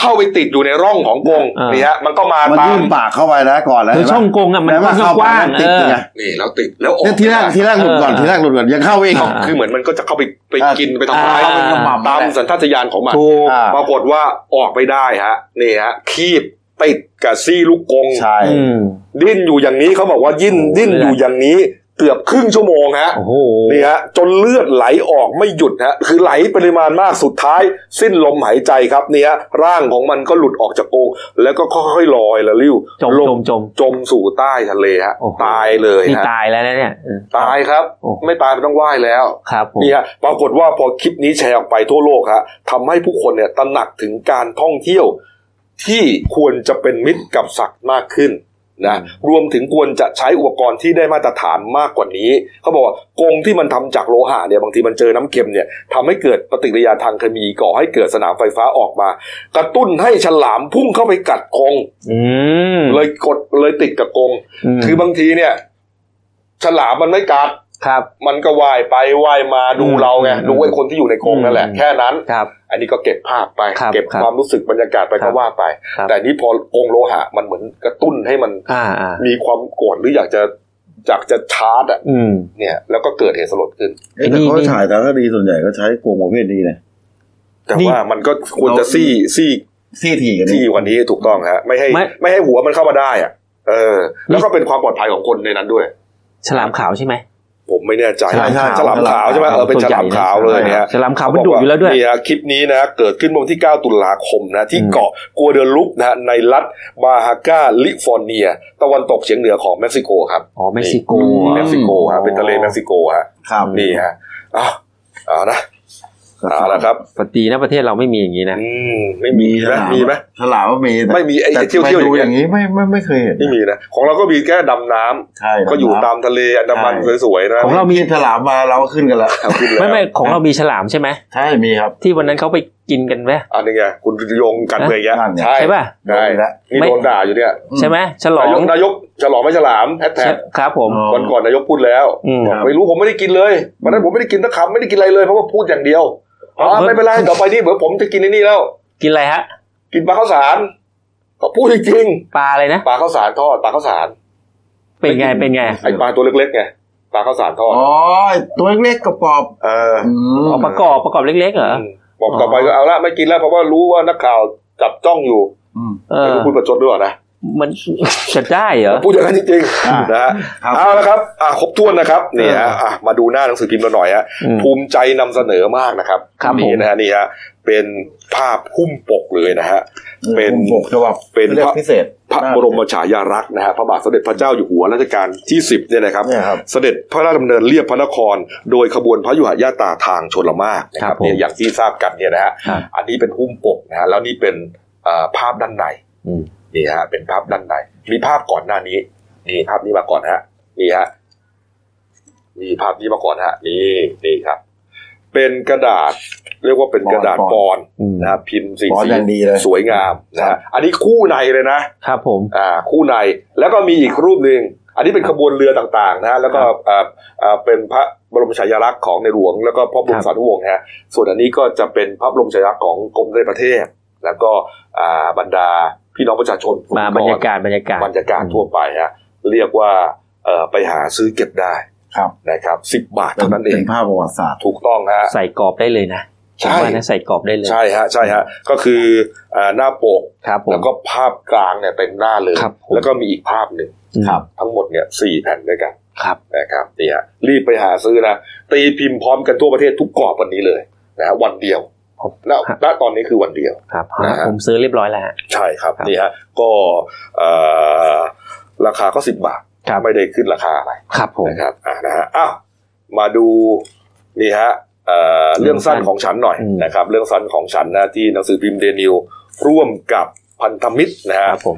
Speaker 1: เข้าไปติดอยู่ในร่องของกรง
Speaker 2: อ่านี่
Speaker 1: นี่ฮะมันก็มา
Speaker 3: มัน
Speaker 1: ตาม
Speaker 3: ยื่นปากเข้าไปนะก่อนแล้ว
Speaker 2: คือ
Speaker 3: เห็นปะ
Speaker 2: ช่องกงอ่ะมัน
Speaker 3: แล้วเข้
Speaker 2: กว้าง
Speaker 3: ไป
Speaker 2: ๆเอ
Speaker 3: ติด
Speaker 2: อ
Speaker 3: ไง
Speaker 1: นี่แล้วติดแล้วออ
Speaker 3: เนี่ย
Speaker 1: ก
Speaker 3: ทีแรกทีแรกหลุดก่อน
Speaker 2: เออ
Speaker 3: ทีแรกหลุดก่อนยังเข้าไปอีก
Speaker 2: อ่า
Speaker 1: คือเหมือนมันก็จะเข้าไปไป
Speaker 3: อ่า
Speaker 1: กินไปทำร้าย
Speaker 2: อ่า
Speaker 1: ตามสัญชาตญาณของมัน
Speaker 2: ถูก
Speaker 3: อ่า
Speaker 1: ปรากฏว่าออกไปได้ฮะนี่ฮะคีบติดกับซี่ลูกกรง
Speaker 3: ใช่
Speaker 2: อืม
Speaker 1: ดิ้นอยู่อย่างนี้เขาบอกว่ายิ่น
Speaker 2: โอ้โห
Speaker 1: ดิ้นอยู่อย่างนี้เกือบครึ่งชั่วโมงฮะ
Speaker 2: โอ้โห
Speaker 1: นี่ฮะจนเลือดไหลออกไม่หยุดฮะคือไหลปริมาณมากสุดท้าย สิ้นลมหายใจครับนี่ฮะร่างของมันก็หลุดออกจากกรงแล้วก็ค่อยๆลอยละลิ้ว
Speaker 2: จม
Speaker 1: ล
Speaker 2: จ
Speaker 1: ง
Speaker 2: มจม
Speaker 1: จมสู่ใต้ทะเลฮะ
Speaker 2: โอ้โห
Speaker 1: ตายเลย
Speaker 2: นี่
Speaker 1: ฮะ
Speaker 2: ตายแล้วนะเนี่ยเออ
Speaker 1: ตายครับ
Speaker 2: โอ้
Speaker 1: ไม่ตายมันต้องว่ายแล้ว
Speaker 2: ครับผม
Speaker 1: นี่ฮะปรากฏว่าพอคลิปนี้แชร์ออกไปทั่วโลกฮะทำให้ผู้คนเนี่ยตระหนักถึงการท่องเที่ยว ที่ควรจะเป็นมิตรกับสัตว์มากขึ้น นะรวมถึงควรจะใช้อุปกรณ์ที่ได้มาตรฐานมากกว่านี้เขาบอกว่ากรงที่มันทำจากโลหะเนี่ยบางทีมันเจอน้ำเค็มเนี่ยทำให้เกิดปฏิกิริยาทางเคมีก่อให้เกิดสนามไฟฟ้าออกมา กระตุ้นให้ฉลามพุ่งเข้าไปกัดกรง
Speaker 2: อืม
Speaker 1: เลยกดเลยติดกับกรง
Speaker 2: ม
Speaker 1: คือบางทีเนี่ย ฉลามมันไม่กัด
Speaker 2: ครับ
Speaker 1: มันก็ว่ายไปว่ายมาดู
Speaker 2: อืม
Speaker 1: เราไง
Speaker 2: อืม
Speaker 1: ดูไอ้คนที่อยู่ในกรงนั่นแหละ
Speaker 2: อืม
Speaker 1: แค่นั้น
Speaker 2: ครับ
Speaker 1: อันนี้ก็เก็บภาพไป
Speaker 2: ครับ
Speaker 1: เก็บ
Speaker 2: ครับ
Speaker 1: ความรู้สึกบรรยากาศไป
Speaker 2: ครั
Speaker 1: ก็
Speaker 2: บ
Speaker 1: ว่าไป
Speaker 2: ครับ
Speaker 1: แต่นี้พอองค์โลหะมันเหมือนกระตุ้นให้มัน
Speaker 2: อ่าอ่า
Speaker 1: มีความโกรธหรืออยากจะอยากจะชาร์จอ่ะ
Speaker 2: อืม
Speaker 1: เนี่ย แล้วก็เกิดเหตุสลดขึ้น
Speaker 3: เอ๊ะแต่เขาฉายสารคดีส่วนใหญ่ก็ใช้กรงประเภทนี้นะ
Speaker 1: แต่
Speaker 2: นี่
Speaker 1: ว่ามันก็ควรจะซี่ซี่
Speaker 3: ซี่ถี่กัน
Speaker 1: ซี่กว่านี้ถูกต้องฮะไม่ให้
Speaker 2: ไม่
Speaker 1: ไม่ให้หัวมันเข้ามาได้อ่ะเออ
Speaker 2: นี่
Speaker 1: แล้วก็เป็นความปลอดภัยของคนในนั้นด้วย
Speaker 2: ฉลามขาวใช่ไหม
Speaker 1: ผมไม่แน่ใจ
Speaker 2: ฉลามขาว
Speaker 1: ฉลามขาวใช่ไหมเออเป็นฉลามขาว
Speaker 2: ส่
Speaker 1: เล
Speaker 2: วน
Speaker 1: ย
Speaker 2: ใหญ่นะ
Speaker 1: เนี่ย
Speaker 2: ฉลามขาวมันดุอยู่แล้วด้วย
Speaker 1: นี่ฮะคลิปนี้นะเกิดขึ้นเมื่อวันที่ 9 ตุลาคมนะที่
Speaker 2: อืม
Speaker 1: เกาะกัวเดลุปนะฮะในรัฐบาฮาก้าลิฟอร์เนีย ตะวันตกเฉียงเหนือของเม็กซิโกครับ
Speaker 2: อ๋อเม็กซิโก
Speaker 1: เม็กซิโกฮะเป็นทะเลเม็กซิโกฮะ
Speaker 3: ครับ
Speaker 1: นี่ฮะอ้าวเอานะเอาละครับ
Speaker 2: ปกตินะประเทศเราไม่มีอย่างนี้นะ
Speaker 1: อืมไม่มี
Speaker 3: ฉ
Speaker 1: ไหม
Speaker 3: ลาม
Speaker 1: มีไหม
Speaker 3: ฉลามก็มีแต่
Speaker 1: ไม่มีไอ้
Speaker 3: แต่
Speaker 1: เที่ยวๆ
Speaker 3: ไปดูอ
Speaker 1: อา
Speaker 3: ย่ย่าง ง
Speaker 1: เงี้
Speaker 3: นี้
Speaker 1: ย
Speaker 3: ไม่ไม่ไม่เคยเห็น
Speaker 1: ไม่มีนะของเราก็มีแค่ดำน้ำ
Speaker 3: ใช่
Speaker 1: ก็อยู่ตามทะเลอันดามันสวยๆนะ
Speaker 3: ของเรามีฉลามมาเราก็ขึ้นกันแล้ว
Speaker 1: เอาขึ้นแล้ว
Speaker 2: ไม่ไม่ของเรามีฉลามใช่ไหม
Speaker 3: ใช่มีครับ
Speaker 2: ที่วันนั้นเขาไปกินกันไหม
Speaker 1: อันนี้ไงคุณโยงกันเลยแก
Speaker 3: นั่นไง
Speaker 1: ใช่
Speaker 2: ใช่ป่ะ
Speaker 1: ใช่
Speaker 3: โดนแล้ว
Speaker 1: นี่
Speaker 2: ไม่
Speaker 1: โดนด่าอยู่เนี่ย
Speaker 2: ใช่ไหมฉลอน
Speaker 1: าย
Speaker 2: ง
Speaker 1: กนายกฉลองไม่ฉลามแฮชแท็ก
Speaker 2: ครับผม
Speaker 3: อ๋อ
Speaker 1: ก่อนก่อนนายกพูดแล้ว
Speaker 2: อืม
Speaker 1: บอก
Speaker 3: ครับ
Speaker 1: ไม่รู้ผมไม่ได้กินเลยวันนั้นผมไม่ได้กินตะคำไม่ได้กินอะไรเลยเพราะว่าพูดอย่างเดียวอ๋อไม่เป็นไรต่อไปนี่เดี๋ยวผมจะกินในนี่แล้ว
Speaker 2: กินอะไรฮะ
Speaker 1: กินปลาข้าวสารก็พูดจริง
Speaker 2: ปลาอะไรนะ
Speaker 1: ๆปลาข้าวสารทอดปลาข้าวสาร
Speaker 2: เป็นไงเป็นไง
Speaker 1: ไอปลาตัวเล็กๆไงปลาข้าวสารทอด
Speaker 3: อ๋อตัวเล็กๆกระปอบ
Speaker 1: เออ
Speaker 3: อืม
Speaker 2: อ๋อประกอบประกอบเล็กๆเหรอ
Speaker 1: บอกต่อไปก็เอาละไม่กินแล้วเพราะว่ารู้ว่านักข่าวจับจ้องอยู่
Speaker 3: อืม
Speaker 2: เอ
Speaker 1: ไม่
Speaker 2: อ
Speaker 1: รู้พูดประชดด้วยนะ
Speaker 2: มันจะได้เหรอ
Speaker 1: พูดอย่างนั้นจริง
Speaker 3: อ่า
Speaker 1: ๆนะฮะ
Speaker 3: ครับ
Speaker 1: เอาละครับอ่ะครบถ้วนนะครับนี่ฮะอ่ะมาดูหน้าหนังสือพิมพ์เราหน่อยฮะ
Speaker 2: อืม
Speaker 1: ภูมิใจนำเสนอมากนะครับ
Speaker 2: ครับ
Speaker 1: นี่
Speaker 2: ผม
Speaker 1: นะฮะนี่ฮะเป็นภาพหุ้มปกเลยนะฮะ เป็น
Speaker 3: ปกฉบับ
Speaker 1: เป็น
Speaker 3: เรีย
Speaker 1: พระ
Speaker 3: กพิเศษ
Speaker 1: พระบรมฉายารักษ์นะฮะพระบาทสมเด็จพระเจ้าอยู่หัวรัชกาลที่สิบเนี่ยนะครับ
Speaker 3: เนี่ยครับ
Speaker 1: เสด็จพระราชดำเนินเลียบพระนคร โดยขบวนพระยุหยาตราทางชนละมากนะค
Speaker 2: ครั
Speaker 1: รับบ
Speaker 2: ผม
Speaker 1: เนี่ยอย่างที่ทราบกันเนี่ยนะฮะ
Speaker 2: ครับ
Speaker 1: อันนี้เป็นหุ้มปกนะฮะแล้วนี่เป็นเอ่อภาพด้านใน
Speaker 2: อืม
Speaker 1: นี่ฮะเป็นภาพด้านในมีภาพก่อนหน้านี้นี่ภาพนี้มาก่อนฮะนี่ฮะมีภาพนี้มาก่อนฮะนี่นี่ครับ เป็นกระดาษ เรียกว่าเป็นกระดาษ
Speaker 3: ปอนด์
Speaker 1: ปอนด์
Speaker 2: อืม
Speaker 1: นะฮะพิมพ์สี
Speaker 3: ปอนด์
Speaker 1: สี
Speaker 3: อย่างดีเลย
Speaker 1: สวยงามนะฮะอันนี้คู่ในเลยนะ
Speaker 2: ครับผม
Speaker 1: อ่าคู่ในแล้วก็มีอีกรูปหนึ่งอันนี้เป็นขบวนเรือต่างๆนะฮะแล้วก็อ่าอ่าเป็นพระบรมฉายาลักษณ์ของในหลวง แล้วก็พระบรม
Speaker 2: ครับ
Speaker 1: สารุวงศ์นะฮะส่วนอันนี้ก็จะเป็นพระบรมฉายาลักษณ์ของกรมในประเทศ แล้วก็อ่าบรรดาพี่น้องประชาชน
Speaker 2: มาบรรยากาศบรรยากาศ
Speaker 1: บรรยากาศทั่วไปฮะเรียกว่าเอ่อไปหาซื้อเก็บได้
Speaker 3: ครับ
Speaker 1: นะครับสิบบาทเท่านั้นเอ
Speaker 3: เป็
Speaker 1: ง
Speaker 3: นภาพประวัติศาสตร์
Speaker 1: ถูกต้องฮะ
Speaker 2: ใส่กรอบได้เลยนะ
Speaker 1: ใช่
Speaker 2: ผมว่านะใส่กรอบได้เลย
Speaker 1: ใช่ฮะใช่ฮะก็คืออ่าหน้าปก
Speaker 2: ครับผม
Speaker 1: แล้วก็ภาพกลางเนี่ยเต็มหน้าเลย
Speaker 2: ครับผม
Speaker 1: แล้วก็มีอีกภาพหนึ่ง
Speaker 2: อืม
Speaker 3: ครับ
Speaker 1: ทั้งหมดเนี่ยสี่แผ่นด้วยกัน
Speaker 2: ครับ
Speaker 1: นะครับนี่ฮะรีบไปหาซื้อนะ ตีพิมพ์พร้อมกันทั่วประเทศทุกกรอบวันนี้เลยนะวันเดียว
Speaker 2: ครับ
Speaker 1: ณ
Speaker 2: ครับ
Speaker 1: ณตอนนี้คือวันเดียว
Speaker 2: ครับ
Speaker 1: นะฮะ
Speaker 2: ผมซื้อเรียบร้อยแล้วฮะ
Speaker 1: ใช่ครับ
Speaker 2: ครับ
Speaker 1: นี่ฮะก็เอ่อราคาก็สิบบาท
Speaker 2: ครับ
Speaker 1: ไม่ได้ขึ้นราคาอะไร
Speaker 2: ครับผม
Speaker 1: นะครับอ่านะฮะอ้าวมาดูนี่ฮะเอ่อเรื่องสั้นของฉันหน่อย
Speaker 2: อืม
Speaker 1: นะครับ เรื่องสั้นของฉันนะที่หนังสือพิมพ์เดนิวร่วมกับพันธมิตรนะฮะ
Speaker 2: ครับผม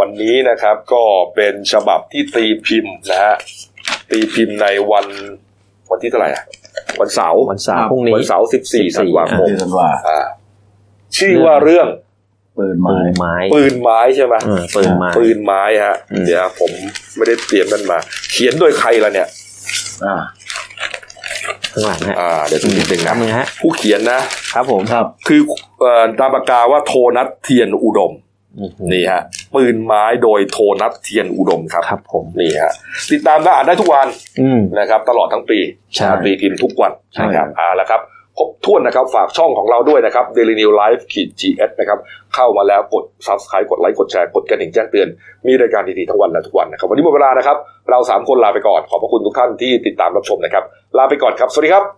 Speaker 1: วันนี้นะครับก็เป็นฉบับที่ตีพิมพ์นะฮะตีพิมพ์ในวันวันที่เท่าไหร่อะวันเสาร์
Speaker 2: วันเสา
Speaker 3: ครั
Speaker 2: ร์
Speaker 3: บ
Speaker 2: พรุ่งนี้
Speaker 1: วันเสาร์สิบสี่
Speaker 2: 14
Speaker 1: ธันวาคม
Speaker 3: ที่ท่านว่า
Speaker 1: อ่าชื่อว่าเรื่อง
Speaker 3: ปืนไม้
Speaker 2: ปืนไม้
Speaker 1: ปืนไม้ใช่ไหม
Speaker 2: เออปืนไม้
Speaker 1: ปืนไม้ฮะ
Speaker 2: อืม
Speaker 1: เดี๋ยวผมไม่ได้เตรียมมันมา เขียนโดยใครล่ะเนี่ย
Speaker 3: อ่า
Speaker 2: ข้างหลังฮะ
Speaker 1: อ่า เดี๋ยวดูนิดนึงนะ
Speaker 2: น้ำมือฮะ
Speaker 1: ผู้เขียนนะ
Speaker 2: ครับผม
Speaker 3: ครับ
Speaker 1: คือเอ่อตามปากกาว่าโทนัทเทียนอุดม
Speaker 2: อืม
Speaker 1: นี่ฮะปืนไม้โดยโทนัทเทียนอุดมครับ
Speaker 2: ครับผม
Speaker 1: นี่ฮะติดตามได้อ่านได้ทุกวัน
Speaker 2: อืม
Speaker 1: นะครับตลอดทั้งปี
Speaker 2: ใช่
Speaker 1: ตีพิมพ์ทุกวัน
Speaker 2: ใช่
Speaker 1: นะครับเอาละครับครบถ้วนนะครับฝากช่องของเราด้วยนะครับ Daily New Life ขีด GS นะครับเข้ามาแล้วกด Subscribe กดไลค์กดแชร์กดกระดิ่งแจ้งเตือน มีรายการดีๆทั้งวันและทุกวันนะครับ วันนี้หมดเวลานะครับ เรา 3 คนลาไปก่อน ขอบพระคุณทุกท่านที่ติดตามรับชมนะครับ ลาไปก่อนครับ สวัสดีครับ